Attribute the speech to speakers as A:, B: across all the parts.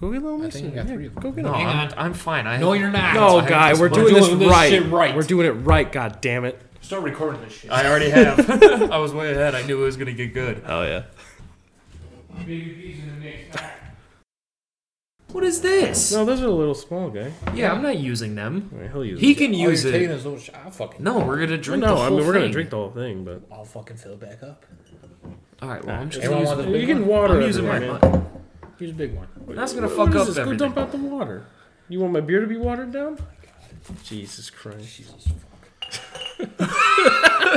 A: we low
B: I
A: me
B: think
A: soon?
B: you got
A: Yeah,
B: three of them.
A: Go get
B: no,
A: them.
C: Hang
B: I'm,
C: on.
B: I'm fine. I
C: No, you're not.
A: Uh-huh. No,
C: I have
A: guy,
C: this-
A: we're doing, this, right.
C: shit right.
A: We're doing it right. God damn it.
C: Start recording this shit.
B: I already have. I was way ahead. I knew it was gonna get good.
A: Oh yeah.
C: What is this?
A: No, those are a little small, guy.
C: Yeah, I'm not using them.
A: I mean, he'll use.
C: He
A: it.
C: can
B: All
C: use
B: you're taking
C: it.
B: is little shot. I'll fucking.
C: No, we're gonna drink.
A: No,
C: the
A: I
C: full
A: mean we're gonna
C: thing.
A: drink the whole thing, but
B: I'll fucking fill it back up.
C: All right, well I'm just
B: Everyone
C: gonna
B: want
C: use,
B: the big
A: you can
B: one?
A: water.
C: I'm using my
A: everything, man.
C: money.
B: Here's a big one.
C: That's gonna
A: What
C: fuck
A: is
C: up
A: this? Go
C: everything.
A: dump out the water. You want my beer to be watered down? Jesus Christ.
B: Jesus fuck.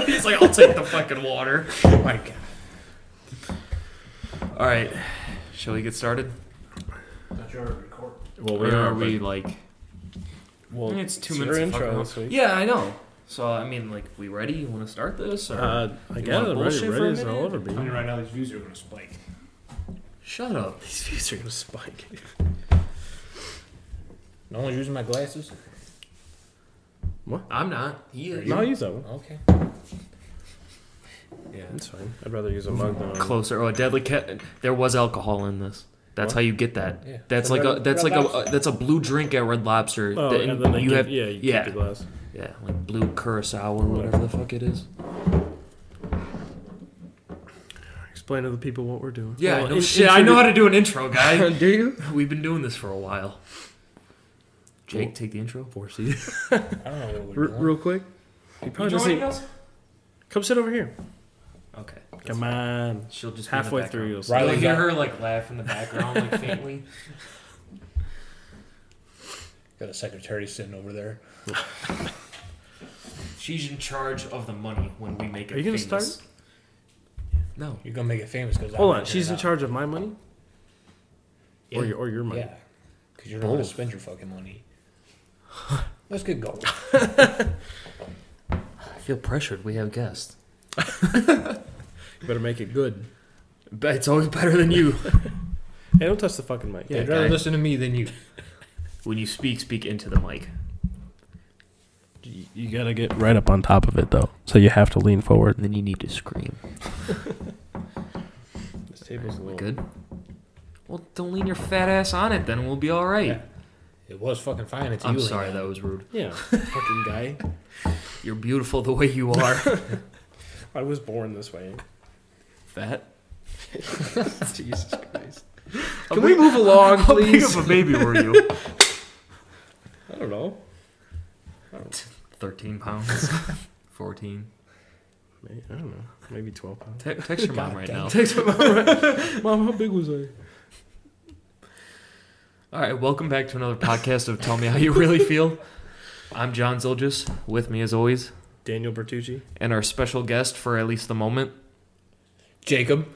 C: He's like, I'll take the fucking water.
B: Oh my god.
C: All right, shall we get started?
B: Thought you already recorded.
A: Well,
C: Or are we like?
A: Well,
C: It's two
A: your
C: minutes. of
A: intro
C: fucking-
A: this week.
C: Yeah, I know. So I mean, like, we ready? You want to start this? Or?
A: Uh, I got
C: want
A: it
C: bullshit
A: ready.
C: for a
A: Ready as I'll
C: minute?
A: ever be.
B: telling you right now, these views are gonna spike.
C: Shut up.
A: These views are gonna spike.
B: No one's using my glasses.
C: I'm not. He is.
A: No, I'll use that one.
B: Okay.
C: Yeah.
A: It's fine. I'd rather use a mug than a-
C: Closer. Oh, a deadly cat. There was alcohol in this. That's how you get that.
B: Yeah.
C: That's
B: From
C: like a
B: Red-
C: that's
B: Red
C: like
B: Lobster.
C: a that's a blue drink at Red Lobster.
A: Oh,
C: that-
A: and then they
C: you
A: give-
C: have
A: yeah, you
C: yeah.
A: keep the glass.
C: yeah, like blue curacao or whatever the fuck it is.
A: Explain to the people what we're doing.
C: Yeah,
A: Well,
C: no
A: in-
C: shit. I know how to do an intro,
A: introdu-
C: guy.
A: do you?
C: We've been doing this for a while. Jake, take the intro. Four C.
B: I don't know what
A: R-
B: we're doing.
A: real quick. You probably doesn't-
C: us?
A: Come sit over here.
C: Okay.
A: Come on.
C: She'll just be in the
A: Halfway through,
C: background.
A: you'll
B: Right.
A: see.
C: You'll
B: Riley's
C: hear
B: up.
C: her like laugh in the background, like faintly.
B: Got a secretary sitting over there.
C: She's in charge of the money when we make it.
A: Are you gonna
C: famous.
A: start?
C: No.
B: You're gonna make it famous because
A: Hold on. She's in charge of my money? Or,
C: Yeah.
A: your, or your money?
B: Yeah. Because you're not gonna
C: Both.
B: spend your fucking money. Let's get going.
C: I feel pressured. We have guests.
A: You better make it good.
C: But it's always better than you.
A: Hey, don't touch the fucking mic.
B: Yeah,
C: Yeah,
B: I'd rather
C: guy.
B: listen to me than you.
C: when you speak, speak into the mic.
A: You, you gotta get right up on top of it, though. So you have to lean forward.
C: And then you need to scream.
A: This table's a
C: We
A: little.
C: good? Well, don't lean your fat ass on it then. We'll be all right.
B: Yeah. It was fucking fine. It's
C: I'm
B: you,
C: sorry,
B: Leon.
C: that was rude.
A: Yeah. fucking guy.
C: You're beautiful the way you are.
A: I was born this way.
C: fat.
A: Jesus Christ.
C: How
A: Can we
C: big-
A: move along,
C: How big
A: please?
C: of a baby were you?
A: I don't know.
C: 13 pounds. 14.
A: Maybe, I don't know. Maybe 12 pounds.
C: Te- text your mom
B: God
C: right
B: damn.
C: now.
A: Mom, how big was I?
C: All right, welcome back to another podcast of Tell Me How You Really Feel. I'm John Zilgis. With me, as always,
A: Daniel Bertucci.
C: and our special guest for at least the moment,
B: Jacob.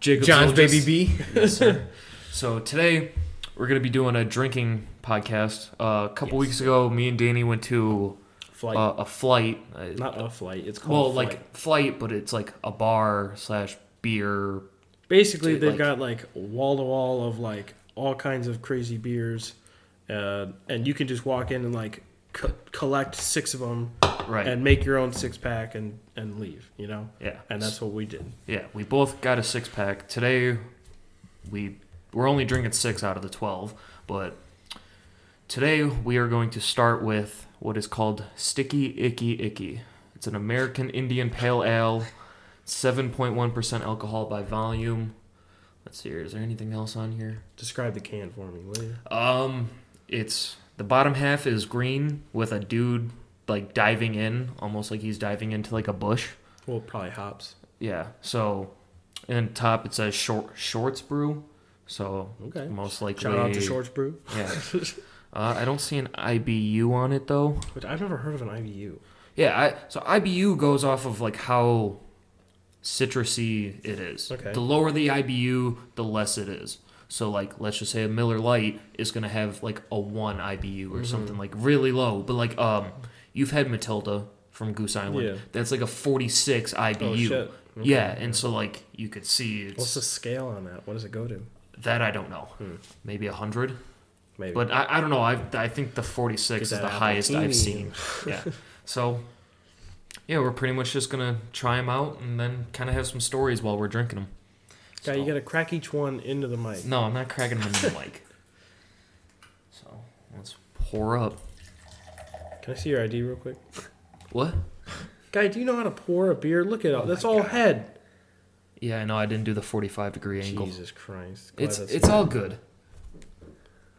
C: Jacob
B: John's
C: Zilgis.
B: baby B.
C: Yes, sir. so today we're gonna be doing a drinking podcast. Uh, a couple
A: Yes.
C: weeks ago, me and Danny went to
A: Flight.
C: uh, a flight. Uh,
A: Not a flight. It's called
C: well,
A: a flight.
C: like flight, but it's like a bar slash beer.
A: Basically,
C: Dude,
A: they've
C: like-
A: got like wall to wall of like all kinds of crazy beers, uh, and you can just walk in and like co- collect six of them
C: Right.
A: and make your own six pack and and leave. You know,
C: yeah.
A: and that's what we did.
C: yeah. We both got a six pack today. We we're only drinking six out of the twelve, but today we are going to start with what is called Sticky Icky Icky. It's an American Indian Pale Ale, seven point one percent alcohol by volume. Let's see here. Is there anything else on here?
A: Describe the can for me, will you?
C: Um, it's the bottom half is green with a dude like diving in, almost like he's diving into like a bush.
A: Well, probably hops.
C: Yeah. So, and top it says short shorts brew. So
A: Okay.
C: most likely.
A: Shout out to Shorts Brew,
C: Yeah. Uh, I don't see an IBU on it though.
A: which I've never heard of an IBU.
C: Yeah. I, so IBU goes off of like how citrusy it is.
A: Okay.
C: The lower the IBU, the less it is. So like, let's just say a Miller Lite is gonna have like a one IBU or
A: Mm-hmm.
C: something like really low. But like, um, you've had Matilda from Goose Island.
A: Yeah.
C: That's like a 46 IBU.
A: Oh shit! Okay.
C: Yeah, and so like you could see it's,
A: What's the scale on that? What does it go to?
C: that I don't know,
A: Hmm.
C: maybe a hundred,
A: Maybe.
C: but I, I don't know. I I think the forty
A: Get
C: six is
A: that
C: the highest
A: Albertini.
C: I've seen. yeah, so yeah, we're pretty much just gonna try them out and then kind of have some stories while we're drinking them.
A: Guy, you gotta crack each one into the mic.
C: No, I'm not cracking them in the mic. pour up.
A: Can I see your ID real quick?
C: What?
A: Guy, do you know how to pour a beer? Look
C: Oh
A: at all. that's all head.
C: Yeah, I know I didn't do the 45 degree angle.
A: Jesus Christ. Glad
C: It's
A: that's-
C: it's all good.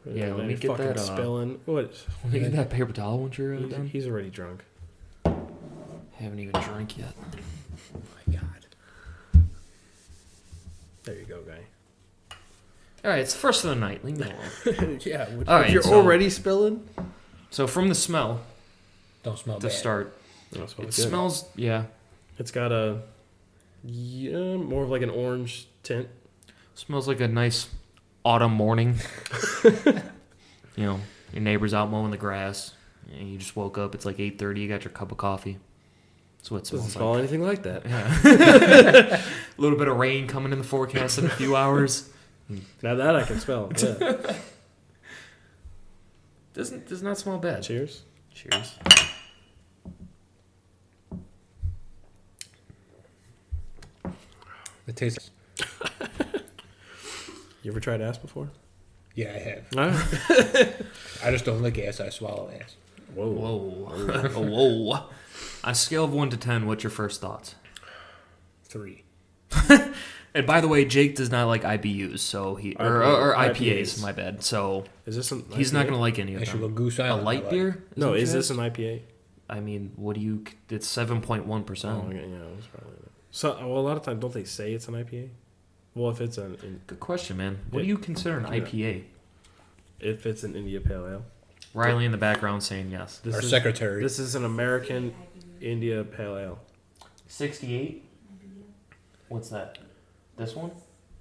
A: Wait a
C: yeah,
A: minute,
C: let me
A: you're
C: get
A: fucking
C: that, uh,
A: spelling. What? is-
C: Let me get that paper towel once you're uh,
A: he's-
C: done.
A: He's already drunk.
C: Haven't even drank yet.
B: my God.
A: There you go, guy.
C: All right, it's first of the night. Leave me alone.
B: yeah. Would,
C: All right, so,
A: spilling.
C: so from the smell
B: don't smell
A: Oh,
C: to
B: bad.
C: start,
A: That's
C: it
A: what
C: smells. Yeah,
A: It's got a yeah, more of like an orange tint.
C: smells like a nice autumn morning. you know, your neighbor's out mowing the grass, and you just woke up. It's like eight thirty. You got your cup of coffee. That's what it
A: Doesn't
C: smells
A: smell
C: like.
A: anything like that.
C: Yeah. a little bit of rain coming in the forecast in a few hours.
A: Now that I can smell. Yeah.
C: Doesn't does not smell bad.
A: Cheers.
C: Cheers.
B: It tastes.
A: You ever tried ass before?
B: Yeah, I have.
A: No.
B: I just don't lick ass. I swallow ass.
A: Whoa.
C: Whoa. Whoa. On a scale of 1 to 10, what's your first thoughts?
B: Three.
C: And by the way, Jake does not like IBUs, so he or,
A: IPA.
C: or, or IPAs,
A: IPAs.
C: my bad. So
A: Is this an?
C: he's not
A: IPA?
C: going to like any of
B: I should
C: them.
B: go Goose
C: A
B: Island. I
C: light
B: like.
C: beer?
A: No,
C: what
A: is
C: you
A: this
C: asked?
A: an IPA?
C: I mean, what do you? It's seven point one
A: Oh,
C: percent.
A: okay, yeah, that's probably it. So, uh, well, a lot of times, don't they say it's an IPA? Well, if it's an in,
C: Good question, man. What
A: Yeah.
C: do you consider an
A: Yeah.
C: IPA?
A: if it's an India Pale Ale,
C: Riley in the background saying yes.
A: this
B: Our
A: is
B: secretary.
A: this is an American India Pale Ale.
C: Sixty-eight. What's that? This one.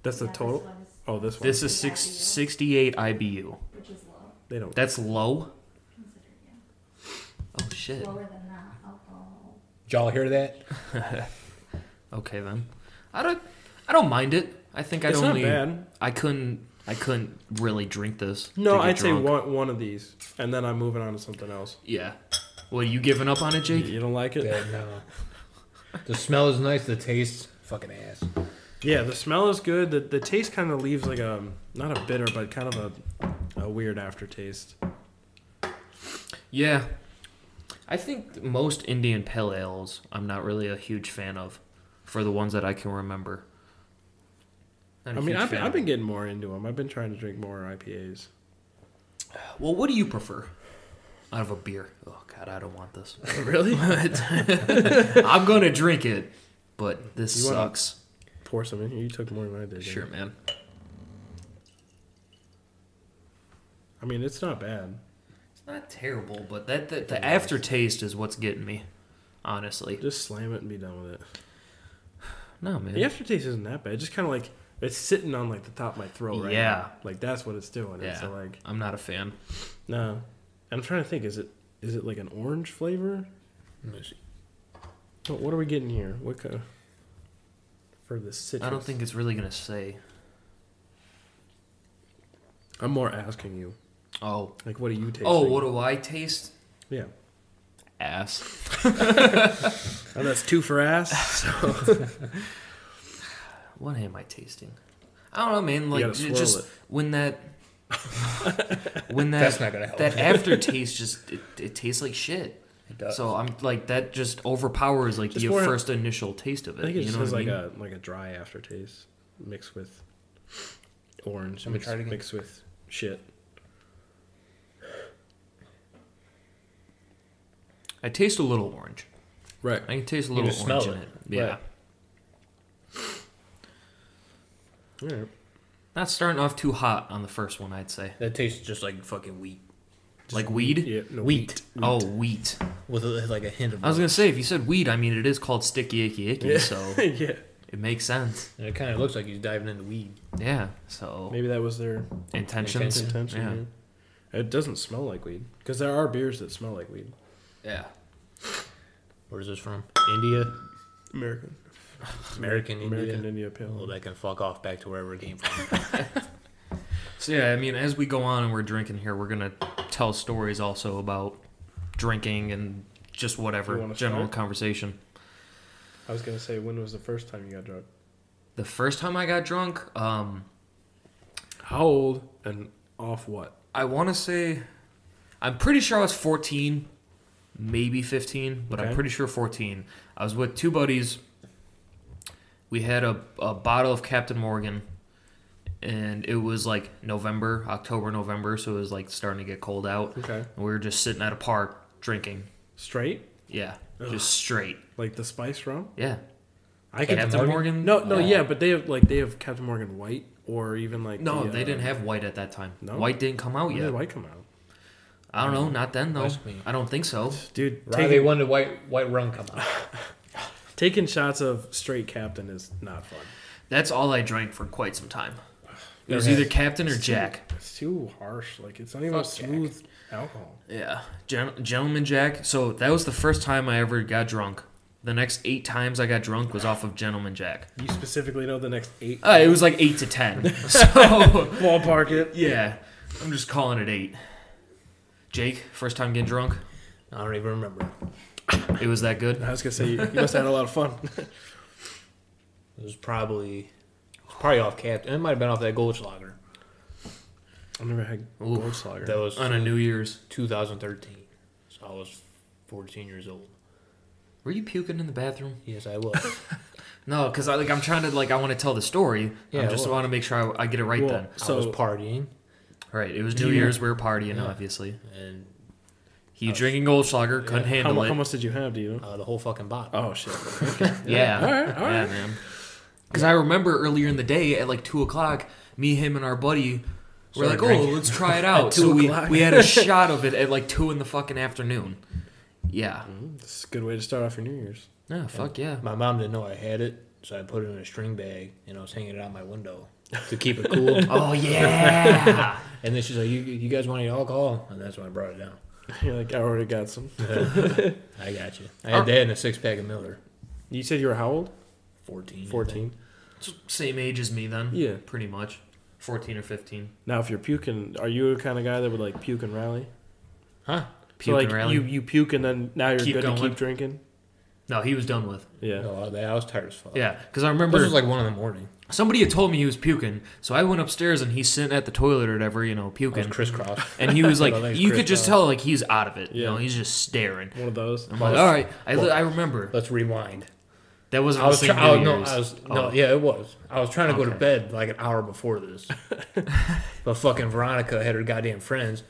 A: That's the total. Oh, this one.
C: This is six, 68 IBU.
D: Which is low,
A: they don't.
C: That's low.
D: considered, yeah.
C: Oh
A: Eh.
C: shit.
D: Lower than the alcohol.
B: Did y'all hear that?
C: Okay then. I don't. I don't mind it. I think I'd
A: it's not
C: only.
A: bad.
C: I couldn't. I couldn't really drink this. to
A: No,
C: get
A: I'd say
C: drunk.
A: one one of these, and then I'm moving on to something else.
C: Yeah. Well, you giving up on it,
A: You,
C: Jake?
A: you don't like it? Yeah.
B: Yeah, no. The smell is nice. The taste, fucking ass.
A: the smell is good. The, the taste kind of leaves like a not a bitter, but kind of a, a weird aftertaste.
C: Yeah. I think most Indian pale ales I'm not really a huge fan of, for the ones that I can remember. Not a
A: I mean,
C: huge
A: I've, been-
C: fan.
A: I've been getting more into them. I've been trying to drink more IPAs.
C: Well, what do you prefer? Out of a beer. Oh God, I don't want this.
A: really?
C: I'm gonna drink it, but this
A: You wanna-
C: sucks.
A: Pour some in here. You took more than I did. didn't
C: Sure,
A: you?
C: man.
A: I mean, it's not bad.
C: It's not terrible, but that, that the aftertaste is what's getting me. Honestly,
A: Just slam it and be done with it.
C: no, man.
A: The aftertaste isn't that bad. It's just kind of like it's sitting on like the top of my throat right
C: Yeah.
A: now. Like that's what it's doing. It's
C: Yeah.
A: like
C: I'm not a fan.
A: no. I'm trying to think. Is it is it like an orange flavor?
B: Let me see.
A: What, what are we getting here? What kind of, for the citrus?
C: I don't think it's really gonna say.
A: I'm more asking you.
C: Oh,
A: Like, what do you taste?
C: oh, what do I taste?
A: yeah.
C: Ass.
A: Oh, that's two for ass.
C: What am I tasting? I don't know, man.
A: gotta
C: Like j-
A: swirl
C: just
A: it.
C: when that when that
B: That's not gonna help.
C: that aftertaste just it, it tastes like shit.
B: It does.
C: So I'm like that just overpowers like
A: Just
C: your
A: more-
C: first initial taste
A: I
C: of it.
A: think it
C: you
A: just
C: know
A: has
C: what I
A: like
C: mean?
A: a like a dry aftertaste mixed with orange.
B: Let me
A: mixed,
B: try it again.
A: mixed with shit.
C: I taste a little orange.
A: Right.
C: I can taste a little
B: just
C: orange
B: smell
C: in
B: it.
C: it. Yeah.
A: Right. All right.
C: Not starting off too hot on the first one, I'd say.
B: That tastes just like fucking wheat.
C: like weed?
A: Yeah. No,
B: Wheat.
C: Oh, wheat.
B: With a, like a hint of.
C: I was gonna say if you said weed, I mean it is called sticky icky icky,
A: Yeah.
C: so
A: yeah.
C: it makes sense.
B: And it kind of looks like he's diving into weed.
C: Yeah. So
A: Maybe that was their
C: intentions.
A: intention.
C: Yeah.
A: yeah. It doesn't smell like weed because there are beers that smell like weed.
C: Yeah.
B: Where's this from? India.
A: American.
B: American
A: American
B: India.
A: India Pale.
B: Well,
A: Ale.
B: that can fuck off back to wherever it came from.
C: So yeah, I mean, as we go on and we're drinking here, we're gonna tell stories also about drinking and just whatever
A: You wanna
C: general
A: start?
C: conversation.
A: I was gonna say, when was the first time you got drunk?
C: The first time I got drunk, um,
A: How old and off what?
C: I want to say I'm pretty sure I was 14, maybe 15, but I'm
A: Okay.
C: pretty sure 14. I was with two buddies. We had a, a bottle of Captain Morgan, and it was like November, October, November, so it was like starting to get cold out.
A: Okay.
C: And we were just sitting at a park drinking.
A: Straight?
C: Yeah,
A: Ugh.
C: just straight.
A: Like the spice rum?
C: Yeah.
A: I
C: Captain,
A: could
C: Morgan?
A: No, no,
C: Yeah.
A: yeah, but they have like they have Captain Morgan White or even like
C: No,
A: the,
C: they
A: uh,
C: didn't have white at that time.
A: No?
C: White didn't come out
A: When
C: yet.
A: did White come out?
C: I don't know. Not then though.
B: Ice cream.
C: I don't think so.
A: Dude,
B: Right, they
A: taking,
B: wanted white white rum come out.
A: taking shots of straight Captain is not fun.
C: That's all I drank for quite some time. It
B: Never
C: was
B: had
C: either
B: it.
C: Captain or
A: It's too-
C: Jack.
A: It's too harsh. Like it's not even a
B: Fuck Jack.
A: smooth alcohol.
C: Yeah, Gen- Gentleman Jack. So that was the first time I ever got drunk. The next eight times I got drunk was off of Gentleman Jack.
A: You specifically know the next eight
C: Uh, it was like eight to ten. So
A: ballpark it.
C: yeah, I'm just calling it eight. Jake, first time getting drunk.
B: I don't even remember.
C: It was that good.
A: I was gonna say you, you must have had a lot of fun.
B: It was probably it was probably off Captain. It might have been off that Goldschlager.
A: I've never had
C: Ooh.
A: Goldschlager.
B: That was
C: On a New Year's,
B: 2013. So I was 14 years old.
C: were you puking in the bathroom?
B: Yes, I was.
C: No, because I like I'm trying to like I want to tell the story.
B: Yeah,
C: I just
B: well-
C: want to make sure I, I get it right
A: Well,
C: then.
B: I was
A: So-
B: partying
C: All right, it was
A: Do
C: New
A: you- Oh,
C: Year's. We were partying,
B: Yeah.
C: obviously.
B: and
C: He drinking Goldschlager, couldn't
B: Yeah.
A: how,
C: handle
A: mu-
C: it.
A: how much did you have? Do you know?
B: uh, the whole fucking bottle.
A: Oh shit.
C: Yeah.
A: All right, all
C: Yeah,
A: right.
C: man. Because I remember earlier in the day at like two o'clock, me, him, and our buddy were
B: Started
C: like, "Oh,
B: drinking."
C: let's try it out."
A: two
C: so we,
A: o'clock.
C: we had a shot of it at like two in the fucking afternoon. Yeah.
A: Mm, This is a good way to start off your New Year's.
C: Yeah. Fuck yeah.
B: My mom didn't know I had it, so I put it in a string bag and I was hanging it out my window to keep it cool.
C: Oh yeah.
B: and then she's like, "You, you guys want any alcohol?" And that's when I brought it down.
A: You're like, I already got some.
B: I got you. I
A: Oh.
B: had that in a six pack of Miller.
A: You said you were how old?
B: 14. I think.
A: 14.
C: Same age as me then.
A: Yeah.
C: Pretty much. Fourteen or fifteen.
A: Now, if you're puking, are you the kind of guy that would like puke and rally?
B: Huh?
A: So
C: Puke
A: like
C: and rally.
A: you you puke and then now you're
C: Keep
A: good to
C: going.
A: keep drinking.
C: No, he was done with.
A: Yeah.
B: No, Oh, I- I was tired as fuck.
C: Yeah, because I
B: This
C: remember
B: was like one in the morning.
C: somebody had told me he was puking, so I went upstairs and he's sitting at the toilet or whatever, you know,
B: I was
C: puking.
B: crisscross.
C: And he was like,
B: Well, thanks,
C: you
B: Chris,
C: could just
B: uh,
C: tell like he's out of it. You
A: Yeah.
C: know, he's just staring.
A: One of those.
C: I'm like, all right, I, li- I remember
B: Let's rewind.
C: that wasn't
B: I was,
C: the
B: try-
C: same
B: I was
C: New
B: no,
C: Year's.
B: I was no,
C: Oh.
B: yeah, it was. I was trying to go to
C: Okay.
B: bed like an hour before this, but fucking Veronica had her goddamn friends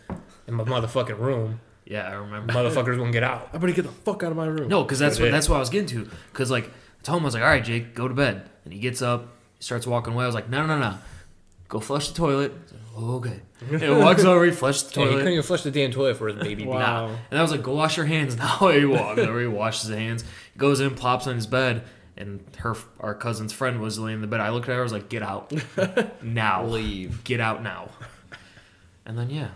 B: in my motherfucking room.
C: yeah, I remember.
B: Motherfuckers wouldn't get out.
A: I better get the fuck out of my room.
C: No, because that's
B: That's
C: what
B: it.
C: that's what I was getting to. Because like I told him I was like, all right, Jake, go to bed. And he gets up, he starts walking away. I was like, no, no, no, no, go flush the toilet. He's like, "Oh, okay. And he walks over, he flushes the
B: Yeah, he
C: toilet.
B: couldn't even flush the damn toilet for his baby.
A: Wow.
C: Nah. And I was like, go wash your hands. Now he walks over, he washes his hands, he goes in, plops on his bed, and her our cousin's friend was laying in the bed. I looked at her, I was like, get out now, leave, get out now. And then yeah,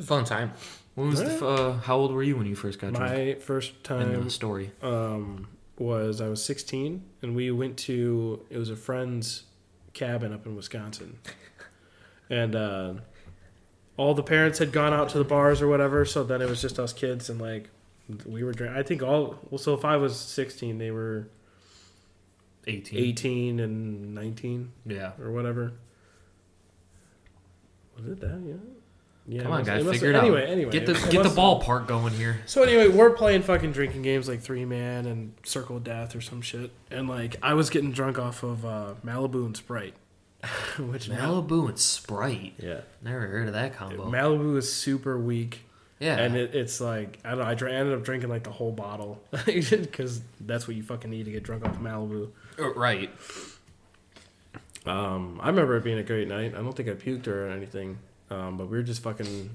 B: Fun time.
C: when was the f- uh, how old were you when you first got drunk?
A: My first
C: In
A: time
C: the story,
A: um, was I was 16 and we went to it was a friend's cabin up in Wisconsin, and uh, all the parents had gone out to the bars or whatever. So then it was just us kids and like we were drinking. I think all well, so if I was 16, they were
C: eighteen.
A: 18 and 19
C: Yeah.
A: or whatever. Was it that? Yeah. Yeah,
C: Come on,
A: must-
C: guys,
A: must-
C: figure it
A: anyway,
C: out.
A: Anyway,
C: Get the
A: it- it
C: get the
A: must-
C: ballpark going here.
A: so anyway, we're playing fucking drinking games like Three Man and Circle of Death or some shit, and like I was getting drunk off of uh, Malibu and Sprite, which Malibu,
C: Malibu and Sprite.
A: yeah,
C: Never heard of that combo.
A: Malibu is super weak,
C: yeah.
A: and it, it's like I don't know. I dra- ended up drinking like the whole bottle because that's what you fucking need to get drunk off of Malibu.
C: Uh, right.
A: Um, I remember it being a great night. I don't think I puked or anything, um, but we were just fucking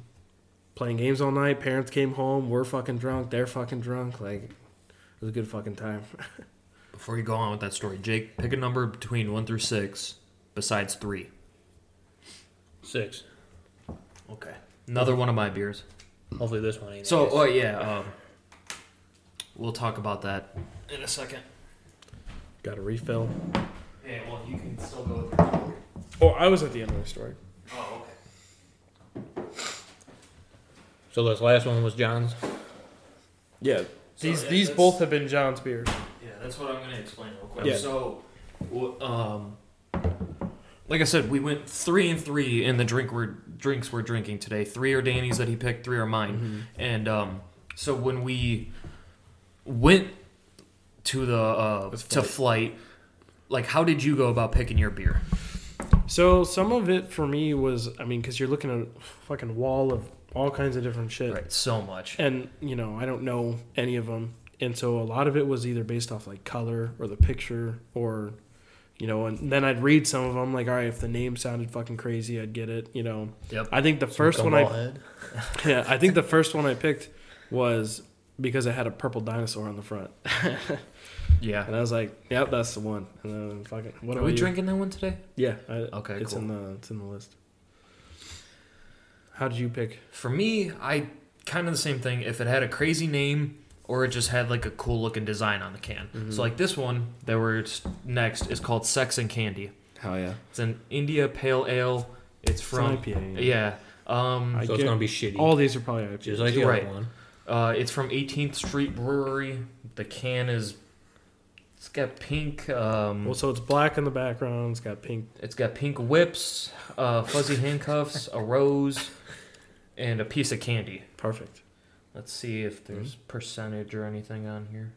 A: playing games all night. Parents came home, we're fucking drunk, they're fucking drunk. Like it was a good fucking time.
C: Before you go on with that story, Jake, pick a number between one through six, besides three.
B: Six.
A: Okay.
C: Another one of my beers.
B: Hopefully this one ain't.
C: So,
B: ass.
C: oh yeah, um, we'll talk about that in a second.
A: Got a refill.
C: Yeah, well, you can still go. With your story.
A: Oh, I was at the end of the story.
C: Oh,
B: so this last one was John's.
A: Yeah.
C: These-
A: These
C: yeah,
A: these
C: that's-
A: both have been John's beers.
C: okay. Yeah, that's what I'm gonna explain real quick.
A: Yeah.
C: So, wh- um, like I said, we went three and three in the drink we're drinks we're drinking today. Three are Danny's that he picked, three are mine.
A: Mm-hmm.
C: And um, so when we went to the uh,
A: With
C: to flight, like how did you go about picking your beer?
A: So some of it for me was, I mean, because you're looking at a fucking wall of all kinds of different shit,
C: Right, so much.
A: and you know I don't know any of them, and so a lot of it was either based off like color or the picture or, you know, and then I'd read some of them like, all right, if the name sounded fucking crazy, I'd get it, you know.
C: Yep.
A: I think the first one I
B: Gumball head.
A: yeah, I think the first one I picked was because it had a purple dinosaur on the front,
C: Yeah.
A: and I was like, "Yep, that's the one." And then fucking, what
C: Are
A: about
C: we
A: you?
C: drinking that one today?
A: Yeah, I,
C: Okay,
A: It's
C: cool.
A: in the it's in the list. How did you pick?
C: For me, I kind of the same thing. If it had a crazy name or it just had like a cool looking design on the can.
A: Mm-hmm.
C: So like this one that we're s- next is called Sex and Candy.
A: Hell yeah,
C: It's an India Pale Ale. It's from
A: it's an IPA.
C: yeah. Um,
A: I
B: So
A: get-
B: it's gonna be shitty.
A: all these are probably IPAs.
B: just like the
C: Right.
B: other one.
C: uh, it's from 18th Street Brewery. The can is it's got pink um,
A: Well, so it's black in the background. It's got pink.
C: It's got pink whips, uh, fuzzy handcuffs, a rose, and a piece of candy.
A: Perfect.
C: Let's see if there's percentage or anything on here.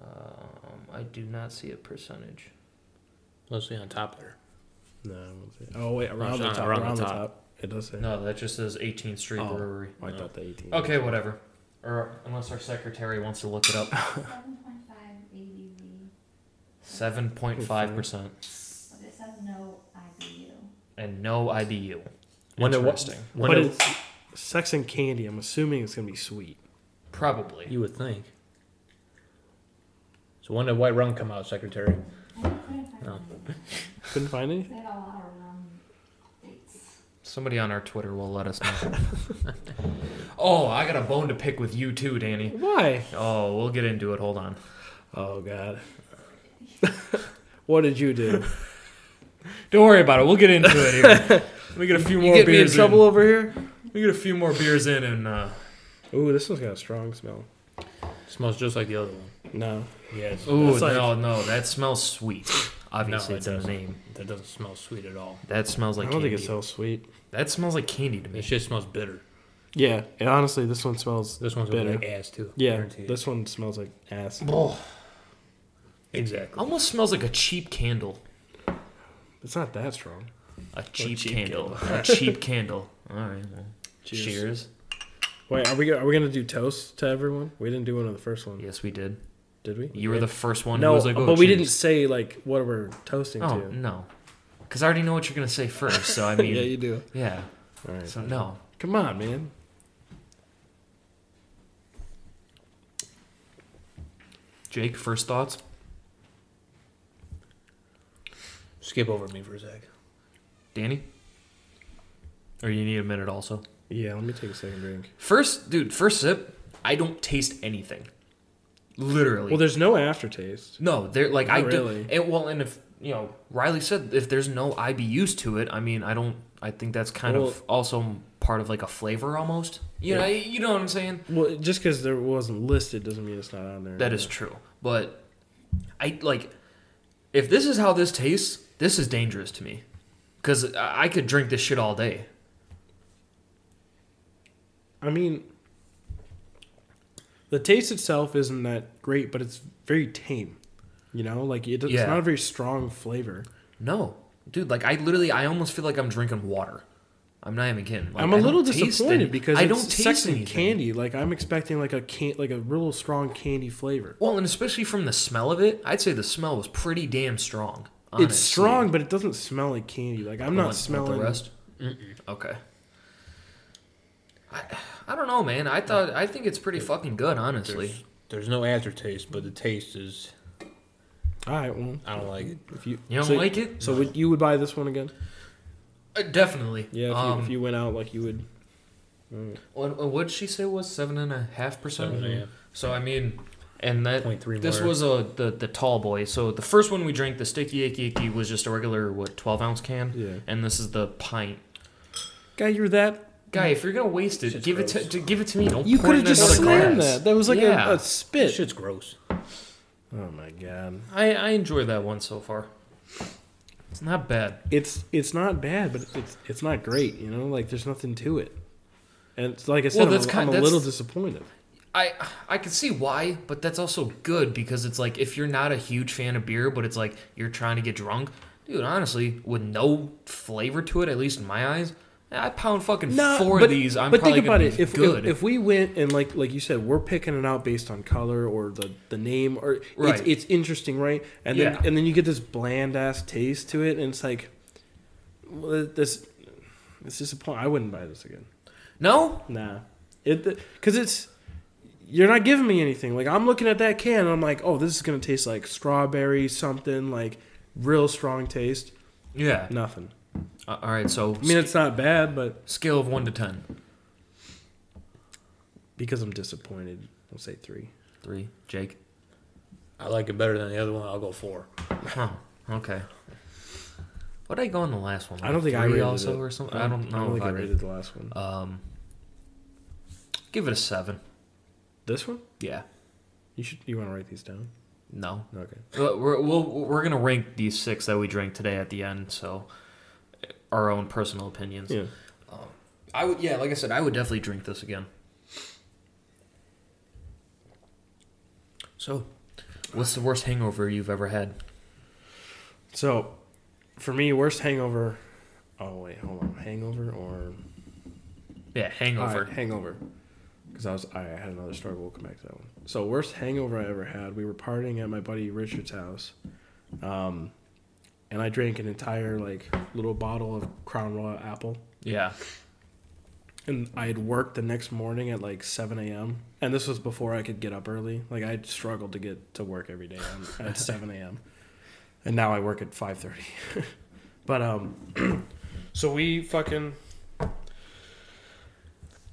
C: Um, I do not see a percentage.
B: Let's see on top there.
A: No. I won't say- Oh wait, around
B: it's
A: the
B: not
A: top.
B: around
A: Around,
B: the
A: the top.
B: top.
A: It does say.
C: No, that just says 18th Street
A: Oh.
C: Brewery.
A: Oh, I
B: No.
A: thought the eighteen.
C: Okay, whatever. Or unless our secretary wants to look it up.
D: Seven point five ABV,
C: 7.5%
D: but it says no IBU.
C: and no IBU. Wonder what-
A: Interesting.
B: When
A: but
B: it-
A: it's sex and candy. I'm assuming it's gonna be sweet.
C: Probably.
B: You would think. So when did White Rum come out, Secretary?
D: I couldn't find
B: No.
D: one.
A: Couldn't find any.
D: They had a lot of rum dates.
C: Somebody on our Twitter will let us know. oh, I got a bone to pick with you too, Danny.
A: Why?
C: Oh, we'll get into it. Hold on.
A: Oh God. what did you do?
C: Don't worry about it. We'll get into it here. we get a few
A: You
C: more
A: get me in
C: beers.
A: trouble over here?
C: We get a few more beers in, and uh,
A: Ooh, this one's got a strong smell.
B: smells just like the other one.
A: No.
B: Yes.
C: ooh,
A: That's like-
C: no, no, that smells sweet. Obviously,
B: No, it
C: it's in the
B: doesn't.
C: name.
B: That doesn't smell sweet at all.
C: That smells like
A: I don't
C: candy.
A: think it's so sweet.
C: That smells like candy to
B: This
C: me.
B: shit smells bitter.
A: Yeah, and honestly, this one smells.
B: This one's
A: Bitter.
B: bitter. like ass too.
A: yeah,
B: guaranteed.
A: this one smells like ass.
B: exactly.
C: Almost smells like a cheap candle.
A: It's not that strong.
C: A cheap,
B: cheap
C: candle. a cheap candle. All right. Well. Cheers.
A: Cheers. Wait, are we go- are we gonna do toast to everyone? We didn't do one of the first one,
C: Yes, we did.
A: did we?
C: You were the first one
A: no,
C: who was like, oh,
A: but we
C: cheers."
A: didn't say like what we're toasting
C: Oh
A: to.
C: no, because I already know what you're gonna say first. So I mean,
A: yeah,
C: yeah,
A: you do. All right,
C: So no.
A: come on, man.
C: Jake, first thoughts.
B: Skip over me for a sec.
C: Danny? Or you need a minute also?
A: Yeah, let me take a second drink.
C: First, dude, first sip, I don't taste anything. Literally.
A: Well, there's no aftertaste.
C: no, they're like, I
A: Not
C: do.
A: really.
C: And, well, and if, you know, Riley said if there's no IBUs to it, I mean, I don't, I think that's kind of
A: Well-
C: also part of like a flavor almost. You know, you know what I'm saying?
A: Well, just because there wasn't listed doesn't mean it's not on there.
C: That is true. But I like if this is how this tastes, this is dangerous to me. Cause I I could drink this shit all day.
A: I mean, the taste itself isn't that great, but it's very tame. You know, like it, it's
C: Yeah.
A: not a very strong flavor.
C: No, dude. Like I literally, I almost feel like I'm drinking water. I'm not even kidding. Like,
A: I'm a
C: I don't
A: little
C: taste
A: disappointed
C: any-
A: because
C: I
A: it's
C: don't taste
A: sex and
C: anything.
A: candy. Like I'm expecting like a can like a real strong candy flavor.
C: Well, and especially from the smell of it, I'd say the smell was pretty damn strong.
A: It's
C: honestly.
A: strong, but it doesn't smell like candy. Like I'm
C: Want-
A: not
C: want
A: smelling.
C: the rest. Okay. I, I don't know, man. I thought I think it's pretty fucking good, honestly.
B: There's, there's no aftertaste, but the taste is.
A: All right, well,
B: I don't like it.
A: if you
C: You don't
A: so,
C: like it?
A: so would you would buy this one again?
C: Uh, definitely.
A: Yeah, if,
C: um,
A: you, if you went out, like you would. Alright.
C: What what did she say was seven and a half percent?
B: Seven and a half.
C: So I mean, and that
B: 0.3
C: this
B: more.
C: was a the the tall boy. So the first one we drank, the sticky icky icky, was just a regular what twelve ounce can,
A: Yeah,
C: and this is the pint.
A: guy, you're that.
C: Guy, if you're gonna waste it,
B: Shit's
C: give it
B: gross.
C: to, to give it to me. Don't
A: You
C: pour
A: could
C: it
A: have
C: in
A: just
C: another
A: slammed
C: glass.
A: that. That was like
C: Yeah.
A: a, a spit.
B: This shit's gross.
A: Oh my god.
C: I I enjoy that one so far. It's not bad.
A: It's it's not bad, but it's it's not great. You know, like there's nothing to it. And it's like I
C: Well,
A: said,
C: that's
A: I'm, a-
C: kind-
A: I'm a
C: that's-
A: little disappointed.
C: I I can see why, but that's also good because it's like if you're not a huge fan of beer, but it's like you're trying to get drunk, dude. Honestly, with no flavor to it, at least in my eyes, eh, I pound fucking four of these. I'm probably gonna be
A: If,
C: good.
A: if if we went and like like you said, we're picking it out based on color or the the name or
C: Right.
A: it's, it's interesting, right? And
C: Yeah.
A: then and then you get this bland ass taste to it, and it's like, well, this it's disappointing. I wouldn't buy this again.
C: no,
A: Nah, it because it's you're not giving me anything. Like I'm looking at that can, and I'm like, oh, this is gonna taste like strawberry something, like real strong taste.
C: yeah.
A: Nothing.
C: Uh, all right, so
A: I mean, it's not bad, but
C: scale of one to ten.
A: because I'm disappointed, I'll say three.
C: Three, Jake.
B: I like it better than the other one. I'll go four.
C: Huh. Okay. What did I go on the last one?
A: I don't think I
C: Three
A: rated
C: also
A: it.
C: or something. I don't, know.
A: I think
C: if
A: I
C: I did.
A: rated the last one.
C: Um, give it a seven.
A: This one?
C: Yeah.
A: You should. You want to write these down?
C: No.
A: Okay.
C: Well, We're, we'll, we're going to rank these six that we drank today at the end, so our own personal opinions.
A: Yeah.
C: I would, yeah, like I said, I would definitely drink this again. So, what's the worst hangover you've ever had?
A: So, for me, worst hangover. Oh wait, hold on. Hangover or
C: Yeah, hangover.
A: All right, hangover. Because I was, I had another story. We'll come back to that one. So worst hangover I ever had. We were partying at my buddy Richard's house, um, and I drank an entire like little bottle of Crown Royal Apple.
C: Yeah.
A: And I had worked the next morning at like 7 a.m. And this was before I could get up early. Like I struggled to get to work every day on- at 7 a.m. And now I work at 5:30. but um, so we fucking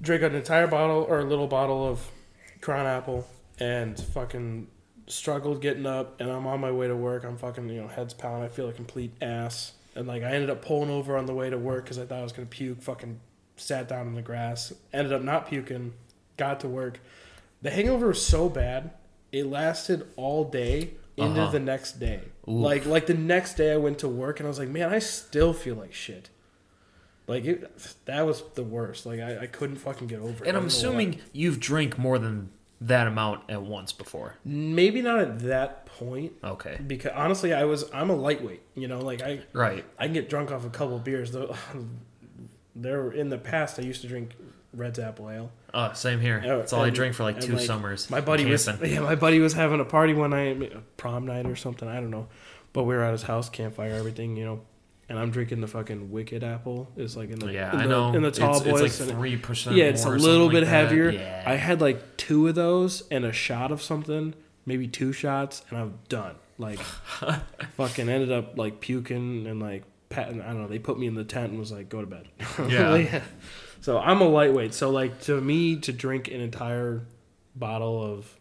A: drank an entire bottle or a little bottle of Crown Apple and fucking struggled getting up. And I'm on my way to work. I'm fucking you know heads pounding. I feel a complete ass. And like I ended up pulling over on the way to work because I thought I was gonna puke. Fucking sat down in the grass, ended up not puking, got to work. The hangover was so bad, it lasted all day into
C: Uh-huh.
A: the next day.
C: Oof.
A: Like like the next day I went to work and I was like, man, I still feel like shit. Like it, that was the worst. Like I, I couldn't fucking get over it.
C: And
A: I
C: I'm
A: don't know why.
C: assuming you've drank more than that amount at once before.
A: maybe not at that point
C: Okay.
A: because honestly, I was I'm a lightweight. You know, like I
C: Right.
A: I can get drunk off a couple of beers. Though there in the past, I used to drink Red's Apple Ale.
C: Uh, same here.
A: Oh,
C: That's all I
A: and-
C: drank for like
A: and,
C: two
A: like,
C: summers.
A: My buddy was
C: Camping.
A: yeah, my buddy was having a party one night, prom night or something. I don't know, but we were at his house, campfire, everything, you know. And I'm drinking the fucking wicked apple. It's like in the
C: Yeah,
A: in
C: I
A: the,
C: know.
A: in the tall
C: it's,
A: boys.
C: it's like
A: and-
C: three percent.
A: yeah, it's a little bit heavier.
C: Yeah.
A: I had like two of those and a shot of something, maybe two shots, and I'm done. Like, fucking ended up like puking and like patting. I don't know. They put me in the tent and was like, go to bed.
C: Yeah.
A: So I'm a lightweight. So like to me, to drink an entire bottle of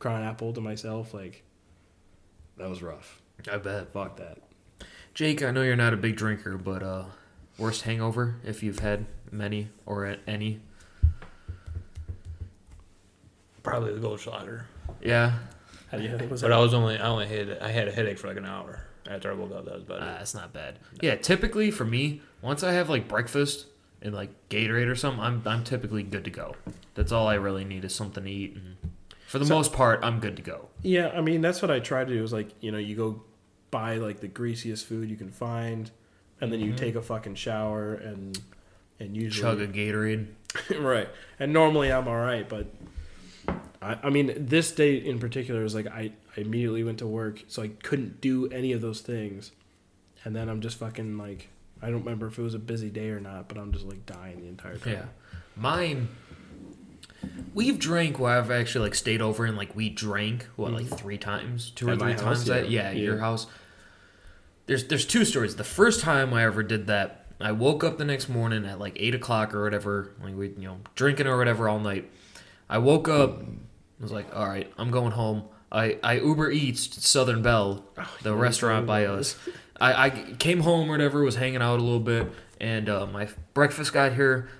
A: Crown Apple to myself, like that was rough.
C: I bet.
A: Fuck that.
C: Jake, I know you're not a big drinker, but uh, worst hangover if you've had many or a- any.
B: Probably the Goldschlager.
C: Yeah,
A: How do you, was
B: But
A: that?
B: I was only I only had I had a headache for like an hour after I woke up. That was about
C: uh,
B: it.
C: it's not bad. Yeah, typically for me, once I have like breakfast and like Gatorade or something, I'm I'm typically good to go. That's all I really need is something to eat, and for the
A: So-
C: most part, I'm good to go.
A: Yeah, I mean that's what I try to do. Is like you know you go buy like the greasiest food you can find, and then you take a fucking shower and and
C: Mm-hmm. Chug a
A: usually
C: Gatorade.
A: right. And normally I'm all right, but I, I mean this day in particular is like I I immediately went to work, so I couldn't do any of those things, and then I'm just fucking like I don't remember if it was a busy day or not, but I'm just like dying the entire time.
C: Yeah. Mine we've drank where I've actually like stayed over and like we drank what like three times, two or
A: Mm-hmm. At my
C: three
A: house,
C: times that
A: yeah.
C: yeah,
A: Yeah.
C: your house. There's there's two stories. The first time I ever did that, I woke up the next morning at like eight o'clock or whatever, like we you know, drinking or whatever all night. I woke up I was like, all right, I'm going home. I, I Uber Eats to Southern Bell,
A: Oh,
C: the restaurant by us. I, I came home or whatever, was hanging out a little bit, and uh, my breakfast got here.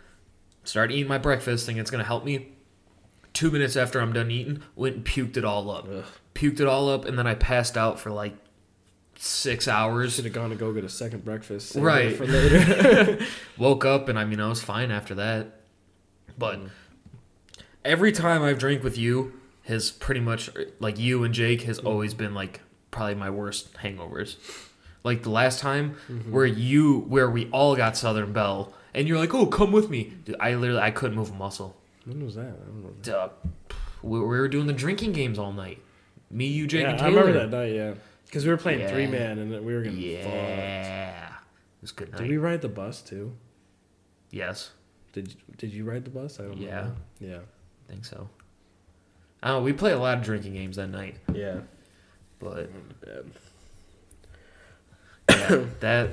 C: Started eating my breakfast, thinking it's gonna help me. Two minutes after I'm done eating, went and puked it all up. Puked it all up, and then I passed out for like six hours.
A: Should have gone to go get a second breakfast. saved it
C: Right.
A: For later.
C: Woke up and I mean I was fine after that. But
A: Mm.
C: every time I've drank with you has pretty much like you and Jake
A: Mm.
C: has always been like probably my worst hangovers. Like the last time
A: Mm-hmm.
C: where you where we all got Southern Belle and you're like, "Oh, come with me." Dude, I literally I couldn't move a muscle.
A: when was that? I don't remember.
C: Duh. We we were doing the drinking games all night. Me, you, Jake,
A: yeah,
C: and
A: I
C: Taylor.
A: remember that night. Yeah, because we were playing
C: Yeah.
A: three man and we were getting fucked.
C: Yeah. It was a good night.
A: Did we ride the bus too?
C: Yes.
A: Did Did you ride the bus? I don't
C: Yeah.
A: remember. Yeah.
C: I think so. I don't know, we played a lot of drinking games that night,
A: Yeah.
C: but
A: Yeah.
C: yeah, that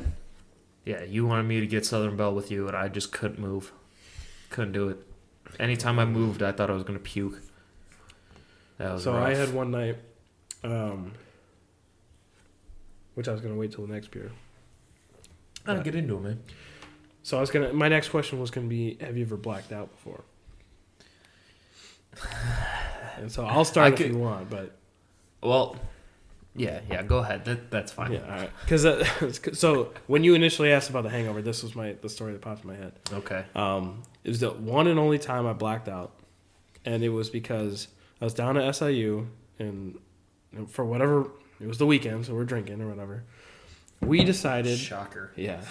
C: yeah, you wanted me to get Southern Belle with you and I just couldn't move. Couldn't do it. Anytime I moved, I thought I was going to puke. That was
A: So
C: rough.
A: I had one night, um, which I was gonna wait till the next beer.
C: I'll get into it, man.
A: So I was gonna. My next question was gonna be, have you ever blacked out before? And so I'll
C: I
A: start if
C: could-
A: you want, but
C: Well, yeah, yeah, go ahead. That that's fine.
A: yeah, all right. Because so when you initially asked about the hangover, this was my the story that popped in my head.
C: Okay.
A: Um, it was the one and only time I blacked out, and it was because I was down at SIU, and and for whatever it was the weekend, so we're drinking or whatever. We decided,
C: Shocker.
A: yeah,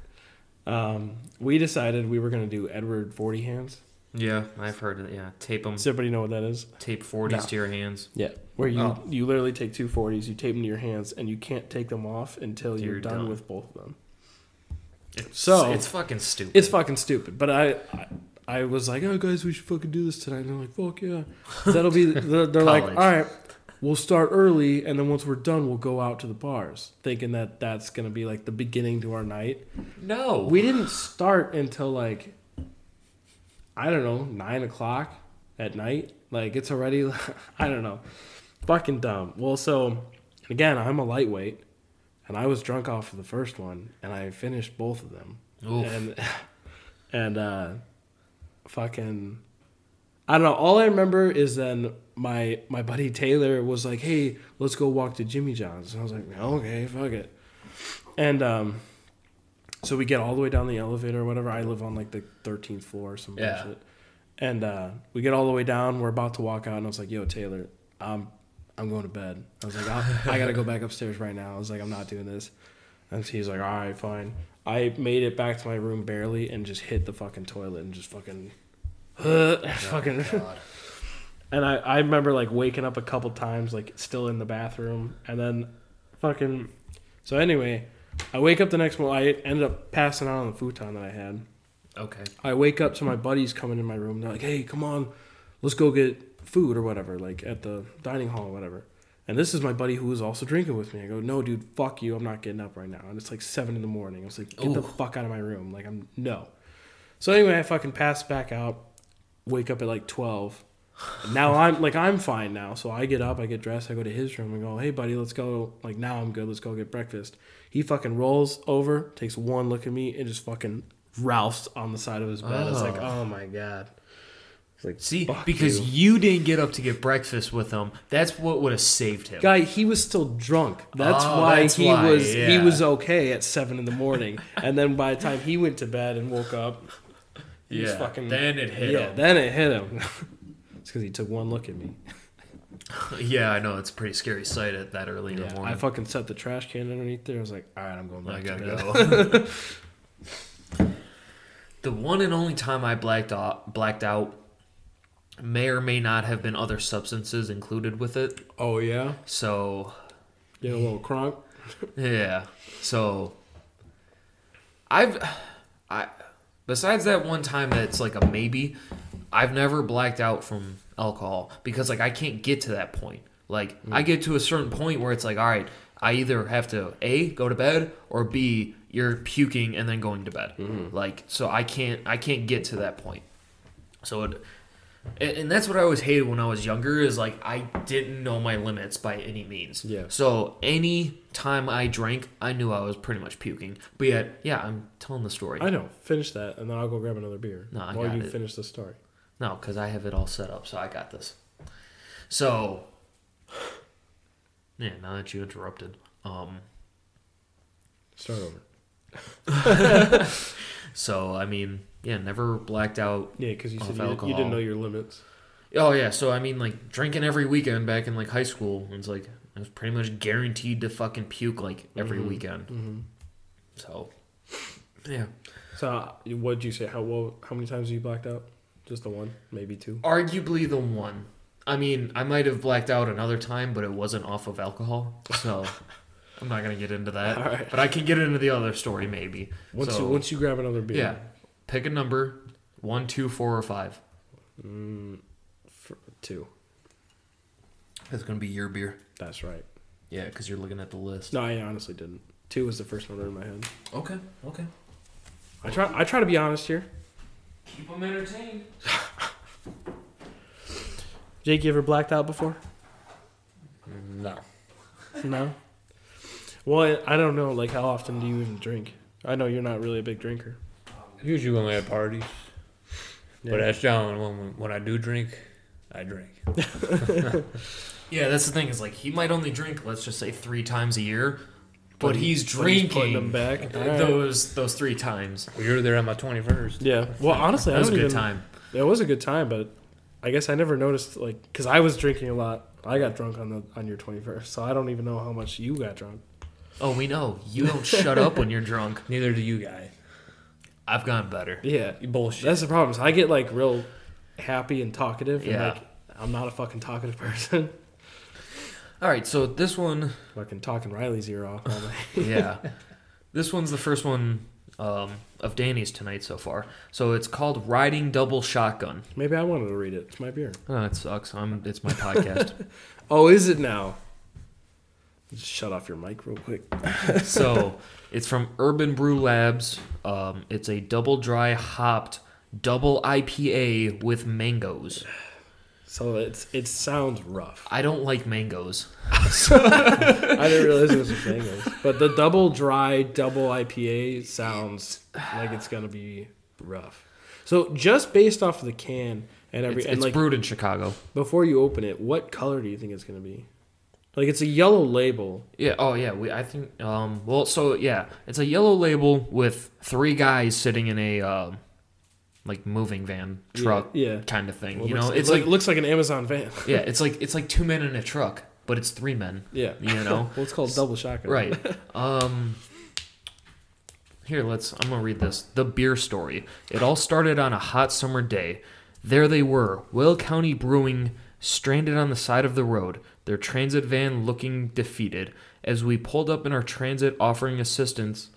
A: um, we decided we were gonna do Edward Forty Hands.
C: Yeah, I've heard it. Yeah, tape them,
A: Does everybody know what that is?
C: tape forties
A: No.
C: to your hands.
A: Yeah, where you
C: Oh.
A: you literally take two 40s, you tape them to your hands, and you can't take them off until
C: Till
A: you're,
C: you're
A: done,
C: done.
A: with both of them.
C: It's,
A: So-
C: it's fucking stupid.
A: It's fucking stupid, but I, I I was like, oh guys, we should fucking do this tonight. And they're like, fuck yeah, that'll be. They're, they're like, all
C: College.
A: right, we'll start early, and then once we're done, we'll go out to the bars, thinking that that's gonna be like the beginning to our night.
C: no.
A: We didn't start until like, I don't know, nine o'clock at night. Like it's already, I don't know, fucking dumb. Well, so again, I'm a lightweight, and I was drunk off of the first one, and I finished both of them
C: Oof.
A: and and uh fucking I don't know. All I remember is then my my buddy Taylor was like, "Hey, let's go walk to Jimmy John's." And I was like, "Okay, fuck it." And um so we get all the way down the elevator or whatever. I live on like the 13th floor or some
B: Yeah.
A: bullshit. And uh we get all the way down, we're about to walk out and I was like, "Yo, Taylor, I'm I'm going to bed." I was like, I'll, "I got to go back upstairs right now." I was like, "I'm not doing this." And he's like, all right, fine. I made it back to my room barely and just hit the fucking toilet and just fucking,
C: Oh,
A: fucking. and I, I remember like waking up a couple times, like still in the bathroom. And then fucking. So anyway, I wake up the next morning. I ended up passing out on the futon that I had.
C: okay.
A: I wake up to my buddies coming in my room. They're like, "Hey, come on, let's go get food or whatever, like at the dining hall or whatever." And this is my buddy who was also drinking with me. I go, "No, dude, fuck you. I'm not getting up right now." And it's like seven in the morning. I was like, "Get the
C: Ooh.
A: fuck out of my room!" Like I'm no. So anyway, I fucking pass back out. Wake up at like twelve. Now I'm like I'm fine now. So I get up, I get dressed, I go to his room and go, "Hey, buddy, let's go." Like now I'm good. Let's go get breakfast. He fucking rolls over, takes one look at me, and just fucking Ralph's on the side of his bed. It's like, oh my god.
C: See,
A: Fuck
C: because you. didn't get up to get breakfast with him, that's what would have saved him.
A: Guy, he was still drunk. That's
C: Oh,
A: why
C: that's
A: he
C: why,
A: was he
C: yeah.
A: was okay at seven in the morning, and then by the time he went to bed and woke up, he was
C: Yeah,
A: fucking
C: then it hit
A: yeah,
C: him.
A: then it hit him. it's because he took one look at me.
C: yeah, I know it's a pretty scary sight at that early in
A: Yeah,
C: the
A: I
C: morning.
A: fucking set the trash can underneath there. I was like, all right, I'm going
C: I
A: back to
C: gotta
A: bed.
C: go. the one and only time I blacked out, blacked out, may or may not have been other substances included with it.
A: Oh yeah,
C: So
A: get a little crunk.
C: yeah, so I've I besides that one time that's like a maybe, I've never blacked out from alcohol because like I can't get to that point. Like I get to a certain point where it's like, all right, I either have to a go to bed or b you're puking and then going to bed. Like so I can't I can't get to that point. So it. And and that's what I always hated when I was younger is like I didn't know my limits by any means.
A: Yeah.
C: So any time I drank, I knew I was pretty much puking. But yet, yeah, I'm telling the story.
A: I know. Finish that, and then I'll go grab another beer
C: No, I
A: while
C: got
A: you
C: it.
A: finish the story.
C: No, because I have it all set up, so I got this. So, Yeah, now that you interrupted. Um,
A: Start over.
C: so I mean, yeah, never blacked out.
A: Yeah, because you
C: Off
A: said you, did- you
C: alcohol.
A: didn't know your limits.
C: Oh yeah, so I mean, like drinking every weekend back in like high school. It's like I was pretty much guaranteed to fucking puke like every
A: Mhm.
C: weekend.
A: Mm-hmm.
C: So yeah,
A: So uh, what'd you say? How well, How many times have you blacked out? Just the one, maybe two.
C: arguably the one. I mean, I might have blacked out another time, but it wasn't off of alcohol. So I'm not gonna get into that.
A: All right.
C: But I can get into the other story maybe.
A: Once
C: So-
A: you once you grab another beer.
C: Yeah. Pick a number, one, two, four, or five.
A: Mm, for two.
C: That's gonna be your beer.
A: That's right.
C: Yeah, because you're looking at the list.
A: No, I honestly didn't. Two was the first number in my head.
C: Okay. Okay.
A: I try. I try to be honest here.
C: Keep them entertained.
A: Jake, you ever blacked out before?
B: No.
A: No. Well, I I don't know. Like, how often do you even drink? I know you're not really a big drinker.
B: Usually when we have parties.
A: Yeah.
B: But that's John. When, when I do drink, I drink.
C: Yeah, that's the thing. Is like he might only drink, let's just say, three times a year, but,
A: But he-
C: he's
A: but he's putting
C: drinking
A: them back. All right.
C: those those three times.
B: Well, you were there on my 21st.
A: Yeah. Well, honestly,
C: That
A: I
C: was a
A: don't
C: good
A: even.
C: time.
A: It was a good time, but I guess I never noticed like because I was drinking a lot. I got drunk on the on your twenty first, so I don't even know how much you got drunk.
C: Oh, we know you don't shut up when you're drunk.
B: Neither do you guys.
C: I've gotten better.
A: Yeah,
B: You bullshit.
A: that's the problem. So I get like real happy and talkative, and
C: Yeah.
A: like I'm not a fucking talkative person.
C: All right, so this one,
A: fucking talking Riley's ear off. All night.
C: yeah, this one's the first one um, of Danny's tonight so far. So it's called riding double shotgun.
A: Maybe I wanted to read it. It's my beer.
C: Oh, it sucks. I'm. It's my podcast.
A: Oh, is it now? Just shut off your mic real quick.
C: so it's from Urban Brew Labs. Um, it's a double dry hopped double IPA with mangoes.
A: So it's it sounds rough.
C: I don't like mangoes.
A: I didn't realize it was a thing. But the double dry double IPA sounds like it's gonna be rough. So just based off of the can and every
C: It's,
A: and
C: it's
A: like
C: brewed in Chicago.
A: before you open it, what color do you think it's gonna be? Like it's a yellow label.
C: Yeah. Oh, yeah. We. I think. Um. Well. So yeah, it's a yellow label with three guys sitting in a, um, like moving van truck
A: Yeah. yeah.
C: kind of thing.
A: Well,
C: you
A: looks-
C: know, it's
A: it
C: like
A: look- looks like an Amazon van.
C: yeah, it's like it's like two men in a truck, but it's three men.
A: Yeah.
C: You know.
A: Well, it's called double shotgun.
C: Right. Um Here, let's I'm going to read this. The beer story. It all started on a hot summer day. There they were, Will County Brewing, stranded on the side of the road, their transit van looking defeated. As we pulled up in our transit offering assistance,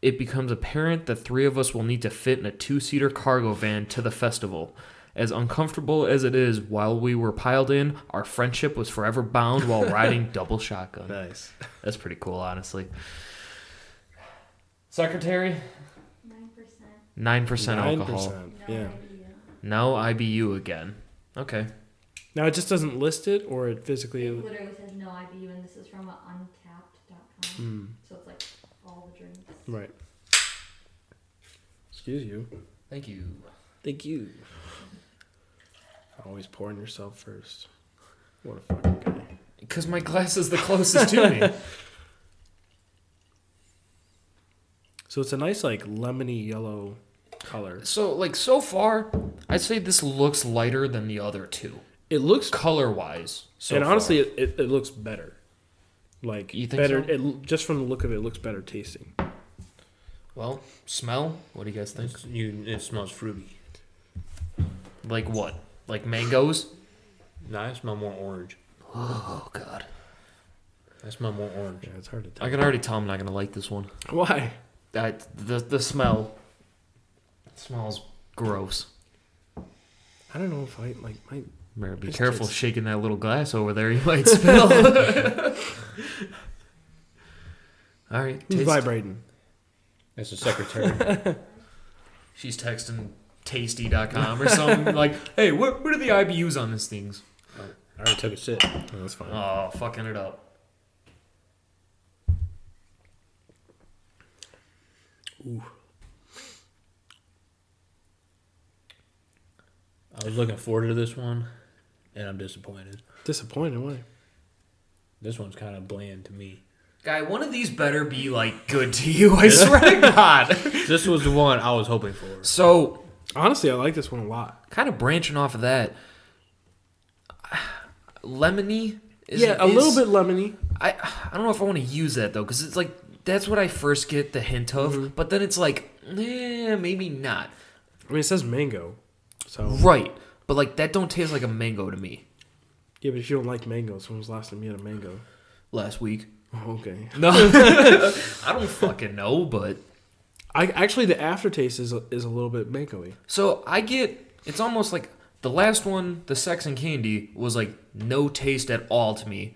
C: it becomes apparent that three of us will need to fit in a two seater cargo van to the festival. As uncomfortable as it is, while we were piled in, our friendship was forever bound while riding double shotgun.
A: Nice.
C: That's pretty cool, honestly. Secretary,
D: Nine percent,
C: nine percent alcohol.
D: no
A: Yeah.
D: idea.
C: Now IBU again. Okay.
A: Now it just doesn't list it, or it physically.
D: It literally says no IBU, and this is from uh, untapped.com.
A: Mm,
D: So it's like all the drinks.
A: right. Excuse you.
C: Thank you.
A: Thank you. Always pouring yourself first. What a fucking guy.
C: Because my glass is the closest to me.
A: So it's a nice like lemony yellow color.
C: So, like, so far, I'd say this looks lighter than the other two,
A: It looks
C: color wise. So
A: and
C: far.
A: honestly it, it, it looks better. Like
C: You think
A: better
C: so?
A: it l- just from the look of it, it looks better tasting.
C: well, smell. What do you guys think?
B: It's- you, it smells fruity.
C: Like what? Like mangoes?
B: No, I smell more orange.
C: Oh God.
B: I smell more orange.
A: Yeah, it's hard to tell.
C: I can already tell I'm not gonna like this one.
A: Why?
C: That the the smell. It smells gross.
A: I don't know if I like my
C: Mary, be
A: Just
C: careful
A: taste.
C: shaking that little glass over there. You might spill. All right,
A: Who's
C: taste.
A: vibrating?
B: That's the secretary.
C: She's texting tasty.com or something like, "Hey, what, what are the IBUs on these things?"
B: I already took a sip.
A: that's fine.
C: Oh, fucking it up.
B: I was looking forward to this one, and I'm disappointed.
A: Disappointed, why?
B: This one's kind of bland to me.
C: Guy, one of these better be like good to you. I swear to God.
B: This was the one I was hoping for.
C: So
A: Honestly, I like this one a lot.
C: kind of branching off of that, lemony. Is,
A: yeah, a
C: is-
A: little bit lemony.
C: I I don't know if I want to use that though, because it's like that's what I first get the hint of,
A: Mm-hmm.
C: but then it's like, eh, maybe not.
A: I mean, it says mango, so
C: Right, but like that don't taste like a mango to me.
A: yeah. But if you don't like mangoes, when was the last time you had a mango?
C: Last week,
A: Oh, okay.
C: no, I don't fucking know, but
A: I actually the aftertaste is is a little bit mangoey.
C: so I get it's almost like the last one, the sex and candy was like no taste at all to me.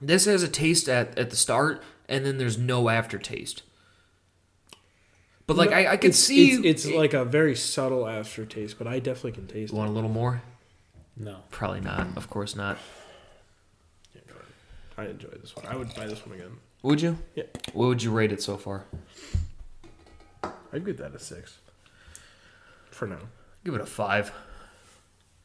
C: This has a taste at at the start, and then there's no aftertaste. But like I, I could
A: It's-
C: see
A: it's, it's like a very subtle aftertaste, but I definitely can taste it.
C: want a little more.
B: No.
C: Probably not. Of course not.
A: I enjoy this one. I would buy this one again.
C: Would you?
A: Yeah.
C: What would you rate it so far?
A: I'd give that a six. For now.
C: Give it a five.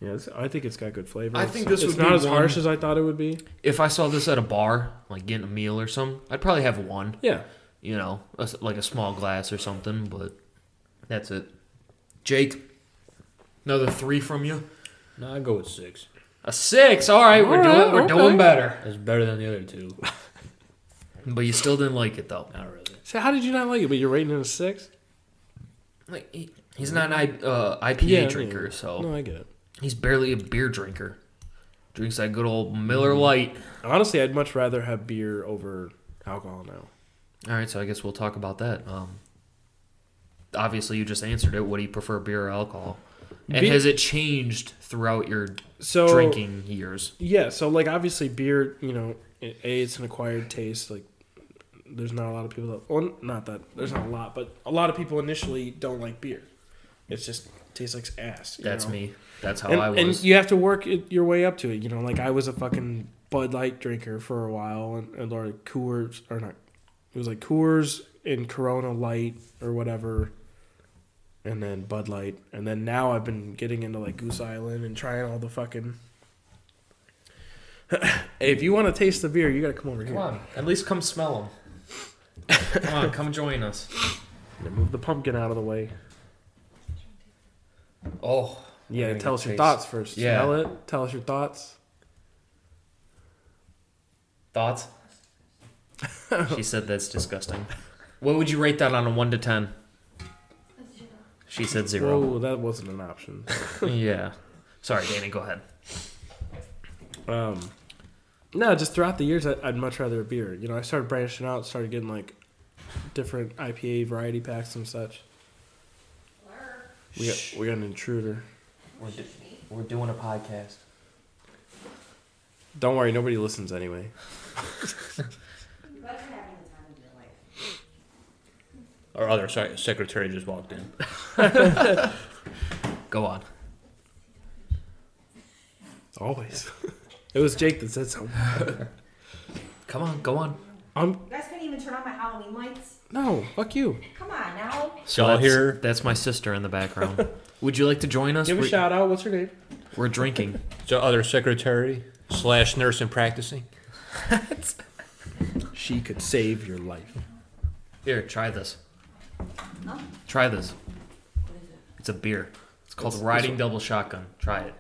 A: Yeah, it's- I think it's got good flavor.
C: I
A: It's-
C: think this
A: it's
C: would
A: not
C: be
A: as
C: one-
A: harsh as I thought it would be.
C: If I saw this at a bar, like getting a meal or something, I'd probably have one.
A: Yeah,
C: You know, a s like a small glass or something. But that's it. Jake, another three from you.
B: No, I'd go with six.
C: A six. All right, we're
A: All right,
C: doing we're
A: okay.
C: doing better.
B: That's better than the other two.
C: But you still didn't like it though.
B: Not really.
A: So how did you not like it? But you're rating it a six.
C: Like he, he's not an I, uh, IPA
A: Yeah, yeah.
C: drinker, so
A: No, I get it.
C: he's barely a beer drinker. Drinks that good old Miller Lite.
A: Honestly, I'd much rather have beer over alcohol now.
C: All right, so I guess we'll talk about that. Um, obviously, you just answered it. Would you prefer beer or alcohol? And
A: Beer-
C: has it changed throughout your
A: So
C: drinking years?
A: Yeah, so like obviously beer, you know, a it's an acquired taste. Like there's not a lot of people that, well, not that there's not a lot, but a lot of people initially don't like beer. It's just tastes like ass. you
C: That's
A: know?
C: me. That's how
A: and,
C: I
A: and
C: was.
A: you have to work it, your way up to it. You know, like I was a fucking Bud Light drinker for a while, and, and or Coors or not, it was like Coors and Corona Light or whatever, and then Bud Light, and then now I've been getting into like Goose Island and trying all the fucking. Hey, if you want to taste the beer, you gotta come over here.
C: at least come smell them. come on, come join us.
A: Yeah, Move the pumpkin out of the way.
C: Oh,
A: Yeah,
C: gonna
A: tell
C: get
A: us your
C: taste.
A: thoughts first.
C: Yeah.
A: Smell it. Tell us your thoughts.
C: thoughts? she said that's disgusting. What would you rate that on a one to ten?
D: That's zero.
C: She said zero.
A: Whoa, that wasn't an option.
C: yeah. Sorry, Danny. Go ahead.
A: Um, no, just throughout the years, I, I'd much rather a beer. You know, I started branching out, started getting like different IPA variety packs and such. We got we got an intruder.
C: We're, do- we're doing a podcast.
A: Don't worry, nobody listens anyway.
E: You guys are having the time of your life.
B: Our other se- secretary just walked in.
C: Go on.
A: Always. it was Jake that said something.
C: Come on. Go on.
A: I'm
E: You guys couldn't even turn on my Halloween lights?
A: no, fuck you.
E: Come on now.
C: So
B: Y'all
C: that's,
B: hear?
C: That's my sister in the background. Would you like to join us?
A: Give a
C: we're,
A: shout out. What's her name?
C: we're drinking.
B: So other secretary slash nurse in practicing.
A: She could save your life.
C: Here, try this.
E: Huh?
C: Try this. It's a beer. It's called Riding Double Shotgun. Try it.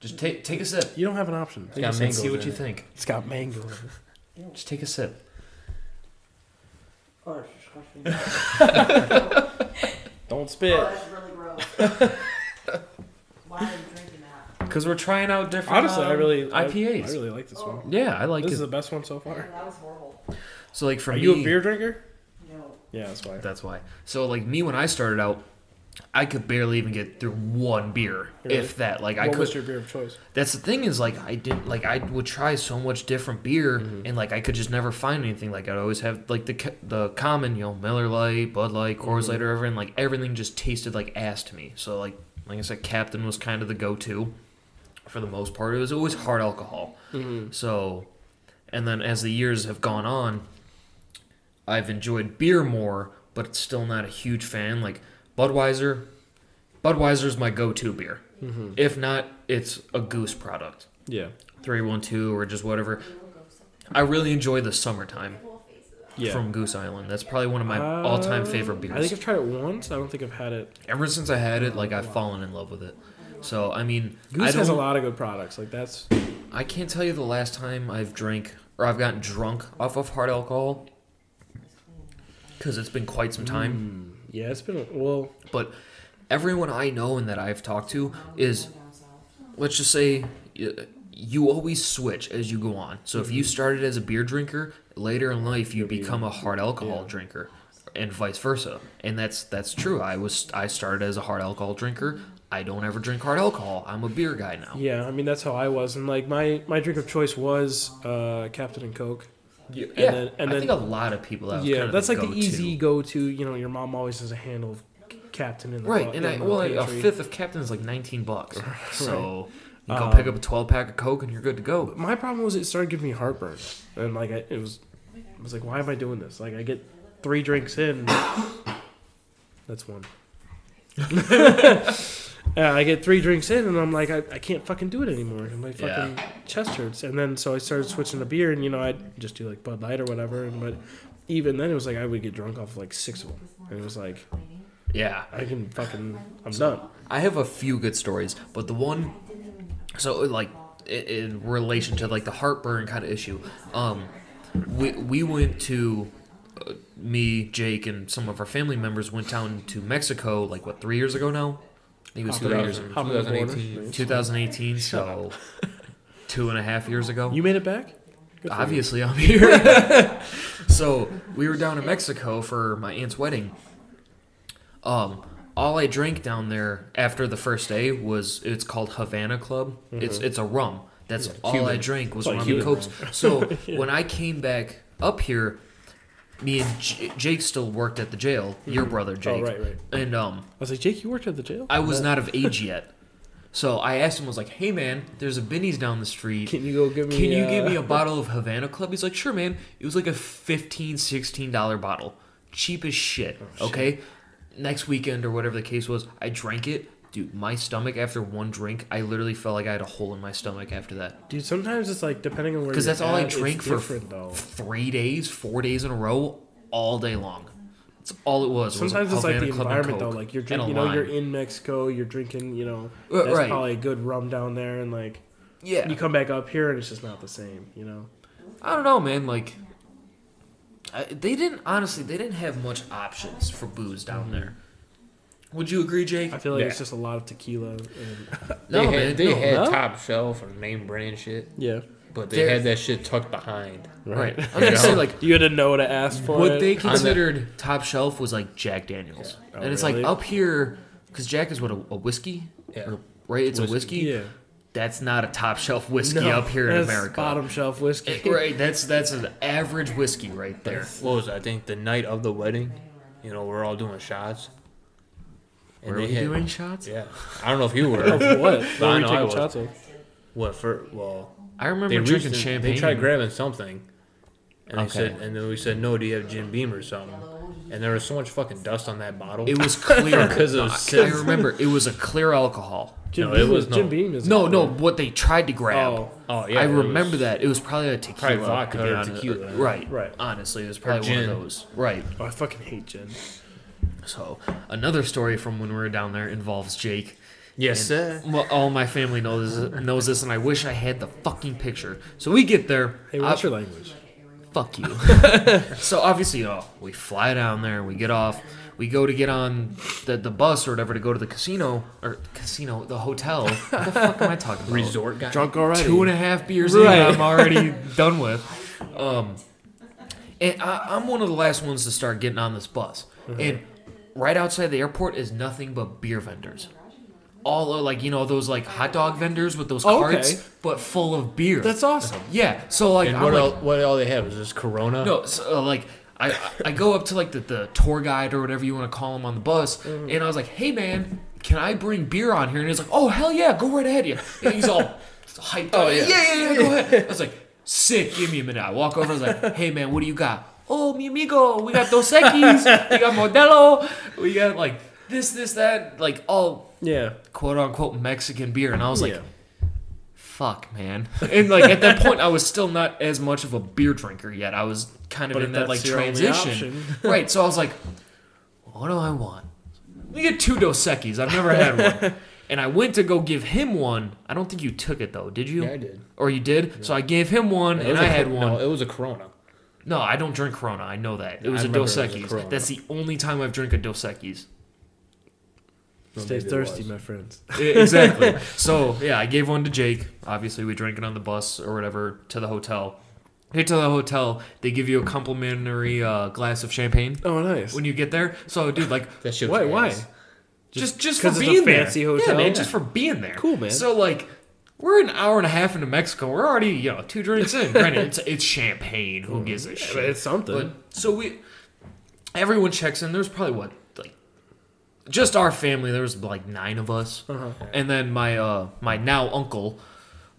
C: Just take take a sip.
A: You don't have an option.
B: got
C: And
B: mangoes
C: see what
B: in
C: you
B: it.
C: think.
A: It's got mango. in it.
C: Just take a sip.
E: Oh, that's disgusting.
A: Don't
E: oh,
A: spit.
E: that's really gross. Why are you drinking that?
C: Because we're trying out different.
A: Honestly, I
C: um,
A: really I-
C: IPAs.
A: I really like this one.
C: yeah, I like
A: This is
C: it.
A: the best one so
E: Oh,
A: far.
E: that was horrible.
C: so like for
A: Are
C: me,
A: you a beer drinker?
E: No.
A: Yeah, that's why.
C: That's why. So like me when I started out, I could barely even get through one beer,
A: Really?
C: if that. Like I
A: What
C: could.
A: was your beer of choice?
C: That's the thing is like I didn't like I would try so much different beer and like I could just never find anything like I'd always have like the c- the common you know Miller Lite, Bud Light, Coors Light, or everything like everything just tasted like ass to me. So like like I said, Captain was kind of the go to for the most part. It was always hard alcohol.
A: Mm-hmm,
C: So and then as the years have gone on, I've enjoyed beer more, but it's still not a huge fan. Like Budweiser, Budweiser's my go-to beer.
A: mm-hmm.
C: If not, it's a Goose product,
A: Yeah.
C: three one two or just whatever. I really enjoy the summertime
D: Whole face of that.
A: Yeah.
C: from Goose Island. That's probably one of my
A: Uh,
C: all-time favorite beers.
A: I think I've tried it once. I don't think I've had it.
C: Ever since I had it, like I've fallen in love with it. So I mean, I
A: Goose
C: don't.
A: has a lot of good products. Like that's
C: I can't tell you the last time I've drank or I've gotten drunk off of hard alcohol. Because it's been quite some time.
A: Mm, yeah. It's been well.
C: But everyone I know and that I've talked to is, let's just say, y- you always switch as you go on. So if you
A: Mm-hmm.
C: started as a beer drinker, later in life you become a hard alcohol drinker, and vice versa. And that's that's true. I was I started as a hard alcohol drinker. I don't ever drink hard alcohol. I'm a beer guy now.
A: Yeah. I mean that's how I was. And like my my drink of choice was uh, Captain and Coke.
C: Yeah,
A: And then- and
C: I
A: then-
C: think a lot of people. That was
A: yeah.
C: kind of
A: That's like the
C: go-to.
A: easy go to. You know, your mom always has a handle of c- Captain in the
C: Right,
A: clo-
C: and
A: in
C: I
A: the
C: well, a
A: pantry.
C: fifth of Captain is like nineteen bucks. So you go pick up
A: Um,
C: a twelve pack of Coke and you're good to go.
A: My problem was it started giving me heartburn, and like I, it was, I was like, why am I doing this? Like I get three drinks in, that's one. Uh, I get three drinks in, and I'm like, I, I can't fucking do it anymore. And my fucking chest hurts. And then so I started switching to beer, and you know I'd just do like Bud Light or whatever. And but even then, it was like I would get drunk off like six of them, and it was like
C: Yeah,
A: I can fucking I'm done.
C: I have a few good stories, but the one, so like i- in relation to like the heartburn kind of issue, um, we we went to. uh, Me, Jake, and some of our family members went down to Mexico like what three years ago now. I think it was two years,
A: Hop on the border.
B: 2018.
C: 2018, so two and a half years ago.
A: You made it back. Good for you.
C: Obviously, I'm here. so we were down in Mexico for my aunt's wedding. Um, all I drank down there after the first day was it's called Havana Club. It's it's a rum. That's all I
B: Cuban.
C: drank was
A: It's like
C: rum and
A: Mm-hmm. Cuban
C: cokes. So when I came back up here, me and J- Jake still worked at the jail. Your brother Jake.
A: Mm-hmm. Oh, right, right.
C: And um,
A: I was like, Jake, you worked at the jail.
C: I was not of age yet. So I asked him, I was like, hey man, there's a Binnie's down the street.
A: Can you go give me?
C: Can you
A: uh,
C: give me a bottle of Havana Club? He's like, sure, man. It was like a $15, $16 bottle. Cheap as shit.
A: Oh,
C: okay? Next weekend or whatever the case was, I drank it. Dude, my stomach after one drink, I literally felt like I had a hole in my stomach after that.
A: Dude, sometimes it's like depending on where.
C: Because
A: you're
C: that's all I
A: at, it's
C: drank for
A: different, though.
C: three days, four days in a row, all day long. That's all it was. was
A: Sometimes it's like
C: Havana
A: the
C: Club and
A: environment though.
C: Coke
A: Like you're
C: and a
A: drinking, you know, you're
C: lime.
A: in Mexico, you're drinking, you know,
C: Uh,
A: that's
C: right.
A: probably a good rum down there, and like
C: Yeah.
A: you come back up here and it's just not the same, you know.
C: I don't know, man. Like, I, they didn't honestly. They didn't have much options for booze down there. Would you agree, Jake?
A: I feel like
B: Yeah.
A: it's just a lot of tequila. And,
B: They
C: No,
B: had,
C: man,
B: they
C: no,
B: had
A: no.
B: top shelf and name brand shit,
A: yeah,
B: but they
C: There-
B: had that shit tucked behind.
C: right.
A: right.
C: I'm gonna say
B: Yeah.
C: like
A: You had to know to ask for
C: what
A: it.
C: they considered top shelf was like Jack Daniels,
A: Oh,
C: and it's
A: really?
C: like up here because Jack is what a, a whiskey,
B: Yeah.
C: Or- right? It's a whiskey.
A: Whiskey. Yeah,
C: That's not a top shelf whiskey
A: No,
C: up here in
A: that's
C: America.
A: bottom shelf whiskey.
C: It- right. That's that's an average whiskey right there.
B: What was it? I think the night of the wedding? You know, we're all doing shots. And
C: Were
B: they
C: we
B: had-
C: doing shots?
B: Yeah, I don't know if you
A: Of what?
B: were.
A: What
B: I
A: were you
B: know I
A: taking
B: was.
A: shots of?
B: what for? Well,
C: I remember
B: they reached
C: drinking
B: and
C: champagne.
B: They tried grabbing something, and
C: Okay.
B: they said, and then we said, "No, do you have Jim Beam or something?" And there was so much fucking dust on that bottle.
C: It was clear.
B: 'Cause it was
C: I
B: sick.
C: remember it was a clear alcohol.
A: Jim
B: No, it
A: Beam
B: was
A: is- Jim
B: no-
A: Beam is
C: No, no, what they tried to grab.
A: Oh.
B: oh yeah,
C: I
B: it was-
C: remember that. It was probably a tequila.
B: Probably vodka
C: to be
B: or
C: honest. Uh,
B: tequila.
C: Right.
A: Right.
C: Honestly, it was probably one
B: gin.
C: of those. Right.
A: Oh, I fucking hate gin.
C: So another story from when we were down there involves Jake.
B: Yes, sir.
C: And m- all my family knows knows this, and I wish I had the fucking picture. So we get there.
A: Hey, what's
C: I-
A: your language?
C: fuck you. so obviously, you know, we fly down there, we get off, we go to get on the, the bus or whatever to go to the casino or casino, the hotel. What the fuck am I talking about?
B: Resort guy.
A: Drunk already.
C: Two and a half beers
A: Right.
C: in, I'm already done with. Um, and I, I'm one of the last ones to start getting on this bus.
A: Uh-huh.
C: And right outside the airport is nothing but beer vendors. All of, like you know those like hot dog vendors with those
A: Oh, Okay.
C: carts, but full of beer.
A: That's awesome.
C: yeah. So like,
B: And
C: I'm
B: what
C: like,
B: all, what all they had was this Corona.
C: no, so, uh, like I I go up to like the, the tour guide or whatever you want to call him on the bus, and I was like, "Hey man, can I bring beer on here?" And he's like, "Oh hell yeah, go right ahead." Yeah, and he's all hyped. Oh yeah. yeah, yeah, yeah, go ahead. I was like, "Sick, give me a minute." I walk over. I was like, "Hey man, what do you got?" Oh mi amigo, we got Dos Equis, we got Modelo, we got like this, this, that, like all
A: Yeah.
C: quote unquote Mexican beer, and I was like
A: yeah.
C: fuck, man. And like at that point, I was still not as much of a beer drinker yet. I was kind of
A: But
C: in
A: if that's
C: that like
A: your only
C: transition, right? So I was like, what do I want? We get two Dos Equis. I've never had one. And I went to go give him one. I don't think you took it though, did you?
B: Yeah, I did.
C: Or you did? So I gave him one,
B: It
C: and
B: was
C: I
B: a-
C: had one.
B: No, it was a Corona.
C: No, I don't drink Corona. I know that. It was
B: I
C: a
B: remember
C: Dos
B: it was a
C: Equis.
B: Corona.
C: That's the only time I've drank a Dos Equis.
B: Or
A: Stay
B: maybe it
A: thirsty,
B: was.
A: my friends.
C: I- E-, exactly. so yeah, I gave one to Jake. Obviously, we drank it on the bus or whatever to the hotel. Get to the hotel, they give you a complimentary uh, glass of champagne
A: Oh, nice.
C: when you get there. So, dude, like,
B: That shit.
A: Why-
B: Was
A: why?
B: ass.
C: just just for
A: 'cause it's a
C: being there.
A: fancy hotel?
C: yeah, man, just for being there.
A: Cool, man.
C: So like, we're an hour and a half into Mexico. We're already you know two drinks in. Granted, it's it's champagne. Who gives a shit?
A: Mm-hmm. but it's something.
C: But so we, everyone checks in. There's probably what like, just our family. There was like nine of us,
A: Uh-huh.
C: and then my uh my now uncle,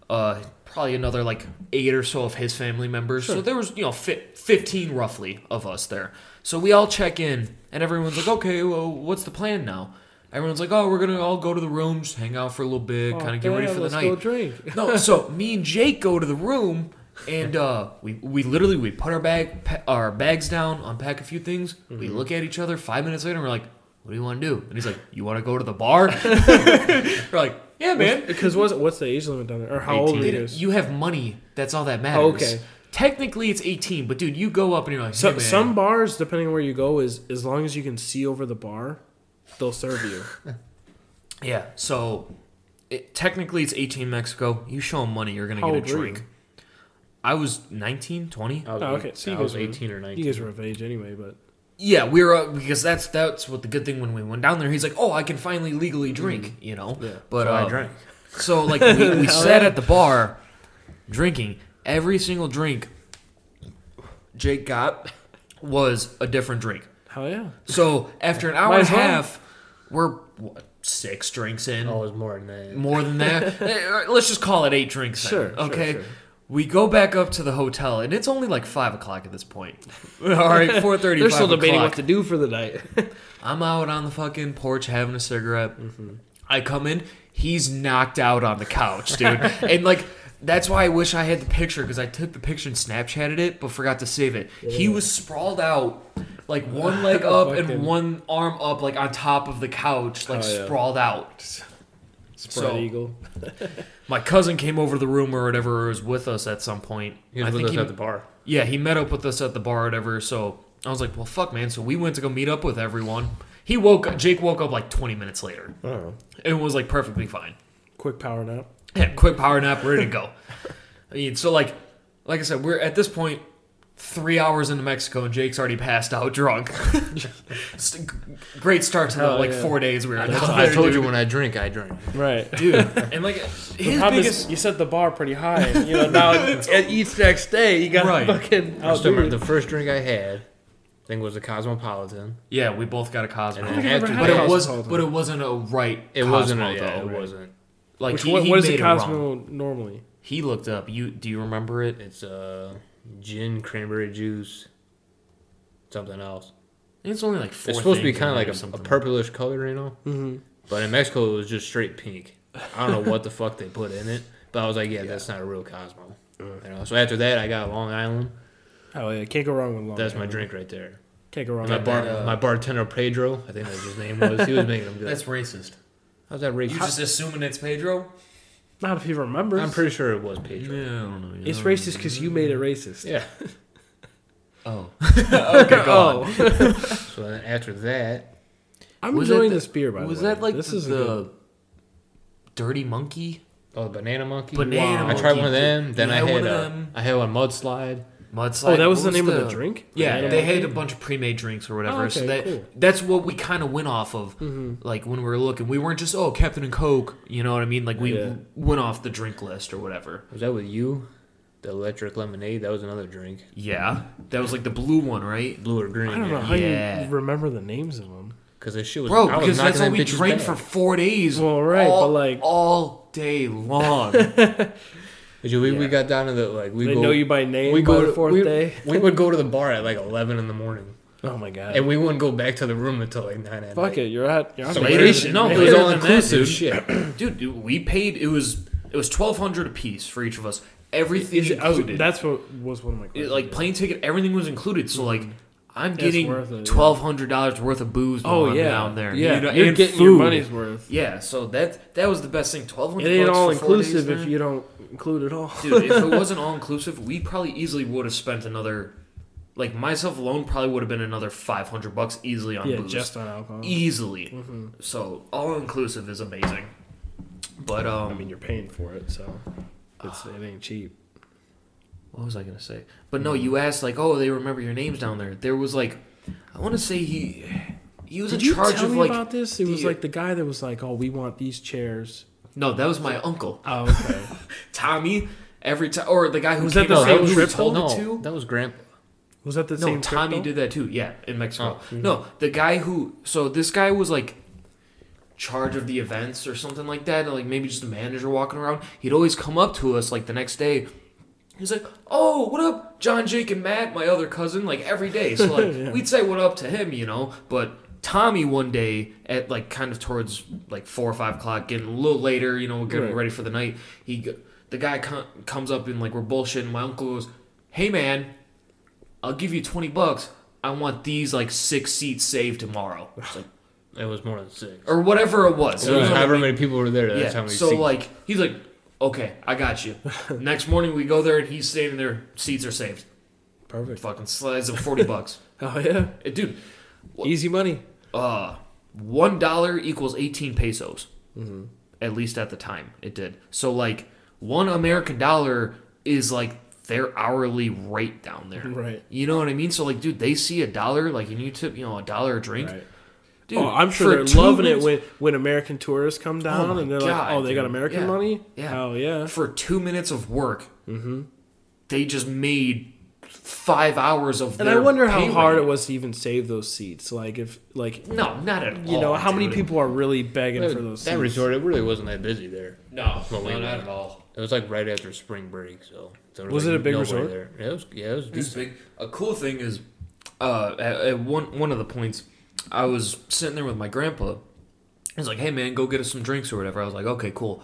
C: uh probably another like eight or so of his family members. So there was you know fi- fifteen roughly of us there. So we all check in, and everyone's like, okay, well, what's the plan now? Everyone's like, oh, we're gonna all go to the rooms, hang out for a little bit, kind of get ready
A: Yeah,
C: for the
A: Oh, let's
C: night
A: Go drink.
C: no, so me and Jake go to the room, and uh, we we literally we put our bag pa- our bags down, unpack a few things. We
A: Mm-hmm.
C: look at each other. Five minutes later, and we're like, "What do you want to do?" And he's like, "You want to go to the bar?" we're like, "Yeah, man."
A: Because what's what's the age limit down there, or how old are
C: It-
A: you?
C: you have money. That's all that matters.
A: Okay.
C: Technically, it's eighteen, but dude, you go up and you're like,
A: So,
C: "Hey, man."
A: some bars, depending on where you go, is as long as you can see over the bar, they'll serve you.
C: Yeah. So it, technically, it's 18 in Mexico. You show them money, you're going to
A: How
C: get a
A: old were you?
C: drink. I was 19, 20.
B: I was,
A: Oh,
B: eight-
A: okay, so you
B: I was
A: guys were-
B: eighteen or
A: You
B: nineteen.
A: guys were of age anyway, but
C: Yeah, we were uh, because that's that's what the good thing when we went down there. He's like, oh, I can finally legally drink, you know.
A: Mm-hmm. Yeah.
C: But
B: so
C: uh,
B: I drank.
C: So like we, we sat at the bar, drinking. Every single drink Jake got was a different drink.
A: hell yeah,
C: So after an hour
A: Might
C: and a
A: as well.
C: half, we're what, six drinks in,
B: Oh, it was more than that.
C: more than that. Eh, Let's just call it eight drinks. then,
A: Sure, sure,
C: okay.
A: sure.
C: We go back up to the hotel, and it's only like five o'clock at this point. All right, four thirty.
A: they're still debating
C: o'clock.
A: what to do for the night.
C: I'm out on the fucking porch having a cigarette.
B: Mm-hmm.
C: I come in, he's knocked out on the couch, dude. and like, that's why I wish I had the picture because I took the picture and Snapchatted it, but forgot to save it. He was sprawled out, like one leg up
A: Fucking-
C: and one arm up, like on top of the couch, like
A: Oh, yeah.
C: sprawled out.
A: Spread
C: So-
A: eagle.
C: My cousin came over to the room or whatever, or was with us at some point.
B: He was
C: I
B: with
C: think
B: us
C: he
B: at the bar.
C: yeah, he met up with us at the bar or whatever. So I was like, well, fuck, man. So we went to go meet up with everyone. He woke up, Jake woke up like 20 minutes later
A: Oh,
C: and was like perfectly fine.
A: quick power nap.
C: Yeah, quick power nap, ready to go. I mean, so like, like I said, we're at this point three hours into Mexico and Jake's already passed out drunk. St- Great start to the
A: Hell
C: like
A: Oh, yeah.
C: four days we were out
B: I
C: there,
B: told
C: dude.
B: you when I drink, I drink.
A: Right.
C: Dude, and like
A: The
C: his
A: problem
C: biggest
A: is you set the bar pretty high. and, You know now it's- at each next day you got
C: Right.
A: fucking
B: I
A: out
B: still remember the first drink I had. I think was a Cosmopolitan.
C: yeah, we both got a Cosmo,
B: And then
A: never
B: after
A: had
C: but
A: a
B: that,
C: it was
A: Cosmopolitan.
C: but it wasn't a right.
B: it wasn't.
C: Cosmo,
B: A, yeah,
C: though.
B: it wasn't.
C: Like
A: Which
C: he,
A: one,
C: he
A: what is
C: made
A: the
C: it wrong.
A: Cosmo normally?
C: He looked up. You do you remember it?
B: It's uh, gin, cranberry juice, something else.
C: It's only like four.
B: it's supposed to be
C: things in
B: kind of
C: there
B: like
C: or
B: a, a
C: something.
B: purplish color, you know.
A: Mm-hmm.
B: But in Mexico, it was just straight pink. I don't know what the fuck they put in it, but I was like, yeah, that's not a real Cosmo. You know? So after that, I got Long Island.
A: Oh yeah, can't go wrong with long.
B: that's my
A: Island.
B: drink right there.
A: Can't go wrong.
B: My,
A: with
B: bar,
C: that, uh,
B: my bartender Pedro, I think that's his name was. He was making them good.
C: That's racist.
B: How's that
C: You
B: racist?
C: just assuming it's Pedro?
A: Not if he remembers.
B: I'm pretty sure it was Pedro.
C: I don't know.
A: It's racist because you made it racist.
B: Yeah.
C: Oh.
A: Okay,
C: go on.
B: So then after that,
A: I'm
C: Was that
A: enjoying
C: the-
A: this beer, by the way.
C: was that like
A: this
C: the,
A: is a
C: the
A: good-
C: Dirty Monkey?
B: oh, the banana monkey.
C: Banana
B: I tried
C: monkey.
B: one of them. Then
C: Yeah,
B: I
C: one
B: had
C: of
B: a,
C: them.
B: I had one mudslide.
C: Mudslide.
A: Oh, that was
C: What
A: the name of the drink.
C: Yeah,
B: Banana
C: they
B: monkey?
C: had a bunch of pre-made drinks or whatever.
A: Oh,
C: so
A: okay,
C: that
A: cool.
C: that's what we kind of went off of. Like when we were looking, we weren't just oh Captain and Coke. You know what I mean? Like we
A: Yeah.
C: went off the drink list or whatever.
B: Was that with you? The electric lemonade. That was another drink.
C: Yeah, that was like the blue one, right?
B: Blue or green?
A: I don't know
B: yeah.
A: how
C: Yeah.
A: you remember the names of them.
B: Because this shit was.
C: Bro,
B: I was
C: because that's
B: knocking
C: all
B: them
C: we
B: bitches
C: drank
B: back.
C: for four days.
A: Well, right, but,
C: all,
A: like-
C: all day long.
B: Did you- we, we
A: Yeah.
B: got down to the like we
A: They
B: go,
A: know you by name
B: we
A: by
B: go
A: the
B: to-
A: fourth
B: we,
A: day.
B: we would go to the bar at like eleven in the morning,
A: Oh my god.
B: and we wouldn't go back to the room until like nine at
A: Fuck
B: night.
A: it, you're at you're on
C: Later
A: vacation.
C: than- no,
B: it
A: man.
B: was
C: later
B: all
C: than that,
B: inclusive shit.
C: dude. dude, we paid. It was It was twelve hundred a piece for each of us. Everything
A: Is it- I was-
C: included.
A: that's what was one of my
C: It-
A: questions.
C: like
A: yeah.
C: plane ticket, everything was included. So like, I'm
A: It's
C: getting
A: Mm. worth it, yeah.
C: twelve hundred dollars worth of booze. When
A: Oh
C: I'm
A: yeah,
C: down there.
A: Yeah,
C: you know,
A: you're
C: and
A: getting
C: food.
A: your money's worth.
C: Yeah, so that that was the best thing. Twelve
A: It
C: hundred.
A: ain't all inclusive if you don't include it all.
C: Dude, if it wasn't all inclusive, we probably easily would have spent another, like myself alone, probably would have been another five hundred bucks easily on
A: yeah,
C: booze.
A: just on alcohol.
C: easily.
A: hmm
C: So all inclusive is amazing. But um,
A: I mean, you're paying for it, so it's, it ain't cheap.
C: what was I gonna say? But no, you asked like, oh, they remember your names down there. There was like, I want to say he, he was
A: Did
C: in
A: you
C: charge
A: tell
C: of
A: me
C: like,
A: about this? It was
C: the-
A: like the guy that was like, "Oh, we want these chairs."
C: no, that was my uncle
A: Oh, okay.
C: Tommy. Every time, or the guy who
A: Was
C: came
A: that the
C: out,
A: same
C: who we
A: trip,
C: told
B: no,
C: it to.
B: Oh, that was Grandpa.
A: was that the
C: No,
A: same?
C: Tommy
A: crypto? mm-hmm.
C: did that too. Yeah, in Mexico.
B: Oh,
C: No, the guy who. So this guy was like, charge of the events or something like that, or like maybe just a manager walking around. He'd always come up to us like the next day. He's like, "Oh, what up, John, Jake, and Matt, my other cousin?" Like every day. So like
A: Yeah.
C: we'd say what up to him, you know. But Tommy one day at like kind of towards like four or five o'clock, getting a little later, you know, getting
A: Right.
C: ready for the night. He g- the guy com- comes up and like we're bullshitting. My uncle goes, "Hey man, I'll give you 20 bucks. I want these like six seats saved tomorrow. It's like-
B: It was more than six.
C: or whatever it was.
B: So it was
C: You know what I
B: however
C: mean?
B: many people were there. That's
C: yeah.
B: how many.
C: so
B: seats.
C: like he's like, okay, I got you. Next morning we go there and he's standing there. Seats are saved.
A: Perfect.
C: Fucking slides of 40 bucks.
A: Oh yeah,
C: Eh, Dude, What?
A: easy money.
C: uh, one dollar equals 18 pesos.
A: Mm-hmm.
C: At least at the time it did. So like one American dollar is like their hourly rate down there.
A: Right.
C: You know what I mean? So like, dude, they see a dollar, like, and you tip, you know, a dollar a drink.
A: Right.
C: Dude,
A: oh, I'm
C: for
A: sure they're
C: two
A: loving
C: minutes- Oh
A: it when when American tourists come down
C: my
A: and they're like,
C: God,
A: "Oh, they got
C: dude.
A: American
C: Yeah.
A: money."
C: Yeah.
A: Hell yeah.
C: for two minutes of work,
A: Mm-hmm.
C: they just made five hours of.
A: And I
C: their
A: wonder how
C: pay
A: hard
C: rate.
A: it was to even save those seats. Like if like
C: No, not at all.
A: you know how many
C: dude.
A: people are really begging
B: that,
A: for those
B: that
A: seats.
B: resort, it really wasn't that busy there.
C: No, no,
B: Molina.
C: not at all.
B: It was like right after spring break, so there
A: Was
B: like
A: it a big
B: nobody
A: resort?
B: There. Yeah, it was. Yeah, it was.
C: This
B: decent.
C: big. A cool thing is, uh, at, at one one of the points, I was sitting there with my grandpa. He's like, "Hey man, go get us some drinks or whatever." I was like, "Okay, cool."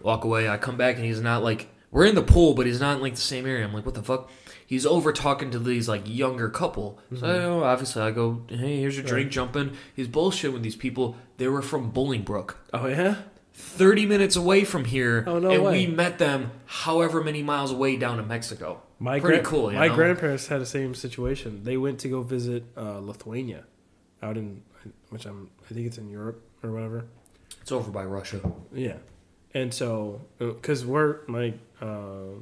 C: Walk away. I come back and he's not like we're in the pool, but he's not in like the same area. I'm like, "What the fuck?" He's over talking to these like younger couple. So
A: Mm-hmm.
C: you know, obviously, I go, "Hey, here's your drink." Jump in. He's bullshitting with these people. They were from Bolingbrook.
A: Oh yeah.
C: 30 minutes away from here,
A: Oh, no
C: and
A: way.
C: we met them however many miles away down in Mexico.
A: My
C: Pretty
A: gran-
C: cool. You
A: my
C: know?
A: grandparents had the same situation. They went to go visit uh, Lithuania, out in which I'm I think it's in Europe or whatever.
C: It's over by Russia.
A: Yeah, and so because we're my uh,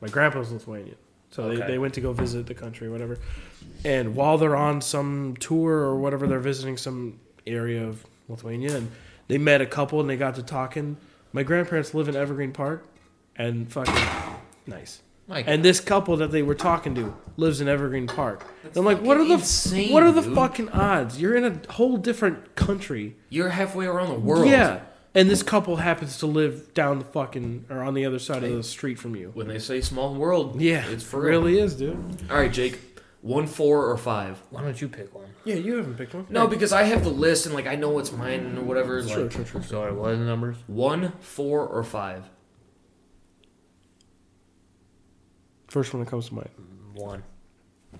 A: my grandpa's Lithuanian, so
C: Okay.
A: they, they went to go visit the country, whatever. And while they're on some tour or whatever, they're visiting some area of Lithuania, and they met a couple and they got to talking. My grandparents live in Evergreen Park, and fucking nice.
B: Mike,
A: And this couple that they were talking to lives in Evergreen Park.
C: That's
A: And I'm like, what are
C: fucking
A: the
C: insane,
A: what are the
C: dude.
A: fucking odds? You're in a whole different country.
C: You're halfway around the world.
A: Yeah. And this couple happens to live down the fucking or on the other side of the street from you.
C: When they say small world,
A: Yeah,
C: it's
A: it
C: for real.
A: really is, dude.
C: All right, Jake, one, four, or five?
B: why don't you pick one?
A: Yeah, you haven't picked one.
C: No, because I have the list and like I know what's mine or whatever. It's
A: true,
C: like
A: true, true.
B: So it was numbers.
C: one, four, or five.
A: First one that comes to mind.
B: One.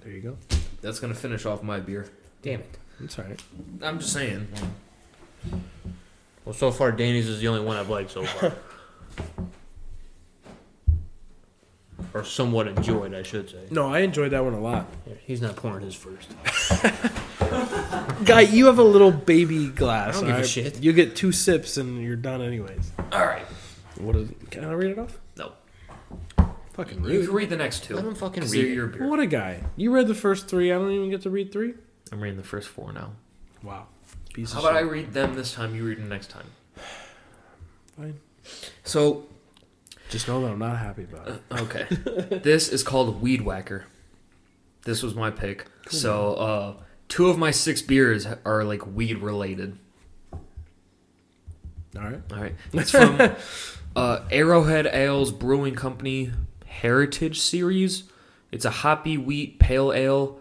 A: There you go.
C: That's gonna finish off my beer.
B: Damn it.
A: That's all right.
C: I'm just saying.
B: Well, so far Danny's is the only one I've liked so far, or somewhat enjoyed, I should say.
A: No, I enjoyed that one a lot.
B: Here, He's not pouring his first.
A: Guy, you have a little baby glass.
B: I don't give a
A: a
B: shit.
A: You get two sips and you're done anyways.
C: All right.
A: What is Can I read it off?
C: No.
A: Fucking
C: You
A: rude.
C: can read the next two.
B: I don't fucking
C: 'Cause
B: read
C: they're
B: it.
C: your beer.
A: What a guy. You read the first 3. I don't even get to read 3.
C: I'm reading the first four now.
A: Wow. Piece
C: How
A: of
C: about I
A: shit.
C: read them this time? You read them next time.
A: Fine.
C: So
A: Just know that I'm not happy about it.
C: Okay. this is called Weed Whacker. This was my pick. So, uh, two of my six beers are like weed related.
A: All right.
C: All right. It's from uh, Arrowhead Ales Brewing Company Heritage Series. It's a hoppy wheat pale ale.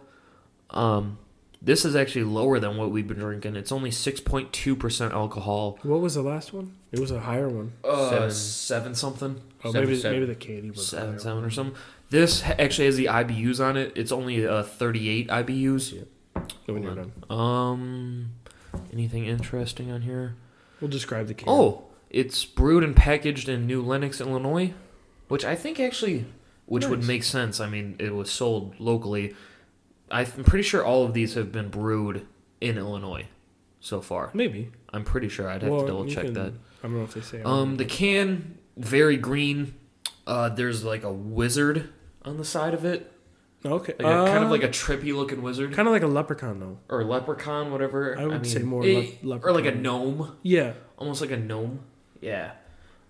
C: Um, This is actually lower than what we've been drinking. It's only 6.2% alcohol.
A: What was the last one? It was a higher one.
C: Uh,
B: Seven.
C: seven. something.
A: Oh,
B: Seven,
A: maybe
B: seven.
A: maybe the Katie was
C: Seven,
A: higher.
C: seven or something. This ha- actually has the IBUs on it. It's only uh, 38 IBUs.
A: When you're done.
C: Um, anything interesting on here?
A: We'll describe the can.
C: Oh, it's brewed and packaged in New Lenox, Illinois, which I think actually, which would
A: Nice.
C: make sense. I mean, it was sold locally. I'm pretty sure all of these have been brewed in Illinois so far.
A: maybe.
C: I'm pretty sure. I'd have
A: Well,
C: to double
A: you
C: check
A: can-
C: that.
A: I don't know if they say.
C: Um, the can very green. Uh, there's like a wizard on the side of it,
A: okay,
C: like a, kind of
A: Uh,
C: like a trippy looking wizard
A: kind of like a leprechaun though.
C: or leprechaun, whatever.
A: I would say more
C: it-
A: le-
C: or like a
A: leprechaun.
C: gnome
A: Yeah,
C: almost like a gnome. Yeah.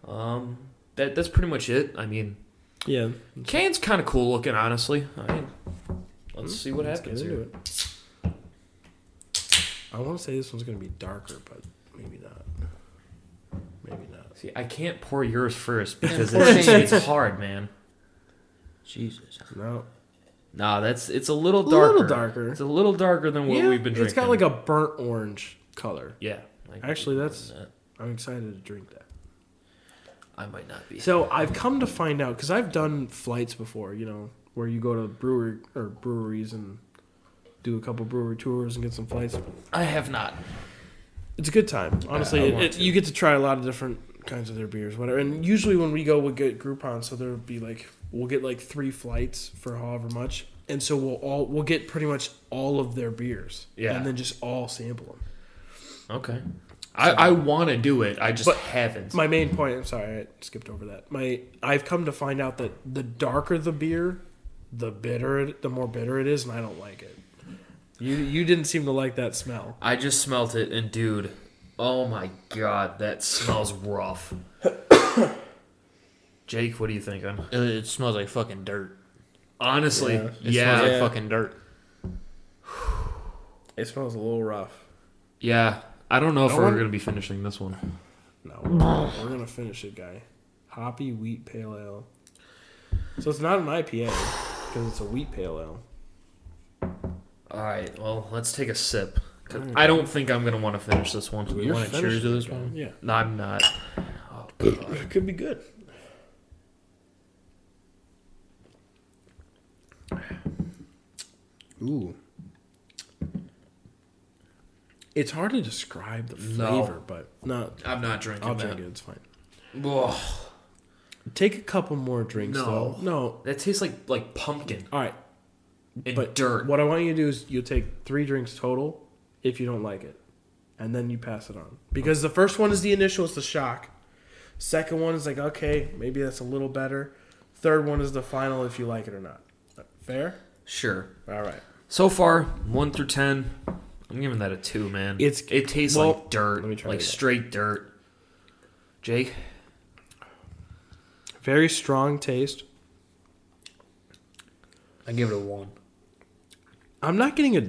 C: Um. That that's pretty much it. I mean,
A: yeah.
C: Kane's kind of cool looking, honestly. I mean, let's see what
A: Hmm, Let's
C: happens
A: get into
C: here.
A: it. I want to say this one's gonna be darker, but maybe not. Maybe not.
C: See, I can't pour yours first because
B: pour
C: it's,
B: Kane's.
C: it's hard, man.
B: Jesus.
A: No,
C: Nah, that's it's a little
A: A little
C: darker.
A: darker.
C: It's a little darker than what
A: Yeah,
C: we've been drinking.
A: It's got like a burnt orange color.
C: yeah. like-
A: Actually, that's- I'm excited to drink that.
C: I might not be.
A: So I've come to find out because I've done flights before, you know, where you go to brewery or breweries and do a couple brewery tours and get some flights.
C: I have not.
A: It's a good time, honestly.
C: I
A: it,
C: want
A: it-
C: to.
A: you get to try a lot of different kinds of their beers, whatever. And usually when we go, we get Groupon, so there'll be like we'll get like three flights for however much, and so we'll all we'll get pretty much all of their beers,
C: Yeah.
A: and then just all sample them.
C: Okay. I, I want to do it. I just
A: But-
C: haven't.
A: My main point. I'm sorry, I skipped over that. My I've come to find out that the darker the beer, the bitter, it, the more bitter it is, and I don't like it. You you didn't seem to like that smell.
C: I just smelt it, and dude, oh my god, that smells rough. Jake, what are you thinking?
B: It, it smells like fucking dirt.
C: Honestly,
A: Yeah.
C: yeah,
B: It smells
C: yeah,
B: like fucking dirt.
A: It smells a little rough.
C: I don't know if
A: I
C: we're
A: wonder-
C: gonna be finishing this one.
A: No, we're, we're gonna finish it, guy. Hoppy wheat pale ale. So it's not an IPA because it's a wheat pale ale.
C: All right, well, let's take a sip. 'Cause I don't think I'm gonna want to finish this one.
B: We want to cheers to this one.
A: Yeah,
C: No, I'm not. Oh, God.
A: it could be good. Ooh. It's hard to describe the
C: No.
A: flavor, but no,
C: I'm not drinking
A: I'll
C: that.
A: drink it. It's fine.
C: Ugh,
A: Take a couple more drinks,
C: No.
A: though. No.
C: that tastes like like pumpkin
A: All right.
C: and
A: But
C: dirt.
A: What I want you to do is you'll take three drinks total if you don't like it. And then you pass it on. Because the first one is the initial, it's the shock. Second one is like, okay, maybe that's a little better. Third one is the final if you like it or not. Fair?
C: Sure.
A: All right.
C: So far, one through ten, I'm giving that a two, man.
A: It's-
C: it tastes
A: well,
C: like dirt,
A: let me try
C: like
A: it again.
C: straight dirt. Jake,
A: Very strong taste.
B: I give it a one.
A: I'm not getting a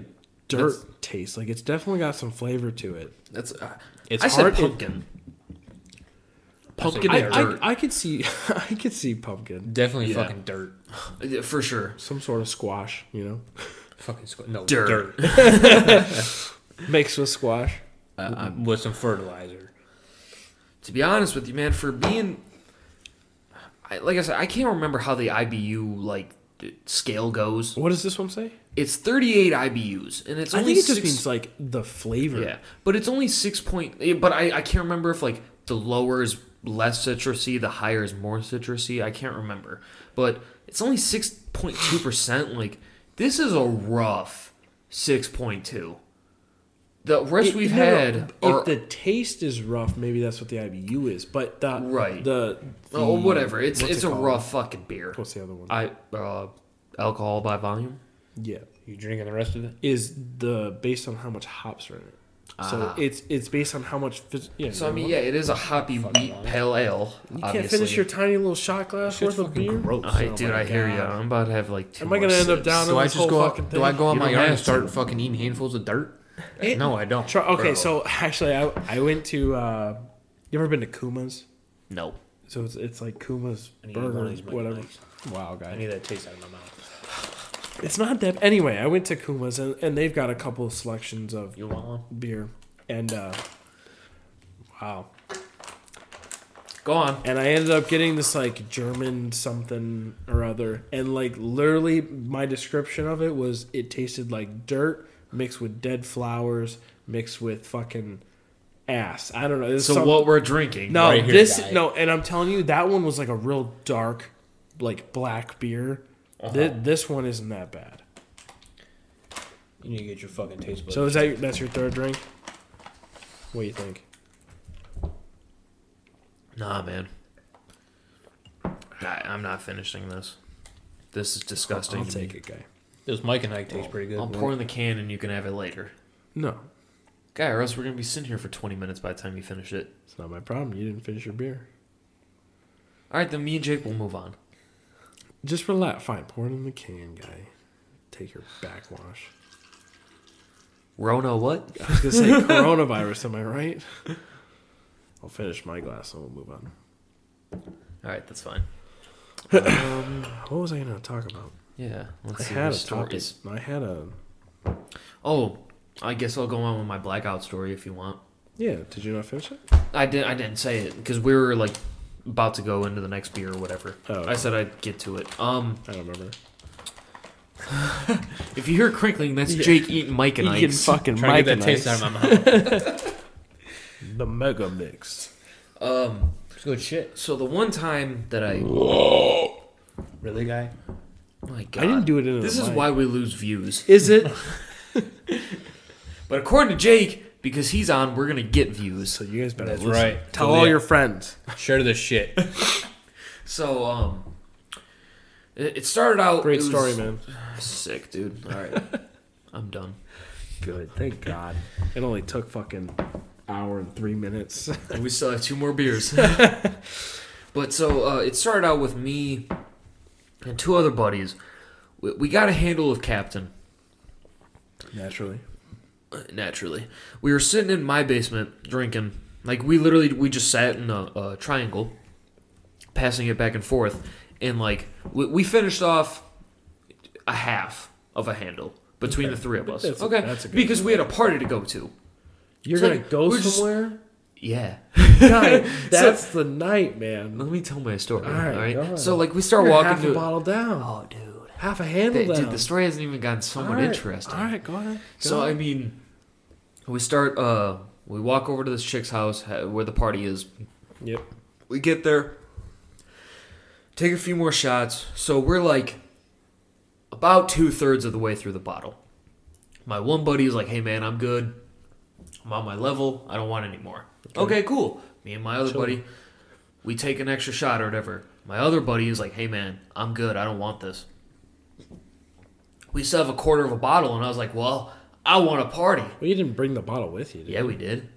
A: dirt
C: That's-
A: taste. Like, it's definitely got some flavor to it.
C: that's uh,
B: It's
C: I
B: hard-
C: said pumpkin. pumpkin
B: I-
C: and
A: I,
C: dirt
A: I, I could see, I could see pumpkin.
B: Definitely
C: Yeah.
B: fucking dirt.
C: Yeah, uh, for sure.
A: Some sort of squash, you know?
B: Fucking squ- no
C: Dirt.
B: dirt.
A: Mixed with squash.
B: Uh, um, with some fertilizer.
C: To be honest with you, man, for being, I, like I said, I can't remember how the IBU like d- scale goes.
A: What does this one say?
C: It's 38 IBUs, and it's
A: I
C: only
A: think it just
C: six-
A: means like the flavor.
C: Yeah, but it's only six point. eh, But I, I can't remember if like the lower is less citrusy, the higher is more citrusy. I can't remember, but it's only six point two percent. Like this is a rough six point two. The rest
A: It-
C: we've
A: no, no,
C: had
A: if
C: are
A: the taste is rough, maybe that's what the IBU is. But the
C: Right.
A: the, the
C: oh, whatever. It's
A: what's
C: it's
A: it
C: a
A: called?
C: rough fucking beer.
A: What's the other one?
C: I uh, alcohol by volume.
A: yeah,
B: You drinking the rest of it?
A: is the based on how much hops are in it. So
C: Ah.
A: it's it's based on how much. Phys- yeah,
C: So I mean,
A: you
C: yeah, it is a hoppy wheat
B: volume.
C: pale ale.
A: You
C: obviously.
A: can't finish your tiny little shot glass
B: Shit's
A: worth of
B: fucking
A: beer.
B: gross.
C: I,
A: Oh
C: dude,
A: my
C: I hear you.
A: God.
C: I'm about to have like two.
A: Am I
C: more
A: gonna end up
C: sips.
A: down
B: Do I
A: this
B: just
A: whole
B: go?
A: fucking
B: Out, do I
A: thing.
B: go out
C: You
B: my
C: don't
B: yard and
C: have
B: start
C: to.
B: fucking eating handfuls of dirt?
A: It-
B: no, I don't.
A: Try, okay,
B: Bro.
A: so actually, I I went to. Uh, you ever been to Kuma's?
C: No.
A: So it's it's like Kuma's
B: I need one of
A: burger,
B: these Mike
A: whatever.
B: Mikes.
A: Wow, guy.
B: I need that taste out of my mouth.
A: It's not that. Anyway, I went to Kuma's and, and they've got a couple of selections of
B: You want one?
A: beer. And, uh, wow.
C: Go on.
A: And I ended up getting this, like, German something or other. And, like, literally, my description of it was it tasted like dirt mixed with dead flowers mixed with fucking ass. I don't know. It's
C: So
A: some-
C: what we're drinking?
A: No,
B: right here,
A: this
B: guy.
A: no, and I'm telling you, that one was like a real dark, like black beer. Thi- this one isn't that bad.
B: You need to get your fucking taste buds.
A: So is that your, that's your third drink? What do you think?
C: Nah, man. I, I'm not finishing this. This is disgusting.
A: I'll
C: to
A: take
C: me.
A: it, guy.
B: this Mike and Ike tastes pretty good.
C: I'll pour in the can and you can have it later.
A: No,
C: Guy, or else we're gonna be sitting here for 20 minutes by the time you finish it.
A: it's not my problem. You didn't finish your beer.
C: All right, then me and Jake will move on.
A: Just relax. Fine, pour it in the can, guy. Take your backwash.
C: Rona, what?
A: I was gonna say coronavirus. Am I right? I'll finish my glass and we'll move on.
C: All right, that's fine.
A: What was I gonna talk about?
C: Yeah,
A: I
C: let's see
A: had
C: what
A: a topic.
C: stories.
A: I had a
C: Oh, I guess I'll go on with my blackout story if you want.
A: yeah. Did you not finish it?
C: I did. I didn't say it because we were like about to go into the next beer or whatever.
A: Oh,
C: I said I'd get to it. Um,
A: I don't remember.
C: if you hear crinkling, that's Jake eating Mike and
A: Eating
C: Ike's.
A: fucking
B: Trying to
A: Mike
B: get
A: and
B: that taste
A: Ike's.
B: out of my mouth.
A: The Mega Mix.
C: um,
B: It's good shit.
C: so the one time that I,
B: Really, guy?
C: my God,
A: I didn't do it in
C: This
A: the
C: is
A: mic.
C: why we lose views.
A: Is it?
C: But according to Jake, because he's on, we're gonna get views.
A: so you guys better
B: That's
A: listen.
B: right.
A: Tell
B: So
A: all
B: they-
A: your friends.
B: Share this shit.
C: So um, it, it started out
A: Great
C: it was-
A: story, man.
C: Sick, dude. All right, I'm done.
A: Good. Thank God. It only took fucking hour and three minutes.
C: And we still have two more beers. but so uh, it started out with me and two other buddies. We, we got a handle of Captain,
A: Naturally.
C: uh, naturally. We were sitting in my basement drinking. Like, we literally, we just sat in a, a triangle, passing it back and forth. And, like, we, we finished off a half of a handle between the three of us.
A: That's a-
C: okay.
A: that's a good
C: because we had a party to go to.
A: You're
C: It's
A: gonna
C: like,
A: go
C: we're just-
A: somewhere?
C: Yeah.
A: God, that's
C: So-
A: the night, man.
C: Let me tell my story. All
A: Alright,
C: right.
A: go on.
C: So, like, we start
A: You're
C: walking
A: half
C: to.
A: a bottle down.
C: Oh, dude.
A: half a handle
C: Th-
A: down.
C: Dude, the story hasn't even gotten somewhat
A: All right,
C: interesting.
A: All right, go ahead.
C: So, I mean, we start, uh, we walk over to this chick's house ha- where the party is.
A: Yep.
C: We get there, take a few more shots. So, we're like about two thirds of the way through the bottle. My one buddy is like, hey, man, I'm good. I'm on my level. I don't want any more. Okay, cool. Me and my other
A: Sure.
C: buddy, we take an extra shot or whatever. My other buddy is like, hey, man, I'm good. I don't want this we still have a quarter of a bottle. And I was like, well, I want a party.
A: Well, you didn't bring the bottle with you, did
C: Yeah, we did.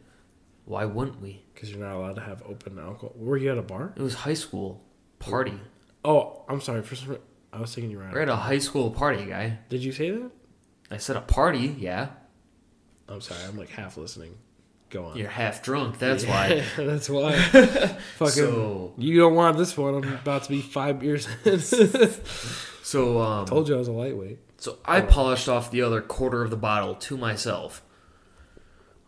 C: Why wouldn't we?
A: Because you're not allowed to have open alcohol. Were you at a bar?
C: It was high school party.
A: Oh, I'm sorry. For some, I was thinking you were at.
C: We're at a high school party, guy.
A: Did you say that?
C: I said a party, yeah.
A: I'm sorry. I'm like half listening. Go on.
C: You're half drunk, that's why.
A: That's why. Fucking.
C: So-
A: You don't want this one. I'm about to be five years.
C: So um
A: Told you I was a lightweight.
C: So I polished off the other quarter of the bottle to myself.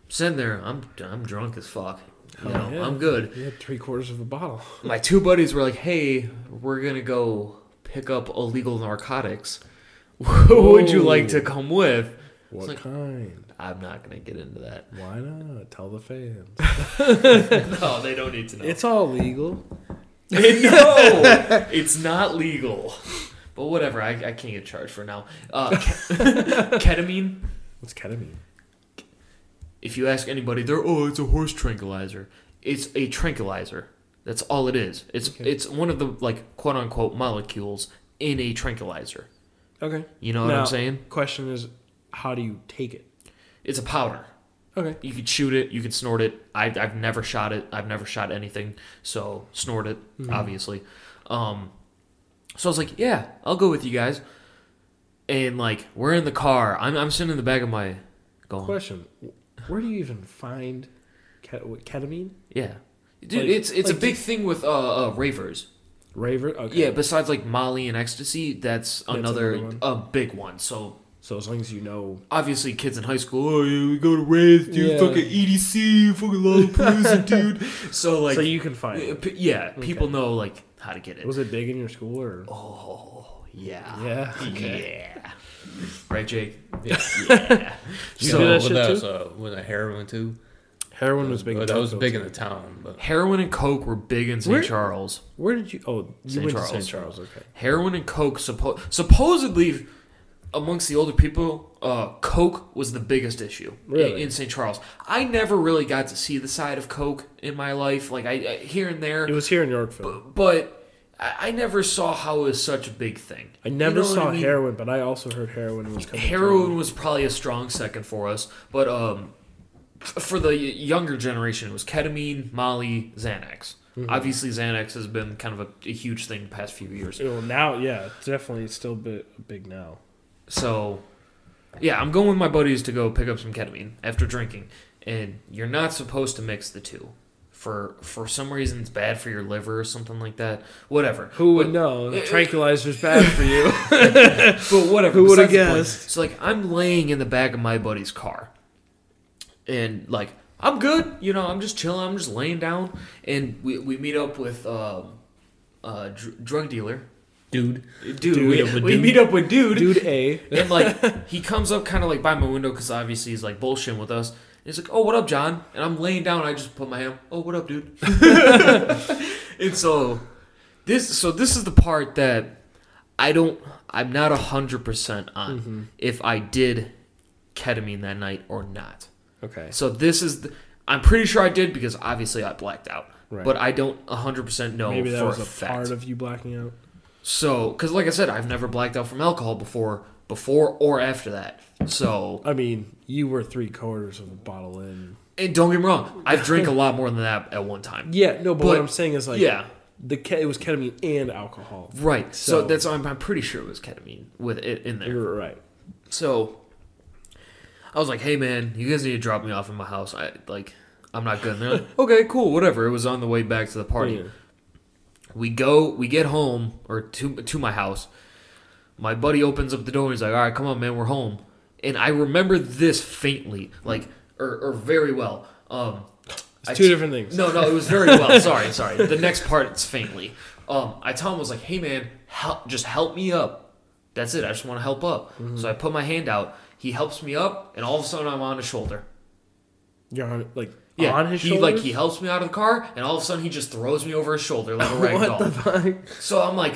C: Sitting there, I'm I'm drunk as fuck. You
A: Oh,
C: know,
A: yeah.
C: I'm good.
A: You had three quarters of a bottle.
C: My two buddies were like, "Hey, we're gonna go pick up illegal narcotics. Would you like to come with?"
A: What
C: like-
A: kind?
C: I'm not gonna get into that.
A: Why not? Tell the fans.
C: No, they don't need to know.
A: It's all legal.
C: no, it's not legal. But whatever, I, I can't get charged for now. Uh, ke- ketamine.
A: What's ketamine?
C: If you ask anybody, they're oh, it's a horse tranquilizer. It's a tranquilizer. That's all it is. It's
A: Okay.
C: it's one of the like quote unquote molecules in a tranquilizer.
A: Okay.
C: You know what
A: Now,
C: I'm saying?
A: Question is, how do you take it?
C: It's a powder.
A: Okay.
C: You could shoot it. You could snort it. I, I've never shot it. I've never shot anything. So snort it,
A: Hmm.
C: obviously. Um, so I was like, yeah, I'll go with you guys. And like, we're in the car. I'm, I'm sitting in the back of my going.
A: Question: Where do you even find ket- what, ketamine?
C: Yeah, dude,
A: Like-
C: it's it's
A: like-
C: a big thing with uh, uh ravers.
A: Raver. Okay.
C: Yeah, besides like Molly and ecstasy, that's another,
A: another one.
C: a big one. So
A: so as long as you know,
C: obviously, kids in high school, oh yeah, we go to Rave, dude,
A: Yeah.
C: fucking EDC, fucking Lollapalooza, dude. So like,
A: so you can find.
C: yeah,
A: it.
C: p- yeah, people know like how to get it.
A: Was it big in your school or?
C: Oh yeah,
A: Yeah. Okay.
C: yeah, right, Jake.
B: Yeah.
C: Yeah.
A: You do
B: know,
A: that
C: so
A: shit
B: that
A: too?
B: was, uh, was a heroin too.
A: Heroin was big. in
B: But Oh, that was
A: Tocco,
B: big in
A: too.
B: the town. But
C: heroin and coke were big in St.
A: Where-
C: Charles.
A: Where did you? Oh, you
C: St.
A: went to
C: Charles.
A: St. Charles. Okay.
C: Heroin and coke suppo- supposedly amongst the older people, uh, coke was the biggest issue i-
A: Really?
C: in St. Charles. I never really got to see the side of coke in my life, like I, I here and there,
A: It was here in Yorkville.
C: but I, I never saw how it was such a big thing.
A: I
C: You
A: never
C: know what
A: saw
C: I mean?
A: heroin, but I also heard heroin was coming.
C: Heroin was probably a strong second for us, but um, f- for the younger generation, it was ketamine, Molly, Xanax.
A: Mm-hmm.
C: Obviously, Xanax has been kind of a, a huge thing the past few years.
A: through. Well, now, yeah, it's definitely still bi- big now.
C: So, yeah, I'm going with my buddies to go pick up some ketamine after drinking, and you're not supposed to mix the two. For for some reason, it's bad for your liver or something like that. Whatever.
A: Who would know? Tranquilizer's bad for you.
C: But whatever.
A: Who would've
C: besides the point.
A: guessed?
C: So like I'm laying in the back of my buddy's car, and like I'm good. You know, I'm just chilling. I'm just laying down, and we, we meet up with um, a dr- drug dealer,
B: dude,
C: dude.
B: Dude,
C: we,
B: a
C: we
B: dude.
C: meet up with dude,
A: Dude A.
C: and like he comes up kind of like by my window because obviously he's like bullshitting with us. And he's like, "Oh, what up, John?" And I'm laying down. And I just put my hand. Oh, what up, dude? and so this so this is the part that I don't. I'm not hundred percent on
A: Mm-hmm.
C: if I did ketamine that night or not.
A: Okay.
C: So this is. The, I'm pretty sure I did because obviously I blacked out.
A: Right.
C: But I don't 100% know
A: Maybe that
C: for
A: was
C: a
A: a
C: fact.
A: part of you blacking out.
C: So, because like I said, I've never blacked out from alcohol before, before or after that. So,
A: I mean, you were three quarters of a bottle in.
C: and don't get me wrong, I've drank a lot more than that at one time.
A: Yeah, no, but, what
C: But-
A: I'm saying is like,
C: yeah.
A: the ke- it was ketamine and alcohol.
C: Right. So,
A: So-
C: that's I'm, I'm pretty sure it was ketamine with it in there.
A: You're right.
C: So, I was like, hey man, you guys need to drop me off in my house. I like, I'm not good. And they're like, okay, cool, whatever. It was on the way back to the party.
A: Yeah.
C: we go we get home or to to my house my buddy opens up the door and he's like all right come on man we're home and i remember this faintly like or, or very well um I
A: two
C: t-
A: different things.
C: no no it was very well sorry sorry the next part it's faintly um i tell him I was like hey man help just help me up that's it i just want to help up
A: Mm-hmm.
C: so i put my hand out he helps me up and all of a sudden i'm on his shoulder
A: You're on like
C: yeah,
A: on his
C: he
A: shoulder.
C: like he helps me out of the car, and all of a sudden he just throws me over his shoulder like a rag doll. So I'm like,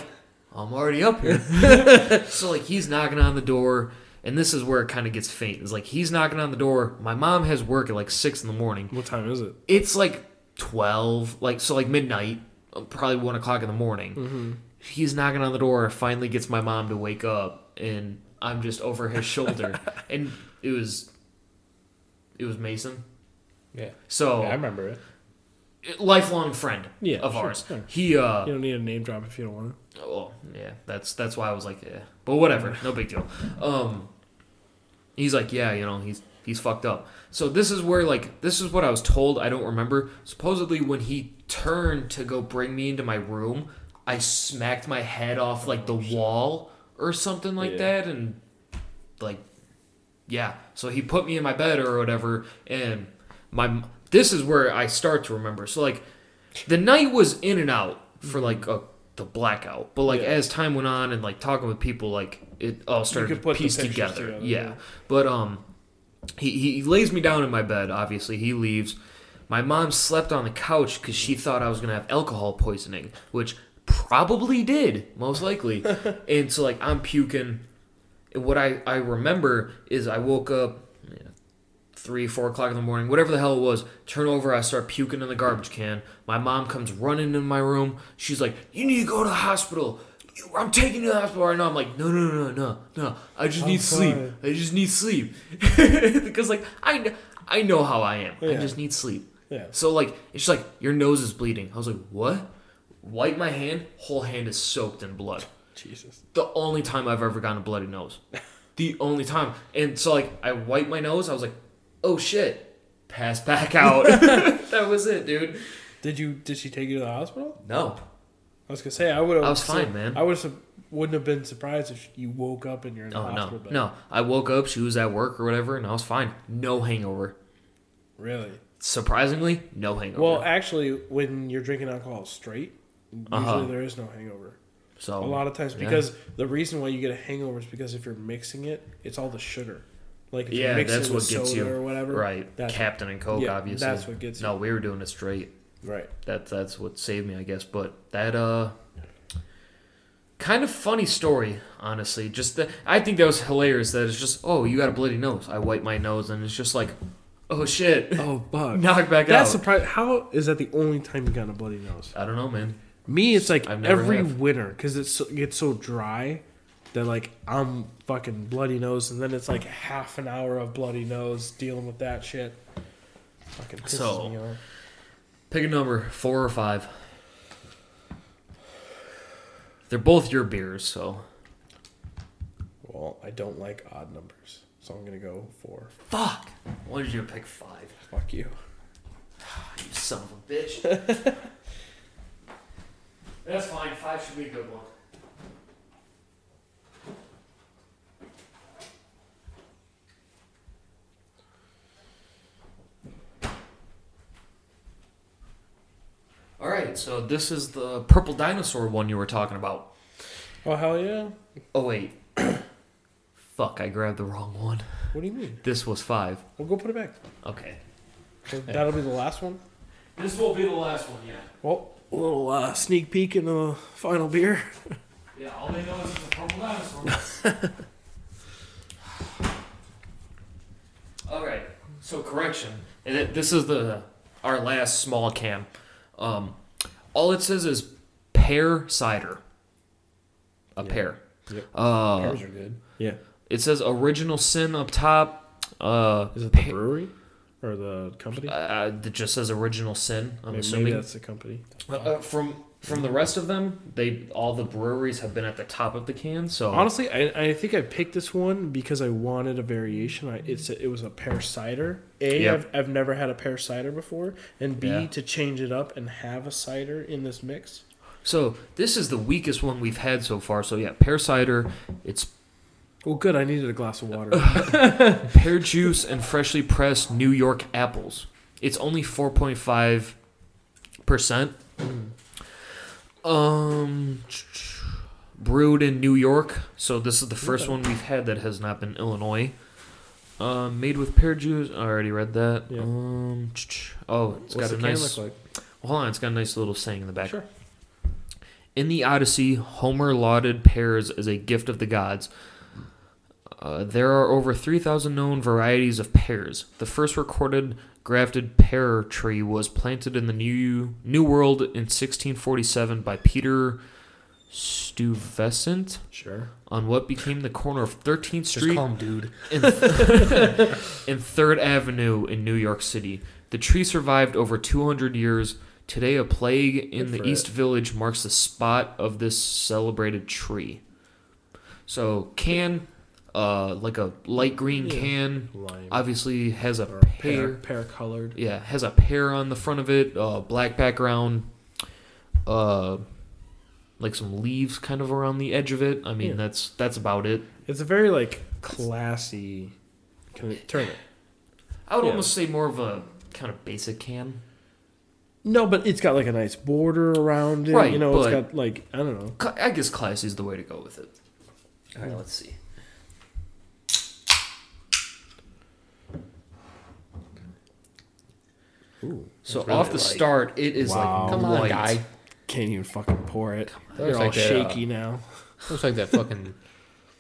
C: I'm already up here. so like he's knocking on the door, and this is where it kind of gets faint. It's like he's knocking on the door. My mom has work at like six in the morning.
A: What time is it?
C: It's like twelve, like so like midnight, uh, probably one o'clock in the morning.
A: Mm-hmm.
C: He's knocking on the door. Finally gets my mom to wake up, and I'm just over his shoulder, and it was, it was Mason.
B: yeah,
C: So
A: Yeah, I remember it.
C: lifelong friend
A: Yeah,
C: of
A: sure,
C: ours.
A: sure.
C: He uh
A: You don't need a name drop if you don't want to.
C: oh yeah, that's that's why I was like yeah. But whatever, no big deal. Um he's like yeah, you know, he's he's fucked up. So this is where like this is what I was told, I don't remember. Supposedly when he turned to go bring me into my room, I smacked my head off like the wall or something like
A: Yeah.
C: that and like yeah so he put me in my bed or whatever and my this is where i start to remember so like the night was in and out for like a, the blackout but like
A: Mm-hmm. Yeah.
C: as time went on and like talking with people like it all started
A: could
C: to
A: put the
C: piece
A: pictures
C: together.
A: together,
C: yeah.
A: yeah.
C: but um he, he lays me down in my bed obviously he leaves my mom slept on the couch because
A: Mm.
C: she thought i was going to have alcohol poisoning which probably did most likely and so like i'm puking and what I, I remember is I woke up you know, three, four o'clock in the morning, whatever the hell it was, turn over, I start puking in the garbage can. My mom comes running in my room. She's like, You need to go to the hospital. You- I'm taking you to the hospital right now. I'm like, no, no, no, no, no. I just
A: I'm
C: need sleep.
A: fine."
C: I just need sleep. because, like, I, kn- I know how I am. I
A: Yeah.
C: just need sleep.
A: Yeah.
C: So, like, it's just like, your nose is bleeding. I was like, what? Wipe my hand. Whole hand is soaked in blood
A: Jesus.
C: the only time I've ever gotten a bloody nose. The only time. And so like I wiped my nose, I was like, oh shit. Pass back out. that was it, dude.
A: Did you? Did she take you to the hospital?
C: No.
A: I was gonna say I would have.
C: I was fine, man.
A: I would have. Wouldn't have been surprised if you woke up and you're in the
C: Oh
A: hospital
C: no,
A: bed.
C: no. I woke up. She was at work or whatever, and I was fine. No hangover.
A: Really?
C: Surprisingly, no hangover.
A: Well, actually, when you're drinking alcohol straight,
C: Uh-huh.
A: usually there is no hangover.
C: so
A: a lot of times,
C: yeah.
A: because the reason why you get a hangover is because if you're mixing it, it's all the sugar. Like if
C: Yeah,
A: you're mixing
C: that's
A: it with
C: what gets
A: soda
C: you.
A: or whatever.
C: right,
A: That's,
C: Captain and Coke,
A: yeah,
C: obviously.
A: that's what gets you.
C: No, we were doing it straight.
A: Right.
C: that that's what saved me, I guess. But that uh, kind of funny story, honestly. Just that I think that was hilarious. That it's just oh, you got a bloody nose. I wipe my nose, and it's just like, oh shit,
A: Oh, fuck.
C: knock back
A: That's
C: out.
A: surprising. How is that the only time you got a bloody nose?
C: I don't know, man.
A: Me, it's like
C: I've never
A: every
C: have.
A: winter because it's so, gets so dry that like I'm fucking bloody nose, and then it's like half an hour of bloody nose dealing with that shit. Fucking pisses
C: So-
A: me off.
C: Pick a number, four or five. They're both your beers, so
A: Well, I don't like odd numbers, so I'm gonna go four.
C: fuck. Why did you pick five?
A: Fuck you.
C: You son of a bitch. That's fine. Five should be a good one. All right, so this is the purple dinosaur one you were talking about.
A: Oh hell yeah!
C: Oh wait, fuck! I grabbed the wrong one.
A: What do you mean?
C: This was five.
A: Well, go put it back.
C: Okay.
A: So That'll be the last one.
C: This will be the last one, yeah.
A: Well, a little uh, sneak peek into the final beer.
C: Yeah, all they know is it's a purple dinosaur. all right. So correction. And it- This is the our last small can. Um, all it says is pear cider. A pear.
A: Yep.
C: Uh,
B: Ours are good.
A: Yeah.
C: It says original sin up top. Uh,
A: Is it the brewery or the company?
C: uh, it just says original sin.
A: Maybe-
C: I'm
A: maybe
C: assuming
A: that's the company.
C: uh, from from the rest of them, they all the breweries have been at the top of the can. So
A: Honestly, I, I think I picked this one because I wanted a variation. I, it's a, it was a pear cider. A,
C: Yep.
A: have I've never had a pear cider before, and B,
C: Yeah.
A: to change it up and have a cider in this mix.
C: So this is the weakest one we've had so far. So yeah, pear cider, it's
A: Well, good. I needed a glass of water.
C: pear juice and freshly pressed New York apples. It's only four point five percent.
A: Mm.
C: Um, brewed in New York. So this is the first one we've had that has not been Illinois. Uh, made with pear juice. I already read that.
A: Yeah.
C: Um, oh,
A: What's
C: it's got
A: the
C: a
A: can
C: nice.
A: look
C: Hold on, it's got a nice little saying in the
A: like?
C: back.
A: Sure.
C: In the Odyssey, Homer lauded pears as a gift of the gods. Uh, there are over 3,000 known varieties of pears. The first recorded grafted pear tree was planted in the New New World in 1647 by Peter Stuyvesant
A: Sure.
C: on what became the corner of 13th
B: Just
C: Street
B: call him dude.
C: and, and Third Avenue in New York City. The tree survived over 200 years. Today, a plague in
A: Good
C: the
A: for
C: East Village marks the spot of this celebrated tree. So, can, uh, like a light green
A: Yeah.
C: can,
A: Lime.
C: obviously has a
A: or
C: pear.
A: pear. Pear colored.
C: Yeah, has a pear on the front of it, uh, black background, uh, like some leaves kind of around the edge of it. I mean,
A: Yeah.
C: that's that's about it.
A: It's a very like classy. Can it turn it?
C: I would
A: Yeah.
C: almost say more of a kind of basic can.
A: No, but it's got like a nice border around it.
C: Right,
A: You know, it's
C: but-
A: got like I don't know.
C: Cla- I guess classy is the way to go with it. All right, let's see.
A: Ooh.
C: So
B: It's really
C: off the
B: light.
C: start, it is
A: Wow.
C: like
B: Come on,
C: light.
B: guy.
A: Can't even fucking pour it.
B: on.
A: They're all
B: Looks like that, uh,
A: shaky now.
B: Looks like that fucking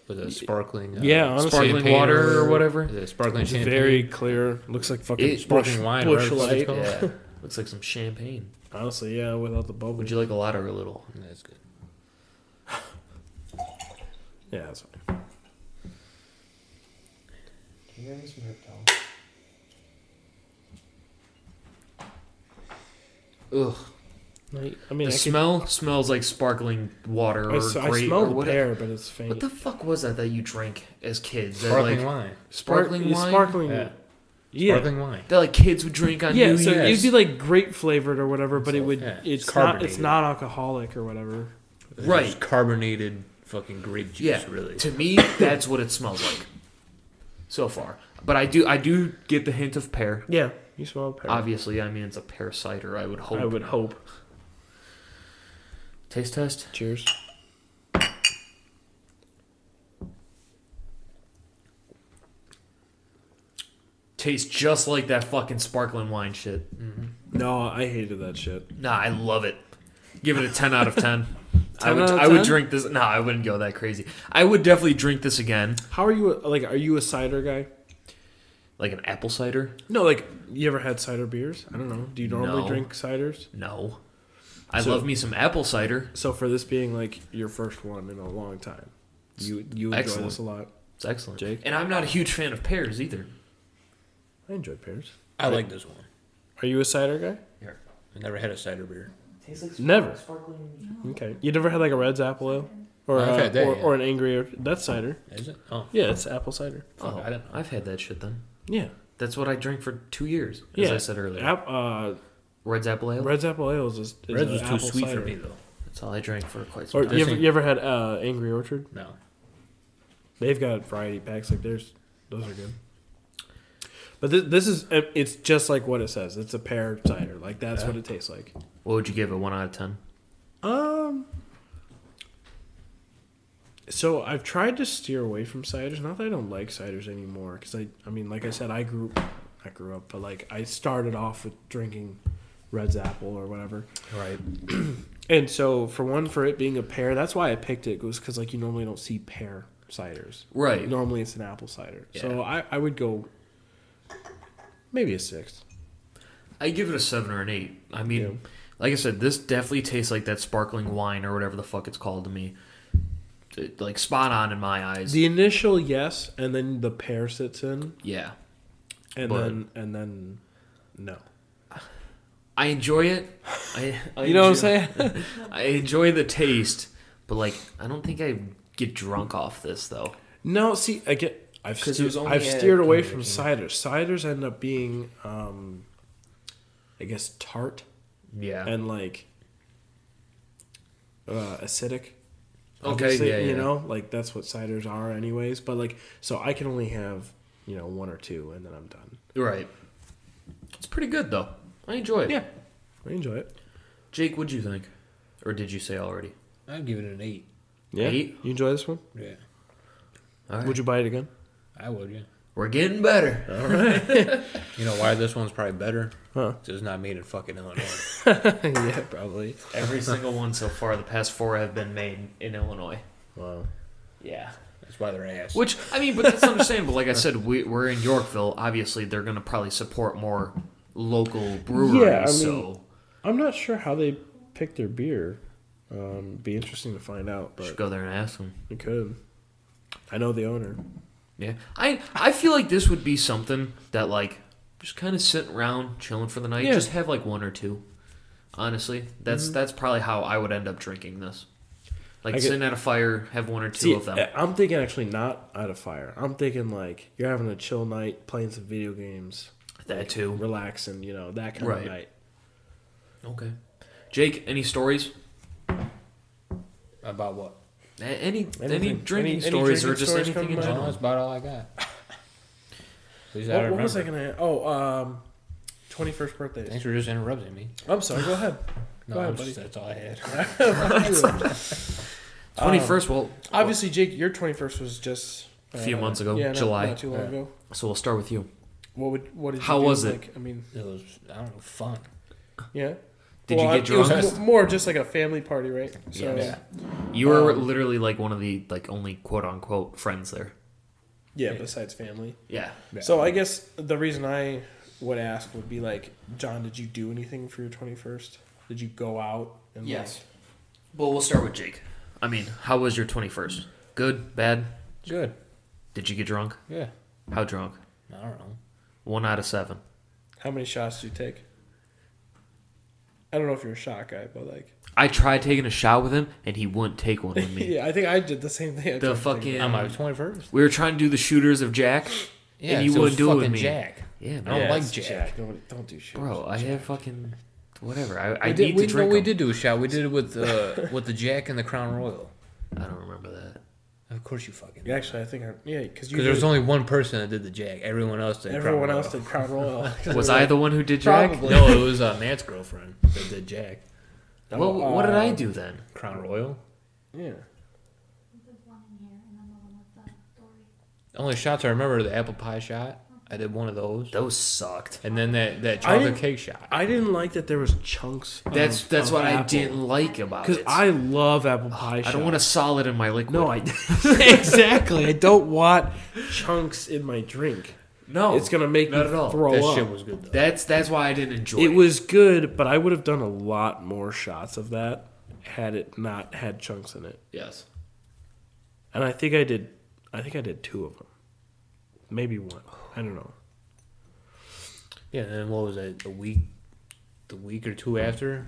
B: was it sparkling. Uh,
A: Yeah, honestly,
B: champagne
C: Sparkling water or whatever.
B: Is it sparkling
A: It's
B: champagne.
A: very clear. Looks like fucking
C: It-
B: sparkling wine,
A: Bush
B: whatever the
A: light.
B: fuck it's
C: Yeah, looks like some champagne.
A: Honestly, yeah, without the bubble.
C: Would you like a lot or a little?
B: That's good.
A: yeah, that's fine.
C: Ugh.
A: Like, I mean,
C: the
A: I, could-
C: smell smells like sparkling water
A: I
C: or
A: s- I
C: grape or
A: smell the
C: whatever.
A: pear, but it's faint.
C: What the fuck was that that you drank as kids? That,
B: Sparkling
C: like,
B: wine.
A: Spark-
C: Sparkling
A: it's
C: wine?
A: Sparkling.
B: Yeah.
A: Yeah.
B: Sparkling wine.
C: That like kids would drink on
A: Yeah,
C: New
A: so
C: Year's.
A: it'd be like grape flavored or whatever, but it would
B: Yeah, it's
A: it's not it's
B: carbonated.
A: not alcoholic or whatever.
B: It's
C: Right.
B: just carbonated fucking grape juice,
C: yeah,
B: really.
C: To me, that's what it smells like. So far, but I do I do get the hint of pear.
A: Yeah, you smell pear.
C: Obviously, I mean it's a pear cider. I would hope.
A: I would hope.
C: Taste test.
A: Cheers.
C: Tastes just like that fucking sparkling wine shit.
A: No, I hated that shit.
C: Nah, I love it. Give it a ten out of ten. I
A: 10
C: would
A: out of
C: I would
A: 10?
C: drink this. No, I wouldn't go that crazy. I would definitely drink this again,
A: How are you like are you a cider guy?
C: like an apple cider.
A: No, like you ever had cider beers? I don't know. Do you normally
C: No.
A: drink ciders?
C: No, I
A: So-
C: love me some apple cider.
A: So for this being like your first one in a long time, you you enjoy
C: Excellent.
A: this a lot.
C: It's excellent.
A: Jake?
C: And I'm not a huge fan of pears either.
A: I enjoy pears.
B: I like this one.
A: Are you a cider guy?
B: I never had a cider beer.
E: Tastes like
A: Never.
E: sparkling.
A: Okay. You never had like a Red's apple ale or
B: I've
A: uh,
B: had that,
A: or,
B: yeah.
A: or an angry that's cider.
B: Is it? Oh.
A: Yeah, Uh-huh. it's apple cider.
B: Fuck,
C: oh,
B: I didn't-
C: I've had that shit then.
A: Yeah.
C: That's what I drank for two years, as
A: Yeah.
C: I said earlier.
A: App, uh,
C: Red's apple ale.
A: Red's apple ale is, is
B: Red's
A: an
B: was too
A: apple
B: sweet
A: cider.
B: for me, though.
C: That's all I drank for quite some
A: Or
C: time.
A: you ever, you ever had uh, Angry Orchard?
B: No.
A: They've got variety packs like theirs. Those are good. But this, this is it's just like what it says. It's a pear cider. Like that's what it tastes like.
C: What would you give it? One out of ten.
A: Um. So I've tried to steer away from ciders. Not that I don't like ciders anymore, because I, I mean, like I said, I grew, I grew up, but like I started off with drinking Red's apple or whatever,
C: Right.
A: and so for one, for it being a pear, that's why I picked it was because like you normally don't see pear ciders.
C: Right.
A: Normally it's an apple cider. So
C: Yeah.
A: I, I would go maybe a six.
C: I give it a seven or an eight. I mean,
A: Yeah.
C: like I said, this definitely tastes like that sparkling wine or whatever the fuck it's called to me. It- like spot on in my eyes.
A: The initial yes, and then the pear sits in,
C: yeah.
A: and
C: But-
A: then and then no.
C: I enjoy it. I, I
A: You know what I'm
C: enjoy-
A: saying?
C: I enjoy the taste, but like I don't think I get drunk off this though.
A: No, see, I get. I've
B: 'Cause it
A: steered,
B: was only
A: I've
B: at-
A: steered away
B: oh,
A: from
B: okay.
A: ciders. Ciders end up being, um, I guess, tart
C: Yeah.
A: and like uh, acidic.
C: Okay,
A: obviously,
C: yeah,
A: You
C: yeah.
A: know, like that's what ciders are, anyways. But like, so I can only have you know one or two, and then I'm done.
C: right. It's pretty good though. I enjoy it.
A: Yeah, I enjoy it.
C: Jake, what'd you think? Or did you say already?
B: I'd give it an eight.
A: Yeah,
C: Eight?
A: you enjoy this one?
B: Yeah.
C: All right.
A: Would you buy it again?
B: I would, yeah.
C: We're getting better.
B: You know why this one's probably better?
A: Huh?
B: 'Cause it's not made in fucking Illinois.
A: yeah, probably.
C: Every single one so far, the past four have been made in Illinois.
A: Wow.
C: Yeah.
B: That's why they're ass.
C: Which I mean, but that's understandable. Like I said, we, we're in Yorkville. Obviously, they're going to probably support more local breweries.
A: Yeah, I mean-
C: so
A: I'm not sure how they pick their beer. Um, be interesting to find out, but
C: should go there and ask them.
A: You could. I know the owner.
C: Yeah, I I feel like this would be something that like just kind of sitting around chilling for the night.
A: Yeah. Mm-hmm.
C: Just have like one or two. Honestly, that's that's probably how I would end up drinking this. Like
A: I get-
C: sitting at a fire, have one or two
A: See, uh,
C: of them.
A: I- I'm thinking actually not out of fire. I'm thinking like you're having a chill night, playing some video games,
C: that too.
A: relaxing, you know, that kind
C: Right.
A: of night.
C: Okay. Jake, any stories?
B: About what?
C: A- Any any
A: Anything.
C: drinking
A: Any- any
C: stories
A: drinking
C: or just
A: stories
C: anything
A: come
C: in
A: to mind?
B: No,
C: general?
B: that's about all I got. At least I
A: What, what
B: remember.
A: was I gonna? Oh, um, twenty first birthdays.
B: Thanks for just interrupting me.
A: I'm sorry. Go ahead.
B: No,
A: Go ahead,
B: I'm
A: buddy.
B: just- that's all I had.
C: Twenty first, well,
A: Obviously, Jake, your twenty first was just uh,
C: A few months ago,
A: Yeah, not-
C: July.
A: Not too long
B: Yeah.
A: ago.
C: so we'll start with you.
A: What would what did you
C: How
A: do?
C: was it?
A: Like, I mean,
B: It was, I don't know, fun.
A: yeah.
C: Did you
A: Well,
C: get
A: I- It
C: drunk?
A: was mo- more just like a family party, right? So
C: Yes. You were
A: um,
C: literally like one of the like only quote unquote friends there.
A: yeah, besides family.
C: Yeah.
B: Yeah.
A: So I guess the reason I would ask would be like, John, did you do anything for your twenty first? Did you go out? And
C: Yes. Well, we'll start with Jake. I mean, how was your 21st? Good? Bad?
B: Good.
C: Did you get drunk?
B: Yeah.
C: How drunk?
B: I don't know.
C: One out of seven.
A: Like, how many shots did you take? I don't know if you're a shot guy, but like,
C: I tried taking a shot with him, and he wouldn't take one with me.
A: yeah, I think I did the same thing. I
C: The
A: tried to think
C: fucking.
B: On my 21st?
C: we were trying to do the shooters of Jack, and you
B: so
C: wouldn't do it with
B: fucking
C: me.
B: Jack.
C: Yeah,
B: I don't
C: man.
A: Yeah,
B: like
A: it's
B: Jack.
A: Don't, don't do shit.
C: Bro, I have fucking whatever. I,
B: I
C: I
B: did,
C: need
B: we,
C: to drink
B: no, we
C: 'em.
B: did do a shot. We did it with uh, with the Jack and the Crown Royal.
C: I don't remember that.
B: Of course you fucking.
A: Yeah, Actually, I think I, yeah, because you
B: Because there's
A: did-
B: only one person that did the Jack. Everyone else did. Crown
A: everyone
B: Royal.
A: else did Crown Royal.
C: Was I the one who did Jack?
A: Probably.
B: No, it was uh, Matt's girlfriend that did Jack.
C: Well,
A: No,
C: what did
A: uh,
C: I do then?
B: Crown Royal.
A: Yeah.
D: There's one in here and then the one with the story.
B: The only shots I remember are the apple pie shot. I did one of those.
C: Those sucked.
B: And then that, that
A: I
B: chocolate
A: didn't-
B: cake shot.
A: I didn't like that there was chunks.
C: That's
A: of,
C: that's
A: of
C: what I
A: apple.
C: didn't like about
A: Because
C: it.
A: I love apple pie.
C: I don't want a solid in my liquid.
A: No, I exactly. I don't want chunks in my drink.
C: no.
A: it's gonna make me
C: not at all.
A: throw
B: That
A: up.
B: shit was good though.
C: That's that's why I didn't enjoy
A: it
C: it.
A: was good, but I would have done a lot more shots of that had it not had chunks in it.
C: Yes.
A: And I think I did. I think I did two of them, maybe one. I don't know.
B: Yeah, and then what was it? A week, the week or two after,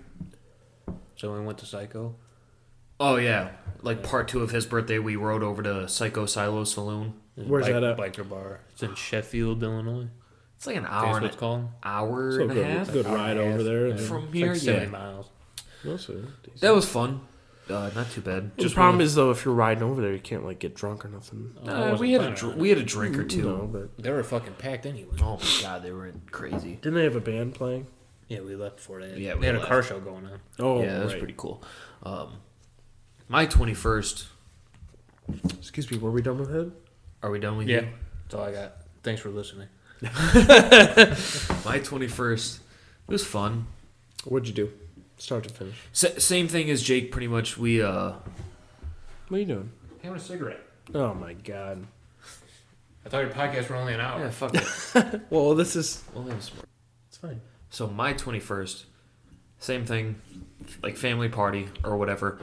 B: someone went to Psycho.
C: Oh yeah, like part two of his birthday, we rode over to Psycho Silo Saloon.
A: Where's
B: Bike-
A: that at?
B: Biker bar. It's in Sheffield, Illinois.
C: It's like an
B: That's
C: hour
B: what
C: and
B: it's
C: an
B: called.
C: hour
A: So
C: and a
A: good,
C: half
A: good ride over there. and
C: from
B: It's
C: here.
B: like
C: yeah,
B: seventy miles.
A: Also, decent.
C: that was fun. Uh, not too bad.
A: the problem is though, if you're riding over there, you can't like get drunk or nothing.
B: Oh, I
C: Uh,
B: wasn't
C: we had a
B: planning on
C: dr-
B: it.
C: we had a drink or two.
A: No, but
B: They were fucking packed anyway.
C: Oh my god, they were crazy.
A: didn't they have a band playing?
B: Yeah, we left for that.
C: Yeah,
B: they
C: we
B: had
C: left.
B: a car show going on.
A: Oh,
C: yeah, that was
A: right.
C: pretty cool. Um, my twenty first.
A: Excuse me, were we done with it?
C: Are we done with you?
B: that's all I got. Thanks for listening.
C: My twenty first. It was fun.
A: What'd you do? Start to finish.
C: S- same thing as Jake. Pretty much, we uh,
A: What are you doing?
B: Having a cigarette.
A: Oh my god.
B: I thought your podcasts were only an hour.
C: yeah, fuck it.
A: Well, this is
C: Well, that was smart.
A: it's fine.
C: So my twenty first, same thing, like family party or whatever.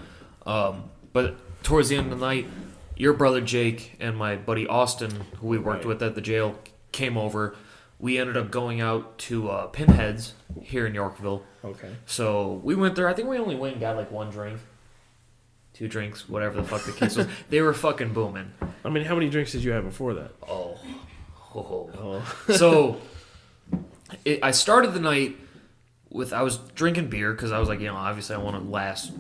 C: Um, but towards the end of the night, your brother Jake and my buddy Austin, who we worked
A: Right.
C: with at the jail, came over. We ended up going out to uh, Pinheads here in Yorkville.
A: Okay.
C: So we went there. I think we only went and got like one drink, two drinks, whatever the fuck the case was. They were fucking booming.
A: I mean, how many drinks did you have before that?
C: Oh, oh.
A: Oh.
C: so it, I started the night with I was drinking beer because I was like, you know, obviously I want to last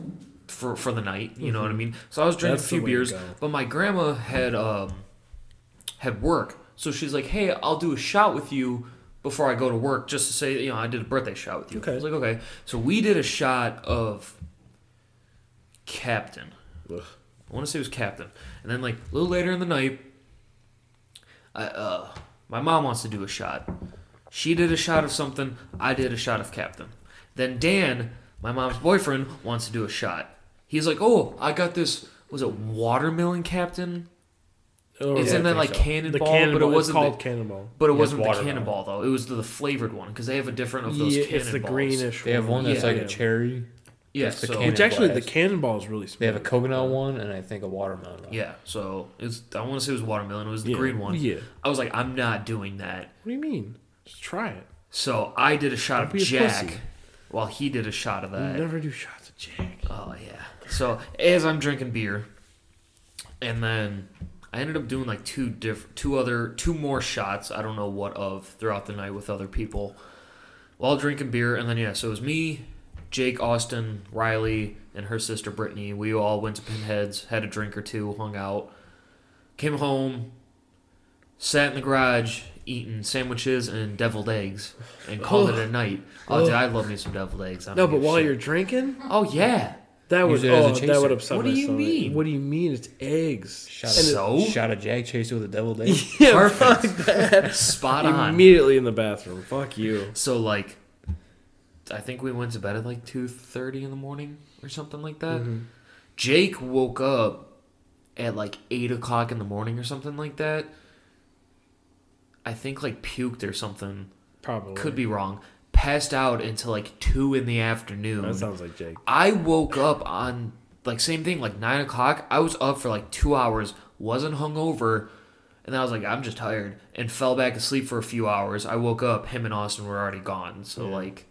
C: for for the night. You know what I mean? So I was drinking
A: Mm-hmm. That's
C: a
A: the
C: few
A: way to
C: beers,
A: go.
C: but my grandma had um had work, so she's like, hey, I'll do a shot with you before I go to work, just to say, you know, I did a birthday shot with you.
A: Okay.
C: I was like, okay, so we did a shot of Captain. I want to say it was Captain. And then like a little later in the night, I, uh, my mom wants to do a shot. She did a shot of something. I did a shot of Captain. Then Dan, my mom's boyfriend, wants to do a shot. He's like, oh, I got this. Was it watermelon Captain?
A: Oh,
C: it's
A: yeah,
C: in
A: I
C: that
A: think
C: like
A: so.
C: cannonball, but it
A: it's
C: wasn't.
A: called
C: the,
A: cannonball.
C: but it
B: Yeah, it's
C: wasn't the
B: watermelon.
C: cannonball though. It was the, the flavored one because they have a different of those
A: yeah,
C: cannonballs.
A: it's the greenish.
B: They have one that's
C: Yeah.
B: like a cherry.
C: Yeah,
B: That's the
C: so,
B: cannon-
A: Which actually, the
B: blast.
A: cannonball is really. Smooth.
B: They have a coconut one and I think a watermelon. one.
C: yeah. So it's. I want to say it was watermelon. It was the
A: Yeah,
C: green one.
A: yeah.
C: I was like, I'm not doing that.
A: What do you mean? Just try it.
C: So I did a shot
A: Don't
C: of
A: be a
C: Jack
A: pussy.
C: while he did a shot of
A: You
C: that.
A: never do shots of Jack.
C: Oh yeah. So as I'm drinking beer, and then I ended up doing like two diff- two other two more shots. I don't know what of throughout the night with other people while drinking beer, and then yeah. So it was me, Jake, Austin, Riley, and her sister Brittany. We all went to Pinheads, had a drink or two, hung out, came home, sat in the garage. Eating sandwiches and deviled eggs, and called it a night. Oh, dude, I love me some deviled eggs. I don't
A: No, but
C: give a
A: while
C: shit.
A: you're drinking,
C: oh yeah,
A: that
B: Use
A: would
B: it as a
A: oh, that would
B: chaser.
A: upset
C: What
A: my
C: do you
A: stomach.
C: mean?
A: What do you mean? It's eggs.
B: Shot
A: And it-
C: So?
B: Shot a Jack chased it with a devil day.
A: yeah,
C: Perfect. Spot on.
A: immediately in the bathroom. Fuck you.
C: so like, I think we went to bed at like two thirty in the morning or something like that.
A: Mm-hmm.
C: Jake woke up at like eight o'clock in the morning or something like that. I think like puked or something.
A: Probably
C: Could be wrong. Passed out until like two in the afternoon.
A: That sounds like Jake.
C: I woke up on like same thing, like nine o'clock. I was up for like two hours, wasn't hungover, and then I was like, I'm just tired, and fell back asleep for a few hours. I woke up, him and Austin were already gone, so
A: Yeah.
C: like,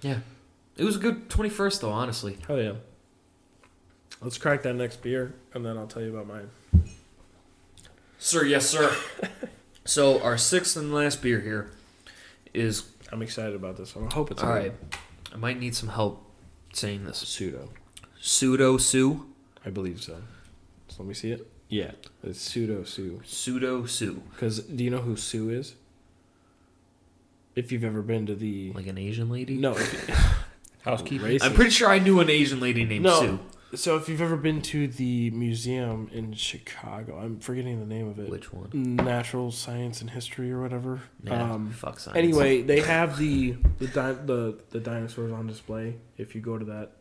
C: yeah, it was a good twenty first though, honestly.
A: Hell yeah. Let's crack that next beer, and then I'll tell you about mine.
C: Sir, yes, sir. so our sixth and last beer here is
A: I'm excited about this one. I hope it's
C: all
A: good.
C: right. I might need some help saying this.
A: Pseudo.
C: Pseudo Sue.
A: I believe so. So let me see it. Yeah, it's pseudo Sue.
C: Pseudo Sue.
A: Because do you know who Sue is? If you've ever been to the
C: Like an Asian lady.
A: no, if,
B: Housekeeping.
A: racist.
C: I'm pretty sure I knew an Asian lady named
A: No.
C: Sue.
A: So if you've ever been to the museum in Chicago, I'm forgetting the name of it.
C: Which one?
A: Natural Science and History or whatever.
C: Nah,
A: um,
C: fuck science.
A: anyway, they have the the, di- the the dinosaurs on display if you go to that.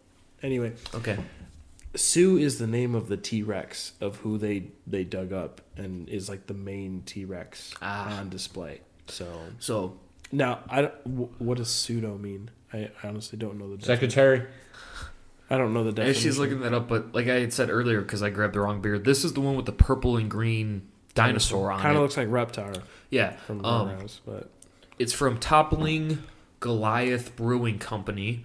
A: Anyway,
C: Okay.
A: Sue is the name of the T Rex of who they they dug up and is like the main T Rex
C: Ah.
A: on display. So
C: So
A: now I don't- wh- what does pseudo mean? I, I honestly don't know the definition.
B: Secretary.
A: I don't know the
C: as
A: definition.
C: she's looking that up, but like I had said earlier, because I grabbed the wrong beer. This is the one with the purple and green dinosaur on
A: Kind
C: it.
A: of looks like Reptar
C: yeah.
A: from the
C: Um,
A: Roundhouse, but
C: It's from Toppling Goliath Brewing Company.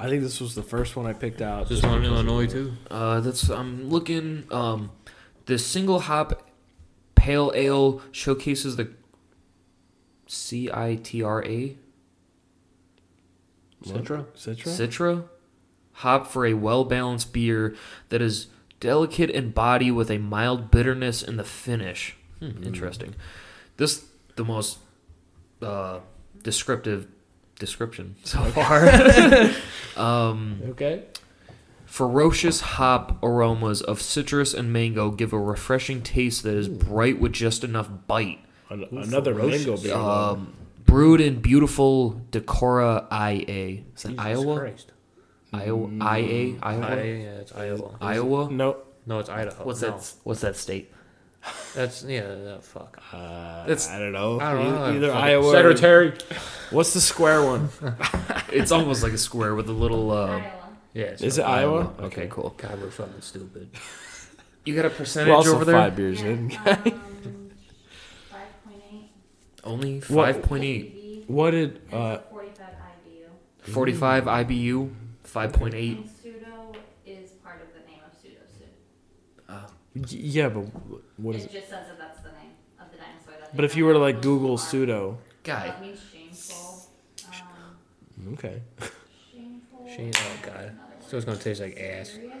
A: I think this was the first one I picked out.
B: This one in Illinois too.
C: Uh, that's I'm looking. Um, the single hop pale ale showcases the C I T R A
B: Citra.
A: Citra.
C: Citra hop for a well balanced beer that is delicate in body with a mild bitterness in the finish. Hmm, Interesting. This the most uh, descriptive description so far. um,
B: Okay.
C: Ferocious hop aromas of citrus and mango give a refreshing taste that is
B: Hmm.
C: bright with just enough bite.
A: An- another
B: ferocious.
A: mango beer. though.
C: Um, brewed in beautiful Decorah, IA. Is that
B: Jesus
C: Iowa?
B: Christ. Mm,
C: Iowa? IA?
B: I,
C: Iowa?
B: yeah, it's Iowa.
C: Iowa?
A: no,
B: No, it's Idaho.
C: What's
B: no.
C: that? What's that state?
B: That's yeah. uh, fuck.
A: uh,
C: That's-
A: I don't know.
B: I don't
A: E-
B: know.
A: Either
B: Fuck.
A: Iowa. or-
B: Secretary.
A: What's the square one?
C: It's almost like a square with a little. Uh,
D: Iowa.
B: Yeah. it's
A: Is it Iowa?
C: Oh, Okay, cool.
B: God, we're fucking stupid.
C: You got a
A: We're
C: percentage
A: also
C: over there?
A: five beers in.
D: Yeah, um, 5.8
C: Only
A: What-
C: 5.8.
D: ABV,
A: What did
D: and
A: uh,
D: it's a
C: 45
D: 45 IBU.
C: IBU, 5.8.
D: And pseudo is part of the name of pseudo soup.
A: y- yeah, but what is
D: it,
A: it?
D: just says that that's the name of the dinosaur. That they
A: But if
D: found
A: you were to
D: in
A: like
D: the
A: Google
D: farm.
A: pseudo,
C: Guy.
D: That means shameful. Um,
A: okay,
D: shameful.
B: Shame. Oh God. So it's gonna taste like ass.
D: Serious?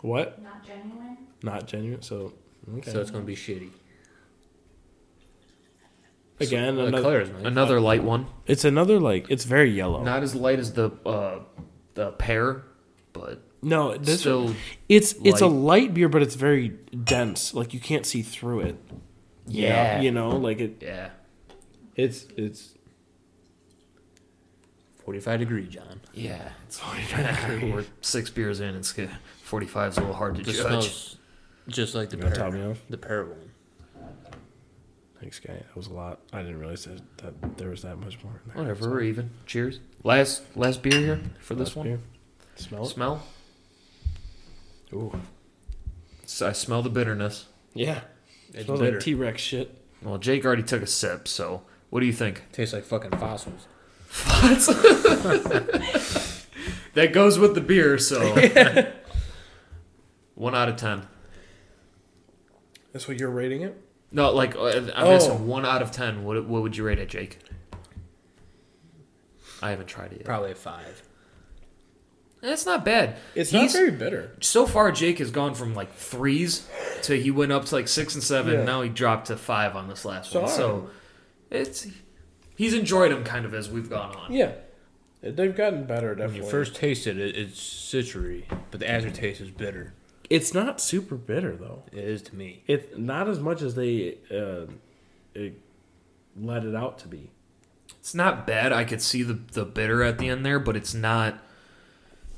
A: what?
D: Not genuine?
A: Not genuine. So okay.
B: So it's gonna be shitty.
A: Again,
B: The
A: another.
B: color is nice.
C: Another light one.
A: It's another like it's very yellow.
C: Not as light as the uh, the pear, but
A: no, this
C: still
A: it's it's a
C: light.
A: light beer, but it's very dense. Like you can't see through it. You know-
C: Yeah.
A: you know, like it.
C: yeah.
A: It's it's.
B: Forty-five degree, John.
C: Yeah, it's We're six beers in. It's good. Forty-five is a little hard to
B: Just
C: judge.
B: smells just like the
A: You gonna top me
B: pear.
A: off?
B: The pear one.
A: Thanks, guy. That was a lot. I didn't realize that, that there was that much more. In there.
C: Whatever, we're even. Cheers. Last last beer here for this
A: Last
C: one. Oh.
A: beer. Smell it.
C: Smell.
A: Ooh.
C: S- I smell the bitterness.
A: Yeah.
B: It's
A: Smells
B: bitter.
A: like T Rex shit.
C: Well, Jake already took a sip, so what do you think?
B: Tastes like fucking fossils.
C: That goes with the beer, so one out of ten.
A: That's what you're rating it.
C: No, like uh, I'm
A: Oh.
C: asking one out of ten. What what would you rate it, Jake? I haven't tried it yet.
B: Probably a five.
C: That's Eh, not bad.
A: It's
C: He's-
A: not very bitter.
C: so far Jake has gone from like threes to he went up to like six and seven.
A: Yeah.
C: Now he dropped to five on this last one.
A: Sorry.
C: So it's he's enjoyed them kind of as we've gone on.
A: Yeah. They've gotten better
B: When
A: definitely.
B: you first taste it, it it's citrusy, but the aftertaste is bitter.
A: it's not super bitter though.
B: It is to me.
A: It's not as much as they uh, it let it out to be.
C: It's not bad. I could see the the bitter at the end there, but it's not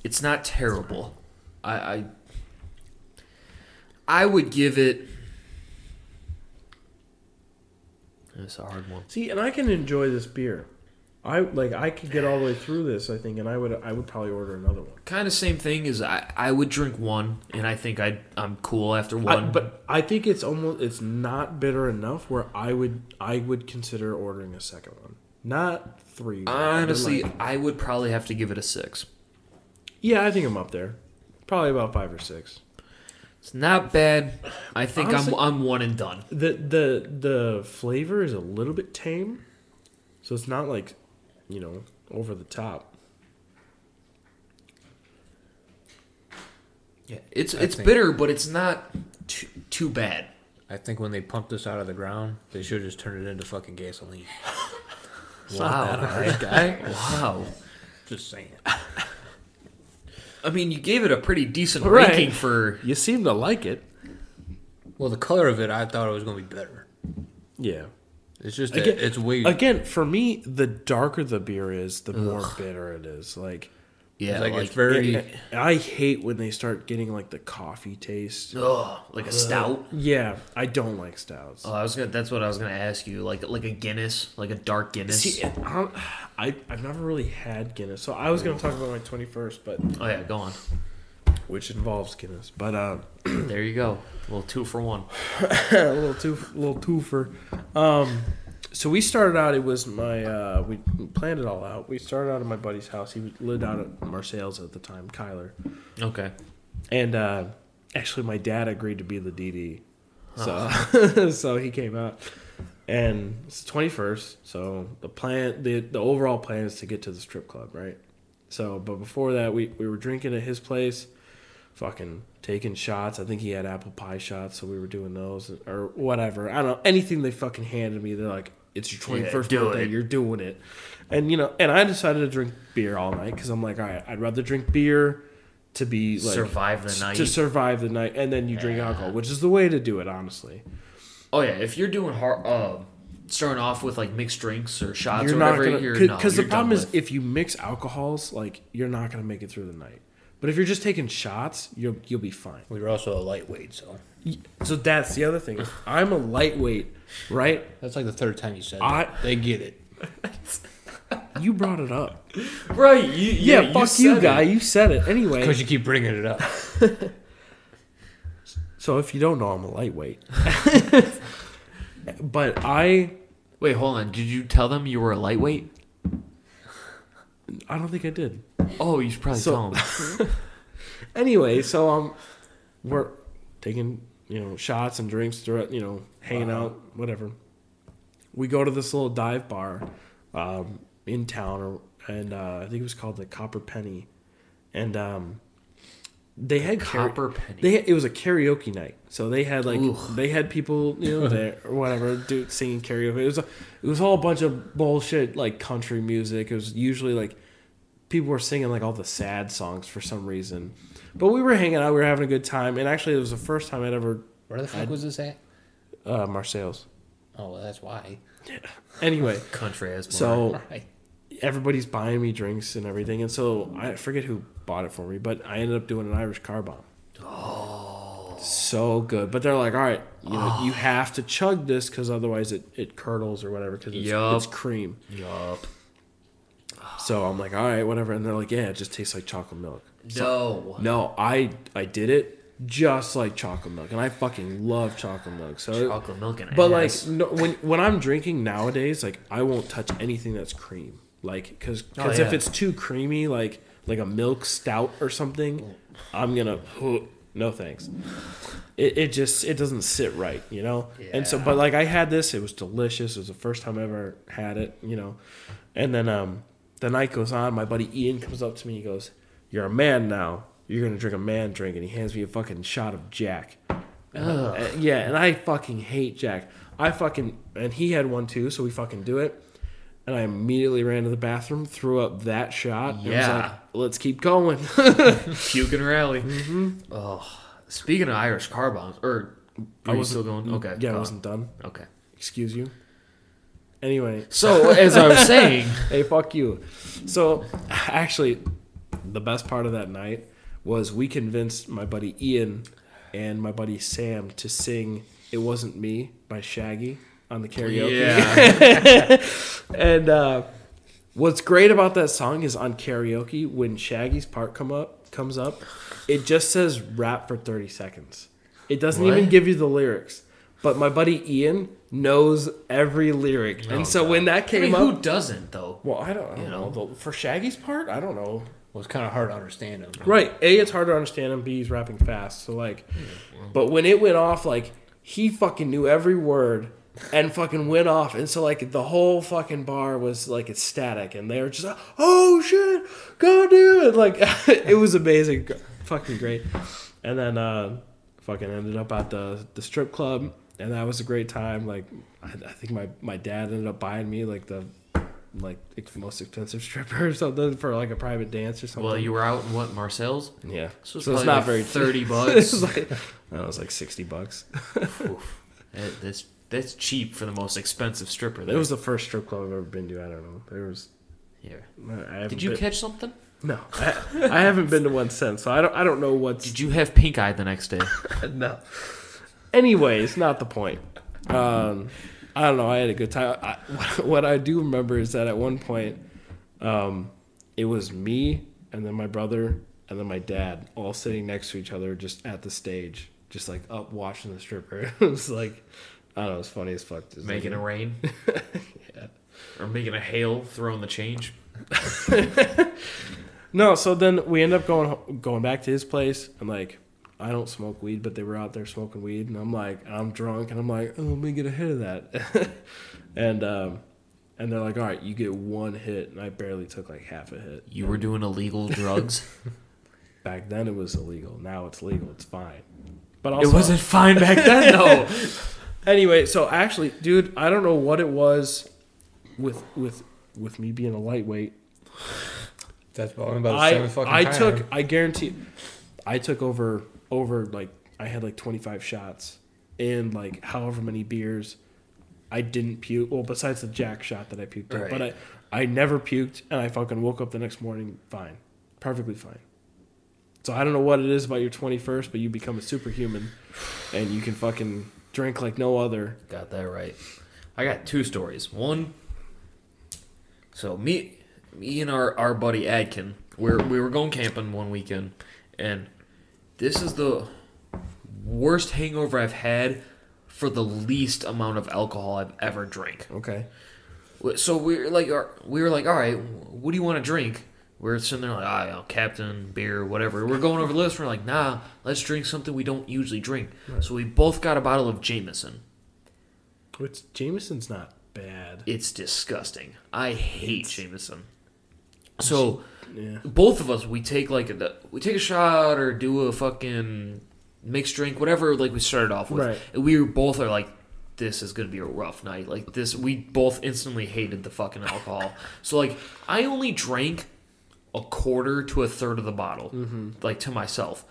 C: it's not terrible. I I, I would give it. It's a hard one.
A: See, and I can enjoy this beer. I like I could get all the way through this, I think, and I would I would probably order another one.
C: Kind of same thing as I, I would drink one, and I think I I'm cool after one.
A: I, but I think it's almost it's not bitter enough where I would I would consider ordering a second one. Not three. but
C: Honestly,
A: like-
C: I would probably have to give it a six.
A: yeah, I think I'm up there. Probably about five or six.
C: It's not bad. I think
A: Honestly-
C: I'm I'm one and done.
A: The the the flavor is a little bit tame. So it's not like, you know, over the top.
B: Yeah,
F: It's
B: I
F: it's
B: think-
F: bitter, but it's not too, too bad.
B: I think when they pumped this out of the ground, they should have just turned it into fucking gasoline.
F: Wow, that guy. Wow.
B: Just saying.
F: I mean, you gave it a pretty decent
A: Right.
F: ranking for.
A: You seem to like it.
B: Well, the color of it, I thought it was gonna be better.
A: Yeah.
B: It's just that
A: Again,
B: it's weird.
A: Again, for me, the darker the beer is, the more bitter it is. Like,
F: Yeah,
B: It's
F: like,
B: like, it's very.
A: I hate when they start getting like the coffee taste.
F: ugh, like a stout.
A: Yeah, I don't like stouts.
F: Oh, I was gonna. That's what I was gonna ask you. Like like a Guinness, like a dark Guinness.
A: See, I, don't- I I've never really had Guinness, so I was gonna talk about my twenty first, but
F: oh yeah, go on.
A: which involves Guinness, but um,
F: There you go. Well, two for one.
A: a little two, a little twofer. Um, so we started out. It was my uh, we planned it all out. We started out at my buddy's house. He lived out at Marseilles at the time, Kyler,
F: Okay.
A: and uh, actually my dad agreed to be the DD,
F: Oh.
A: so so he came out, and it's the twenty first. So the plan, the the overall plan is to get to the strip club, right? So, but before that, we we were drinking at his place. fucking taking shots. I think he had apple pie shots, so we were doing those or whatever. I don't know anything they fucking handed me. They're like, "It's your twenty first
F: do
A: birthday.
F: it."
A: You're doing it," and you know. And I decided to drink beer all night because I'm like, all right, I'd rather drink beer to be like
F: Survive the
A: s-
F: night.
A: to survive the night, and then you drink alcohol, which is the way to do it, honestly.
F: Oh yeah, if you're doing hard, uh, starting off with like mixed drinks or shots
A: you're
F: or
A: not
F: whatever,
A: gonna
F: you're
A: because
F: no,
A: the
F: you're
A: problem
F: done
A: is
F: with.
A: if you mix alcohols, like you're not gonna make it through the night. But if you're just taking shots, you'll you'll be fine.
B: We were also a lightweight, so
A: So that's the other thing. is I'm a lightweight, right?
B: that's like the third time you said
A: I-
B: that. They get it.
A: You brought it up.
F: right. You,
A: Yeah, fuck
F: said
A: you,
F: it.
A: guy. You said it anyway.
B: Because you keep bringing it up.
A: So if you don't know, I'm a lightweight. but I,
F: Wait, hold on. Did you tell them you were a lightweight?
A: I don't think I did.
F: Oh, you should probably
A: So-
F: tell them.
A: Anyway, so um, we're taking you know shots and drinks throughout, you know, hanging out, whatever. We go to this little dive bar, um, in town, or and uh, I think it was called the Copper Penny, and um, they had karaoke-
F: Copper penny.
A: They it was a karaoke night, so they had like
F: Oof.
A: they had people you know there or whatever do, singing karaoke. It was a, it was all a bunch of bullshit like country music. It was usually like people were singing like all the sad songs for some reason, but we were hanging out. We were having a good time, and actually it was the first time I'd ever
B: Where the fuck was this at?
A: uh, Marseilles.
B: Oh, well, that's why.
A: Anyway,
F: country as
A: so
B: Right.
A: everybody's buying me drinks and everything, and so I forget who bought it for me, but I ended up doing an Irish car bomb. Oh, so good! But they're like, all right, you know,
F: Oh.
A: you have to chug this because otherwise it, it curdles or whatever because it's,
F: Yup.
A: it's cream.
F: yup.
A: So I'm like, all right, whatever, and they're like, yeah, it just tastes like chocolate milk.
F: No.
A: No, I I did it just like chocolate milk, and I fucking love chocolate milk. So
F: Chocolate milk and
A: But
F: ass.
A: like no, when when I'm drinking nowadays, like I won't touch anything that's cream, like because
F: Oh,
A: if
F: yeah.
A: it's too creamy, like like a milk stout or something, I'm gonna no thanks. It, it just it doesn't sit right, you know. And so, but like I had this, it was delicious. It was the first time I ever had it, you know. And then um, the night goes on. My buddy Ian comes up to me. He goes, "You're a man now. You're gonna drink a man drink." And he hands me a fucking shot of Jack. And, uh, yeah, and I fucking hate Jack. I fucking and he had one too, so we fucking do it. And I immediately ran to the bathroom, threw up that shot. and was
F: Yeah.
A: like, let's keep going.
F: puke and rally.
C: Mm-hmm.
F: Oh, speaking of Irish car bombs, or are you still going? Okay.
A: yeah, I
F: go
C: Oh.
F: on.
A: wasn't done.
F: Okay.
A: Excuse you. Anyway,
F: So as I was saying,
A: hey, fuck you. So, actually, the best part of that night was we convinced my buddy Ian and my buddy Sam to sing "It Wasn't Me" by Shaggy on the karaoke.
F: yeah,
A: And uh, what's great about that song is on karaoke when Shaggy's part come up comes up, it just says rap for thirty seconds. It doesn't even
F: What?
A: give you the lyrics. But my buddy Ian knows every lyric, and so when that
F: I
A: came
F: mean,
A: up,
F: who doesn't though?
A: well, I don't, I don't
F: You
A: know.
F: know?
A: The- For Shaggy's part, I don't know.
B: Well, it's kind of hard to understand them.
A: Right. A, it's hard to understand him. B, he's rapping fast. So, like, but when it went off, like, he fucking knew every word and fucking went off. And so like the whole fucking bar was like ecstatic, and they were just like, "Oh shit, go do it!" Like it was amazing, G- fucking great. And then uh, fucking ended up at the the strip club, and that was a great time. Like I, I think my my dad ended up buying me like the like ex- most expensive stripper or something for like a private dance or something.
C: Well, you were out in what Marcel's?
A: yeah.
C: This was
A: So it's
C: probably
A: not
C: like
A: very cheap.
C: thirty
A: It
C: bucks.
A: was like, that was like sixty bucks.
C: Oof. That- that's that's Eh, cheap for the most expensive stripper.
A: It
C: There.
A: was the first strip club I've ever been to. I don't know. There was.
C: yeah.
A: I haven't
C: Did you
A: been-
C: catch something?
A: No, I, I haven't been to one since, so I don't. I don't know what's.
C: Did you have pink eye the next day?
A: no. Anyways, not the point. Um, I don't know. I had a good time. I, what, what I do remember is that at one point, um, it was me and then my brother and then my dad all sitting next to each other just at the stage, just like up watching the stripper. it was like, I don't know. It's funny as fuck. It's
C: making a
A: like,
C: rain? Or making a hail, throwing the change?
A: no. So then we end up going ho- going back to his place and like. I don't smoke weed, but they were out there smoking weed, and I'm like, and I'm drunk, and I'm like, oh, let me get ahead of that, and um, and they're like, all right, you get one hit, and I barely took like half a hit.
C: You were doing illegal drugs?
A: Back then, it was illegal. Now it's legal. It's fine. But
C: it
A: also,
C: wasn't fine back then, though.
A: Anyway, so actually, dude, I don't know what it was with with with me being a lightweight.
B: That's about about the
A: I
B: same fucking
A: I
B: time.
A: took I guarantee, I took over over like I had like twenty five shots and like however many beers. I didn't puke. Well, besides the Jack shot that I puked, at, but I
B: Right.
A: I never puked, and I fucking woke up the next morning fine, perfectly fine. So I don't know what it is about your twenty first, but you become a superhuman, and you can fucking drink like no other.
C: Got that right. I got two stories. One, so me, me and our our buddy Adkin, we we were going camping one weekend, and this is the worst hangover I've had for the least amount of alcohol I've ever drank.
A: Okay.
C: So we were like, our- we were like, all right, what do you want to drink? We are sitting there like, ah, you know, Captain, beer, whatever. We're going over the list. We're like, nah, let's drink something we don't usually drink. So we both got a bottle of Jameson.
A: Which Jameson's not bad.
C: It's disgusting. I hate Jameson. So
A: Yeah.
C: both of us, we take like a we take a shot or do a fucking mixed drink, whatever. Like we started off with,
A: Right.
C: and we were both are like, this is gonna be a rough night. Like this, we both instantly hated the fucking alcohol. so like, I only drank a quarter to a third of the bottle, like to myself.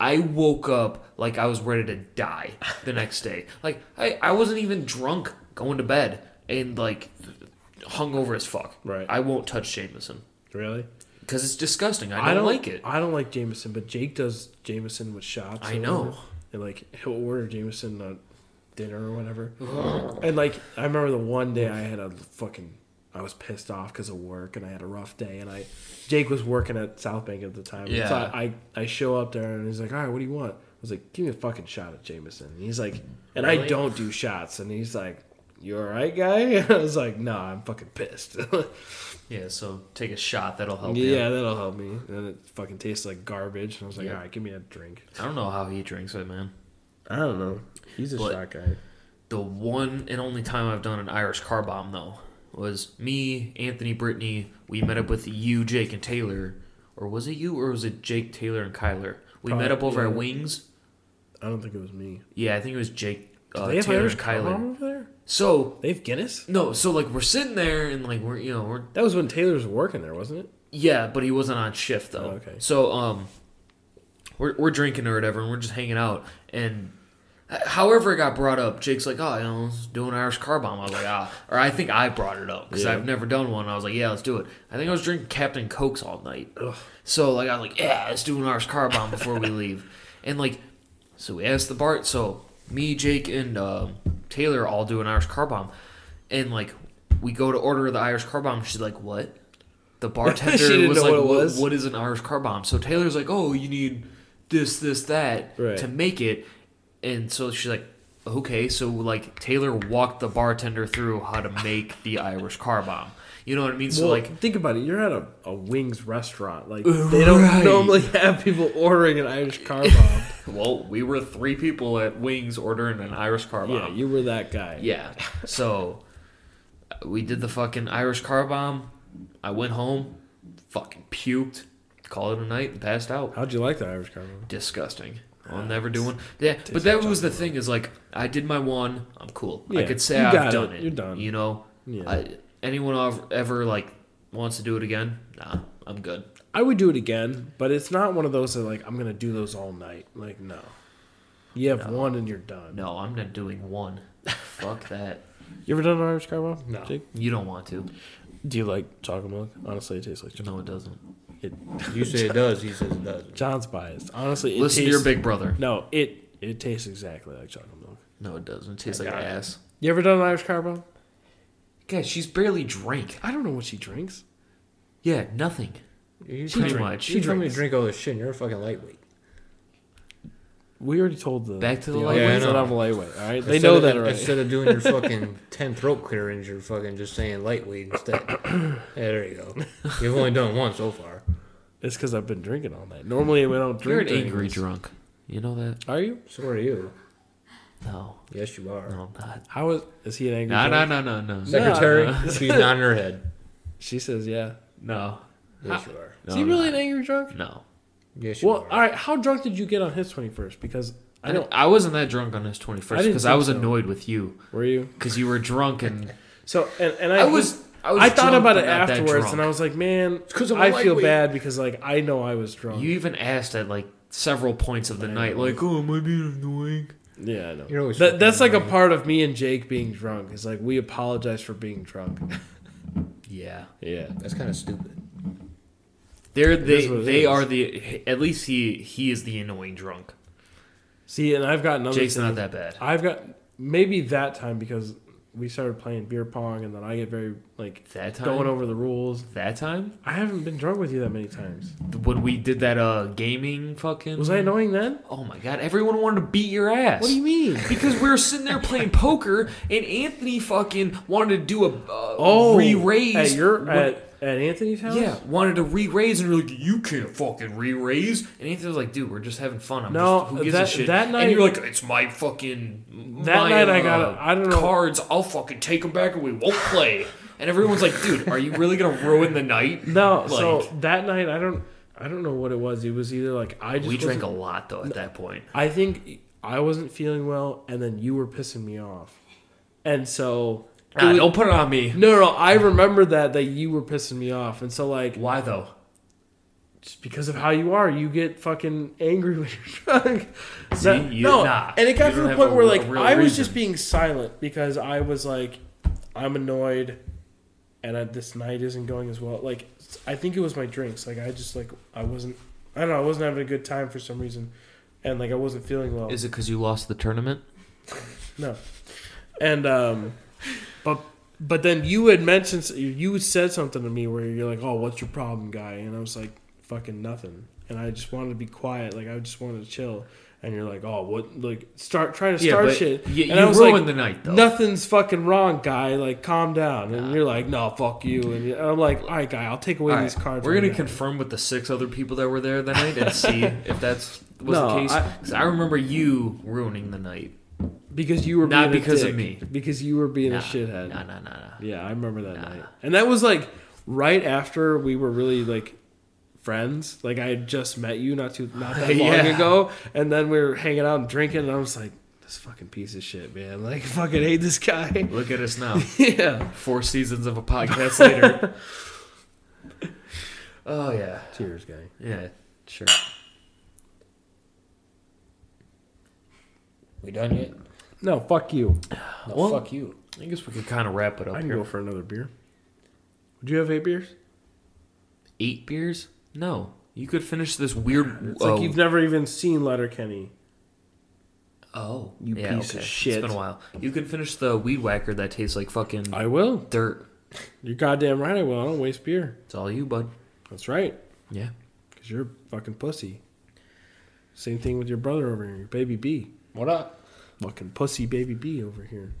C: I woke up like I was ready to die the next day. Like I, I wasn't even drunk going to bed and like hungover as fuck.
A: Right.
C: I won't touch Jameson
A: Really?
C: because it's disgusting. I don't, like it.
A: I don't like Jameson, but Jake does Jameson with shots.
C: I
A: or
C: know.
A: whatever. And like he'll order Jameson at dinner or whatever. and like I remember the one day I had a fucking I was pissed off because of work and I had a rough day and I Jake was working at South Bank at the time.
C: Yeah.
A: So I, I I show up there and he's like, all right, what do you want? I was like, give me a fucking shot at Jameson. And he's like, and I
C: Really?
A: don't do shots. And he's like, you all right, guy? And I was like, no, I'm fucking pissed.
C: yeah, so take a shot. That'll help you.
A: yeah, that'll help me. And then it fucking tastes like garbage. And I was like, all right, give me a drink.
C: I don't know how he drinks it, man.
A: I don't know. He's a
C: But-
A: shot guy.
C: The one and only time I've done an Irish car bomb, though, was me, Anthony, Brittany. We met up with you, Jake, and Taylor. Or was it you, or was it Jake, Taylor, and Kyler? We
A: Probably,
C: met up over
A: yeah.
C: at Wings.
A: I don't think it was me.
C: Yeah, I think it was Jake, uh,
A: they have
C: Taylor,
A: Irish
C: and Kyler.
A: Kyler over there.
C: So,
A: They have Guinness.
C: no, so like we're sitting there and like we're, you know, we're
A: That was when Taylor was working there, wasn't it?
C: Yeah, but he wasn't on shift though.
A: Oh, okay.
C: So um, we're we're drinking or whatever, and we're just hanging out. And h- however it got brought up, Jake's like, "Oh, you know, let's do an Irish car bomb." I was like, "Ah," or I think I brought it up because
A: Yeah.
C: I've never done one. I was like, "Yeah, let's do it." I think I was drinking Captain Cokes all night. So like I was like, "Yeah, let's do an Irish car bomb before we leave." And like, so we asked the Bart. So me, Jake, and um Taylor all do an Irish car bomb, and like. We go to order the Irish car bomb. She's like, "What?" the bartender
A: She didn't
C: was
A: know
C: like,
A: what it
C: "What-
A: was.
C: what is an Irish car bomb? So Taylor's like, oh, you need this, this, that
A: Right.
C: to make it. And so she's like, okay, so like Taylor walked the bartender through how to make the Irish car bomb. You know what I mean? So
A: well,
C: like,
A: think about it. You're at a, a wings restaurant. Like they don't
C: Right.
A: normally have people ordering an Irish car bomb.
C: well, we were three people at Wings ordering an Irish car bomb.
A: yeah, you were that guy.
C: Yeah. So we did the fucking Irish car bomb. I went home, fucking puked, called it a night, and passed out.
A: How'd you like the Irish car bomb?
C: Disgusting. I'll never do one. Yeah, but that was the thing is like I did my one. I'm cool. I
A: Yeah,
C: could say
A: you
C: I've
A: got
C: done
A: it.
C: it.
A: You're done.
C: You know.
A: Yeah.
C: I, anyone ever, ever like wants to do it again? Nah, I'm good.
A: I would do it again, but it's not one of those that like I'm gonna do those all night. Like no, you have one and you're done.
C: No, I'm not doing one. Fuck that.
A: You ever done an Irish car bomb?
B: No.
A: Jake?
C: You don't want to.
A: Do you like chocolate milk? Honestly, it tastes like chocolate.
C: No, it doesn't.
A: It,
B: You say it does. He says it doesn't.
A: John's biased. Honestly, it
C: Listen to
A: tastes,
C: your big brother.
A: No, it it tastes exactly like chocolate milk.
C: No, it doesn't. It tastes
B: I
C: like
B: got it.
C: ass.
A: You ever done an Irish car bomb?
C: Guys, she's barely drank.
A: I don't know what she drinks.
C: Yeah, nothing.
B: You
C: She
B: tell me-
C: drinks.
B: You
C: She
B: tell me to
C: drinks.
B: drink all this shit. and You're a fucking lightweight.
A: We already told the
C: Back to the
A: audience
B: lightweight.
A: that I'm a lightweight. All right, they
B: Instead
A: know
B: of-
A: that already.
B: Instead of doing your fucking ten throat clearings, you're fucking just saying lightweight instead. yeah, there you go. You've only done one so far.
A: It's because I've been drinking all night. Normally, we don't
C: You're
A: drink.
C: an angry
A: during this.
C: drunk. You know that?
A: Are you?
B: So are you.
C: No,
B: Yes, you are.
C: no, I'm not.
A: How is is he an angry?
C: No, no,
A: drunk?
C: no, no, no.
B: Secretary, she's nodding her head.
A: She says yeah.
C: No.
B: Yes, you are.
A: is he
C: I'm
A: really an
C: not.
A: angry drunk?
C: No.
B: Yes, you
A: Well,
B: are.
A: all right. How drunk did you get on his twenty first? Because I
C: I,
A: don't.
C: don't, I wasn't that drunk on his 21st
A: I didn't
C: because I,
A: think
C: was
A: so.
C: annoyed with you
A: Were you?
C: because you were drunk and
A: So and, and I,
C: I was. I, was
A: I thought
C: drunk,
A: about
C: but
A: it
C: not that
A: afterwards, and I
C: drunk.
A: was like, man,
B: 'cause I'm a
A: I feel
B: lightweight.
A: bad because like I know I was drunk.
C: You even asked at like several points of the
A: I
C: night,
A: know.
C: like, "Oh, am I being annoying?"
A: yeah, I know.
B: You're always
A: That, that's like
B: fucking
A: a part of me and Jake being drunk. Is like we apologize for being drunk.
C: Yeah.
A: yeah.
B: That's kind of stupid.
C: They're
A: is
C: they
A: what it
C: they
A: is.
C: are the at least he he is the annoying drunk.
A: See, and I've got another.
C: Jake's
A: thing.
C: not that bad.
A: I've got maybe that time because we started playing beer pong, and then I get very like
C: That time.
A: going over the rules.
C: that time
A: I haven't been drunk with you that many times.
C: when we did that uh gaming fucking
A: Was I annoying then?
C: Oh my god, everyone wanted to beat your ass.
A: What do you mean?
C: Because we were sitting there playing poker, and Anthony fucking wanted to do a uh, re-raise.
A: at Oh, your
C: When-
A: at, at Anthony's house.
C: yeah, wanted to re-raise, and you're like, you can't fucking re-raise. And Anthony was like, dude, we're just having fun. I'm
A: No,
C: just, who gives
A: that-
C: a shit?
A: that night-
C: and you're like, it's my fucking
A: That
C: my,
A: night I got
C: uh,
A: a- I don't know-
C: cards. I'll fucking take them back, and we won't play. And everyone's like, dude, are you really gonna ruin the night?
A: No.
C: like,
A: so that night, I don't, I don't know what it was. It was either like I just
C: we drank a
A: wasn't-
C: lot though at that point.
A: I think I wasn't feeling well, and then you were pissing me off, and so
C: Nah, Ah, don't put it on me.
A: no, no, no, I remember that that you were pissing me off, and so like
C: Why though?
A: just because of how you are, you get fucking angry when you're drunk.
C: See,
A: That-
C: you-
A: no,
C: nah.
A: and it got
C: You
A: to
C: don't
A: the
C: have
A: point
C: a
A: where
C: real-
A: like
C: real
A: I was
C: reason.
A: just being silent because I was like, I'm annoyed, and I, this night isn't going as well. Like I think it was my drinks. Like I just like I wasn't. I don't know. I wasn't having a good time for some reason, and like I wasn't feeling well.
C: Is it because you lost the tournament?
A: No. And um but but then you had mentioned you said something to me where you're like, "Oh, what's your problem, guy?" And I was like, "Fucking nothing." And I just wanted to be quiet, like I just wanted to chill. And you're like, "Oh, what like start trying to
C: Yeah,
A: start
C: but
A: shit."
C: y-
A: and
C: you
A: I was
C: ruined
A: like,
C: the night, though.
A: "Nothing's fucking wrong, guy. Like calm down." And you're like, "No, fuck you." And you- and I'm like, "All right, guy, I'll take away
C: All
A: these
C: right,
A: cards."
C: We're
A: right
C: gonna
A: now."
C: confirm with the six other people that were there that night and see if that's was
A: No,
C: the case.
A: I-
C: Because I, remember you ruining the night.
A: because you were
C: Not
A: being a
C: because of
A: dick.
C: me.
A: Because you were being
C: nah,
A: a shithead.
C: Nah, nah, nah, nah.
A: Yeah, I remember that
C: Nah.
A: night. And that was like right after we were really like friends. Like I had just met you not too not that long
C: Yeah.
A: ago. And then we were hanging out and drinking and I was like, this fucking piece of shit, man. Like I fucking hate this guy.
C: Look at us now.
A: yeah.
C: Four seasons of a podcast later. oh yeah,
A: Cheers, guy.
C: yeah, sure.
B: We done yet?
A: No, fuck you.
B: No,
C: Well-
B: fuck you.
C: I guess we could kind of wrap it up
A: I can
C: here.
A: go for another beer. Would you have eight beers?
C: Eight beers? No, you could finish this weird.
A: It's
C: oh,
A: like you've never even seen Letterkenny.
C: oh,
A: you
C: yeah,
A: piece of
C: okay.
A: shit.
C: It's been a while. You could finish the weed whacker that tastes like fucking
A: I will.
C: dirt.
A: You're goddamn right I will. I don't waste beer.
C: It's all you, bud.
A: That's right.
C: Yeah.
A: Because you're a fucking pussy. Same thing with your brother over here, your baby B.
B: What up?
A: Fucking pussy baby B over here.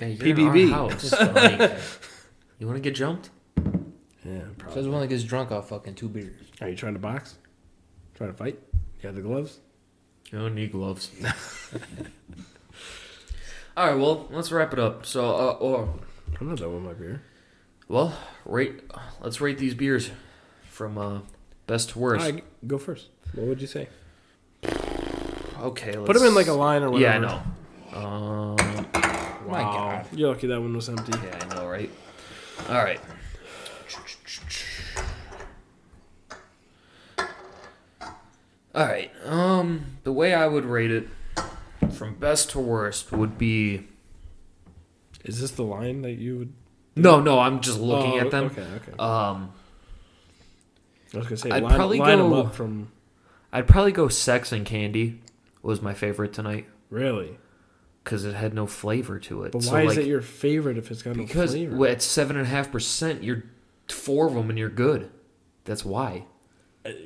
C: Yeah, you're
A: PBB.
C: In our house. Like, you want to get jumped?
A: Yeah,
B: Says one that gets drunk off fucking two beers.
A: Are you trying to box? Trying to fight? You got the gloves?
C: You don't need gloves. All right, well, let's wrap it up. So, uh, or
A: I'm not done with my beer.
C: well, rate. Let's rate these beers from uh, best to worst.
A: All right, go first. What would you say?
C: Okay, let's,
A: Put them in like a line or
C: Yeah, I
A: whatever.
C: know. Um,
A: Wow. You're lucky that one was empty.
C: yeah, I know, right? All right. All right. Um, the way I would rate it from best to worst would be
A: Is this the line that you would?
C: no, no. I'm just looking
A: Oh,
C: at them.
A: Okay, okay.
C: Um,
A: I was gonna say
C: I'd
A: line,
C: probably
A: line 'em
C: go-
A: up from
C: I'd probably go Sex and Candy was my favorite tonight
A: really.
C: because it had no flavor to it.
A: But
C: So,
A: why is
C: like,
A: it your favorite if it's got no
C: Because
A: flavor?
C: w- at seven and a half percent, you're four of them and you're good. That's why. I don't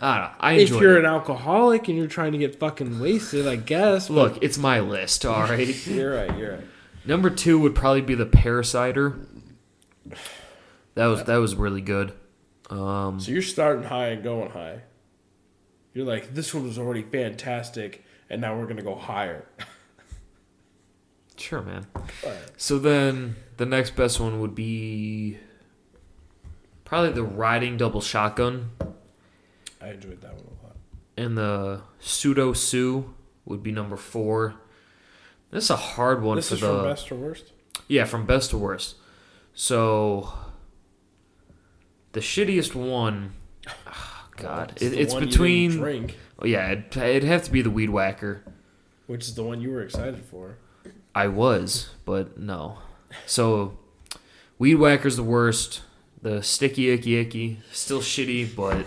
C: know. I
A: Uh, if
C: enjoy
A: you're
C: it.
A: an alcoholic and you're trying to get fucking wasted, I guess. but-
C: Look, it's my list. All right.
A: you're right. You're right.
C: Number two would probably be the Parasiter. That was that was really good. Um,
A: So you're starting high and going high. You're like, this one was already fantastic, and now we're gonna go higher.
C: sure, man. So then the next best one would be probably the Riding Double Shotgun.
A: I enjoyed that one a lot.
C: and the pseudo Sue would be number four. This is a hard one
A: this
C: for
A: is
C: the
A: from best or worst.
C: yeah from best to worst. So the shittiest one, ah, God,
A: It's
C: it,
A: the
C: it's
A: one you didn't
C: between
A: drink,
C: oh, yeah, it'd, it'd have to be the weed whacker.
A: which is the one you were excited for.
C: I was, but no. So weed whacker's the worst. The sticky icky icky still shitty, but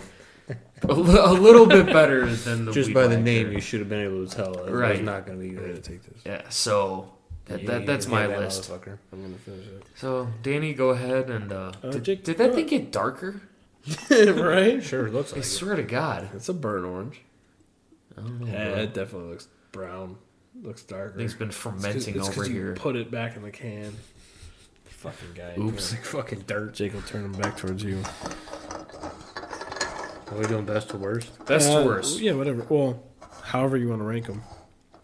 C: a li- a little bit better than the
B: Just
C: Weed
B: by the
C: Whacker.
B: name, you should have been able to tell. It
C: Right.
B: was not going to be
A: You're gonna
B: good.
A: take this.
C: Yeah, so that,
B: You-
C: that,
B: you
C: that's
B: hate
C: my
B: that
C: list.
B: motherfucker.
A: I'm gonna finish it.
C: So, Danny, go ahead and. Uh,
A: Uh,
C: did,
A: Jake,
C: did
A: go
C: that thing get darker?
A: right?
B: Sure, looks
C: I
B: like it.
C: swear to God.
A: It's a burnt orange.
C: I don't know.
A: Yeah,
C: Oh, bro.
A: it definitely looks brown. Looks darker.
C: Thing's been
A: Uh, It's 'cause-
C: fermenting
A: it's 'cause
C: over
A: you
C: here.
A: Put it back in the can. Fucking guy.
C: Oops.
B: Like fucking dirt.
A: Jake will turn them back towards you.
B: Are we doing best to worst?
C: Best to
A: Uh,
C: worst.
A: Yeah, whatever. Well, however you want to rank them.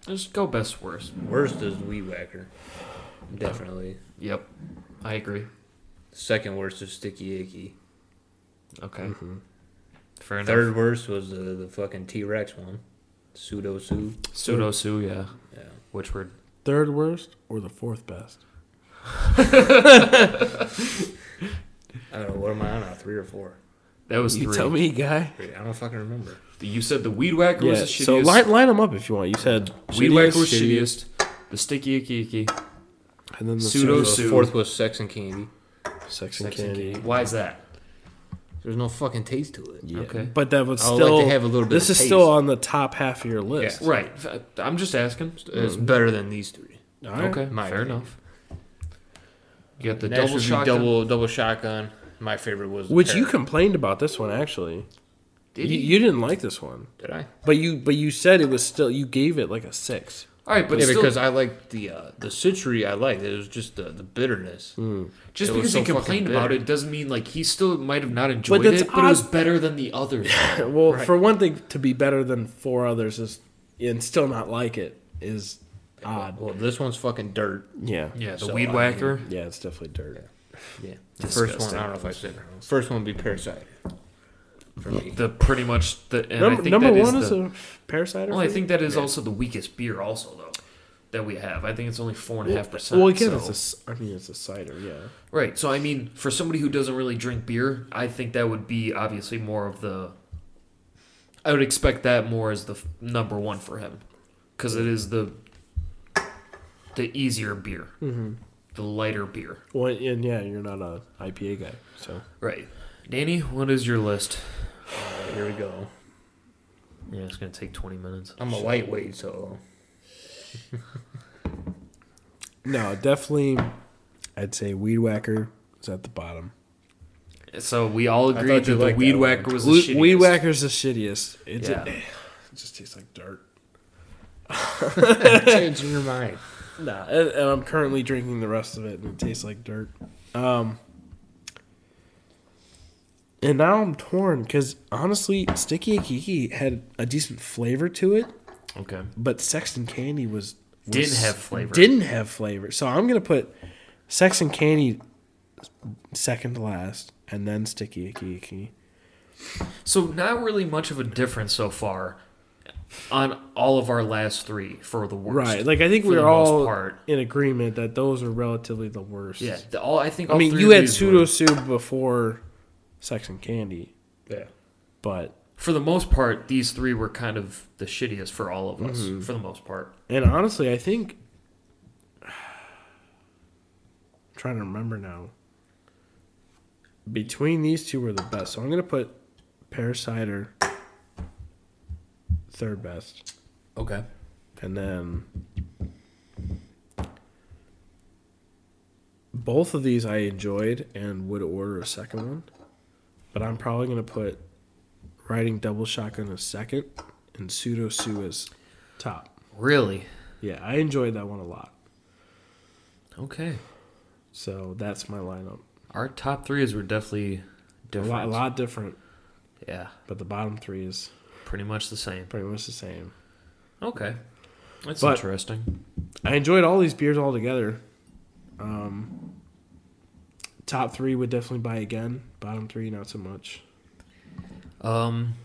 C: Just go best to worst.
B: Worst is weed whacker. Definitely.
C: Yep. I agree.
B: Second worst is sticky icky.
C: Okay.
A: Mm. Mm-hmm.
C: Fair enough.
B: Third worst was the, the fucking T Rex one. Pseudo Sue.
C: Pseudo Sue, yeah.
B: Yeah.
C: Which word?
A: Third worst or the fourth best?
B: I don't know. What am I on now? Three or four?
C: That was three.
A: me, guy.
B: Three. I don't fucking remember.
C: You said the Weed Whacker
A: Yeah.
C: was the shittiest.
A: So line line them up if you want. You said
C: Weed Whacker was
A: shittiest,
C: shittiest. The Sticky Icky Icky.
A: and then the pseudo
C: Pseudo- Sue.
B: Fourth was sex and candy.
A: sex and
C: Sex and
A: candy.
C: Candy. Why is that?
B: There's no fucking taste to it.
A: Yeah.
C: Okay.
A: But that was
B: I would
A: still.
B: like to have a little bit
A: this
B: of
A: is
B: taste.
A: still on the top half of your list.
B: Yeah.
C: Right. I'm just asking. Uh,
B: It's
A: Mm-hmm.
B: better than these three.
A: All right.
C: okay.
B: my
C: fair
B: opinion.
C: enough. You got the
B: The Next
C: double
B: double
C: shot.
B: double double shotgun. My favorite was the
A: Which you
B: parrot.
A: complained about this one actually.
C: Did
A: you,
C: he?
A: you didn't like this one,
B: did I?
A: but you but you said it was still you gave it like a six.
C: All right, but
B: yeah,
C: still,
B: because I liked the uh, the citrusy. I liked it was just the, the bitterness.
C: just
B: it was
C: because
B: so
C: he
B: fucking
C: complained about
B: bitter.
C: it doesn't mean like he still might have not enjoyed
A: that's
C: it, but it was
A: odd.
C: better than the others.
A: Well, for one thing, to be better than four others is and still not like it is odd.
B: Well, this one's fucking dirt.
A: Yeah,
C: yeah, the
B: So,
C: weed
B: I
C: whacker.
A: yeah, it's definitely dirt.
B: Yeah, the first one.
C: Disgusting.
B: I don't know if I said it. First one would be parasite. For me,
C: The pretty much the and I
A: Num-
C: think
A: number
C: that
A: one is,
C: the,
A: a parasite.
C: well, I think that is also the weakest beer also though that we have. I think it's only four and a half percent.
A: Well, again,
C: so-
A: it's a. c- I mean, it's a cider. Yeah.
C: right. So I mean, for somebody who doesn't really drink beer, I think that would be obviously more of the. I would expect that more as the f- number one for him, because it is the the easier beer,
A: Mm-hmm.
C: the lighter beer.
A: Well, and yeah, you're not a IPA guy, so
C: Right. Danny, what is your list?
B: here we go.
C: Yeah, it's gonna take twenty minutes.
B: I'm a lightweight, so
A: no, definitely. I'd say Weed Whacker is at the bottom.
C: So we all
B: thought
C: agreed
B: you
C: that the
B: liked
C: weed
B: that
C: whacker
B: one.
C: was the
A: Weed
C: shittiest.
A: Whacker's the shittiest. It's
C: Yeah.
A: it just tastes like dirt.
B: Changing your mind.
A: Nah, and, and I'm currently drinking the rest of it, and it tastes like dirt. Um, and now I'm torn because honestly, Sticky Akiki had a decent flavor to it,
C: Okay.
A: but Sexton Candy was, was
C: Didn't have flavor.
A: Didn't have flavor, so I'm gonna put Sexton Candy second to last, and then Sticky Akiki.
C: So not really much of a difference so far on all of our last three for the worst.
A: Right, like I think
C: For the
A: we're
C: most
A: all
C: part.
A: in agreement that those are relatively the worst.
C: Yeah. the- all I think.
A: I
C: all
A: mean,
C: three
A: you
C: of
A: had
C: these
A: pseudo
C: were-
A: soup before Sex and Candy,
B: Yeah.
A: but
C: For the most part, these three were kind of the shittiest for all of us.
A: Mm-hmm.
C: For the most part.
A: and honestly, I think I'm trying to remember now. Between these two were the best, so I'm gonna put pear cider third best,
B: Okay.
A: and then both of these I enjoyed and would order a second one, but I'm probably gonna put riding double shotgun as second and pseudo sue as top.
C: Really.
A: Yeah, I enjoyed that one a lot.
C: Okay.
A: So that's my lineup.
C: Our top threes were definitely
A: A
C: different.
A: lot, a lot different,
C: Yeah.
A: but the bottom three is
C: Pretty much the same.
A: pretty much the same.
C: Okay. That's
A: But-
C: interesting.
A: I enjoyed all these beers all together. Um, top three would definitely buy again. Bottom three, not so much.
C: Um,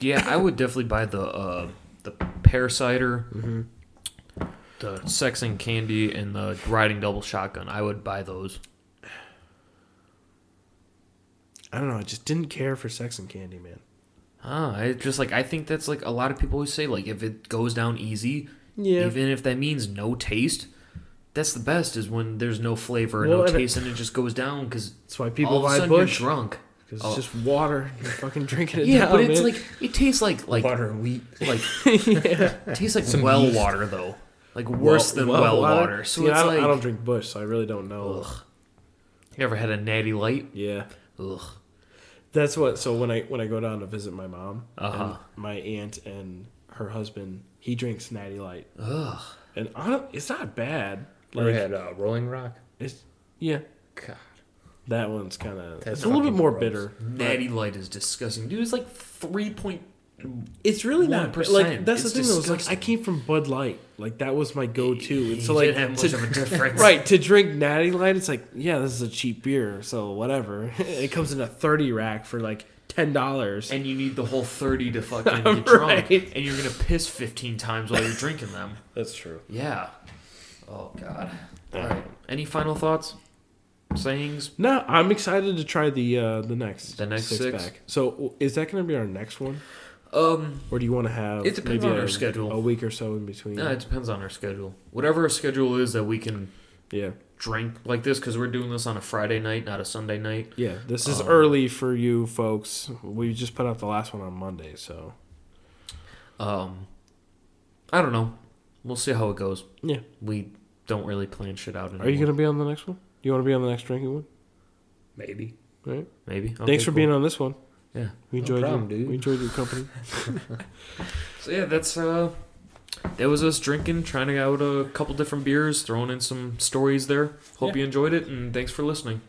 C: yeah, I would definitely buy the uh, the pear cider, Mm-hmm. the sex and candy, and the riding double shotgun. I would buy those.
A: I don't know. I just didn't care for Sex and Candy, man.
C: Ah, I just like I think that's like a lot of people who say like if it goes down easy,
A: Yeah.
C: even if that means no taste, that's the best is when there's no flavor and
A: Well,
C: no
A: and it-
C: taste and it just goes down because
A: That's why
C: people
A: people
C: all of a
A: buy
C: sudden
A: Bush
C: you're drunk.
A: because
C: Oh.
A: it's just water. You're fucking drinking it.
C: Yeah,
A: down,
C: but it's
A: man.
C: like it tastes like like
B: Butter and wheat.
C: like it tastes like well water though, like worse than well, water. So
A: See,
C: it's
A: I, don't,
C: like
A: I don't drink Bush, so I really don't know.
C: Ugh. You ever had a natty light?
A: Yeah.
C: Ugh.
A: That's what. So when I when I go down to visit my mom,
C: Uh-huh.
A: and my aunt and her husband, he drinks Natty Light,
C: Ugh.
A: and hon- it's not bad.
B: You ever
A: Like
B: had uh, Rolling Rock?
A: it's yeah,
B: God.
A: that one's kind of
B: That's
A: it's a little bit
B: fucking
A: more
B: gross.
A: bitter.
C: Natty light is disgusting, dude. It's like three point.
A: It's really not bad.
C: 1%.
A: like that's
C: It's
A: the thing though. It's like I
C: disgusting.
A: came from Bud Light, like that was my go-to, and so
C: You
A: like
C: didn't have much
A: to,
C: of a difference.
A: right to drink Natty Light, it's like yeah, this is a cheap beer, so whatever. it comes in a thirty rack for like ten dollars.
C: And you need the whole thirty to fucking get drunk,
A: Right.
C: and you're gonna piss fifteen times while you're drinking them.
A: That's true.
C: Yeah. Oh God. All right. Any final thoughts? Sayings?
A: No, I'm excited to try the uh, the next
C: The next six?
A: So w- is that going to be our next one,
C: Um.
A: or do you want to have
C: It depends on
A: a,
C: our schedule.
A: a week or so in between?
C: No, it depends on our schedule. Whatever our schedule is that we can
A: yeah,
C: drink like this, because we're doing this on a Friday night, not a Sunday night.
A: yeah. This is
C: Um,
A: early for you folks. We just put out the last one on Monday, so
C: Um, I don't know. We'll see how it goes.
A: yeah.
C: We don't really plan shit out anymore.
A: Are you going to be on the next one? You want to be on the next drinking one?
B: Maybe.
A: Right.
C: Maybe. Okay,
A: Thanks for
C: cool.
A: being on this one.
C: Yeah.
A: We
B: No
A: enjoyed
B: problem,
A: your,
B: dude.
A: We enjoyed your company.
C: So yeah, that's uh, that was us drinking, trying out a couple different beers, throwing in some stories there. Hope
A: Yeah.
C: you enjoyed it, and thanks for listening.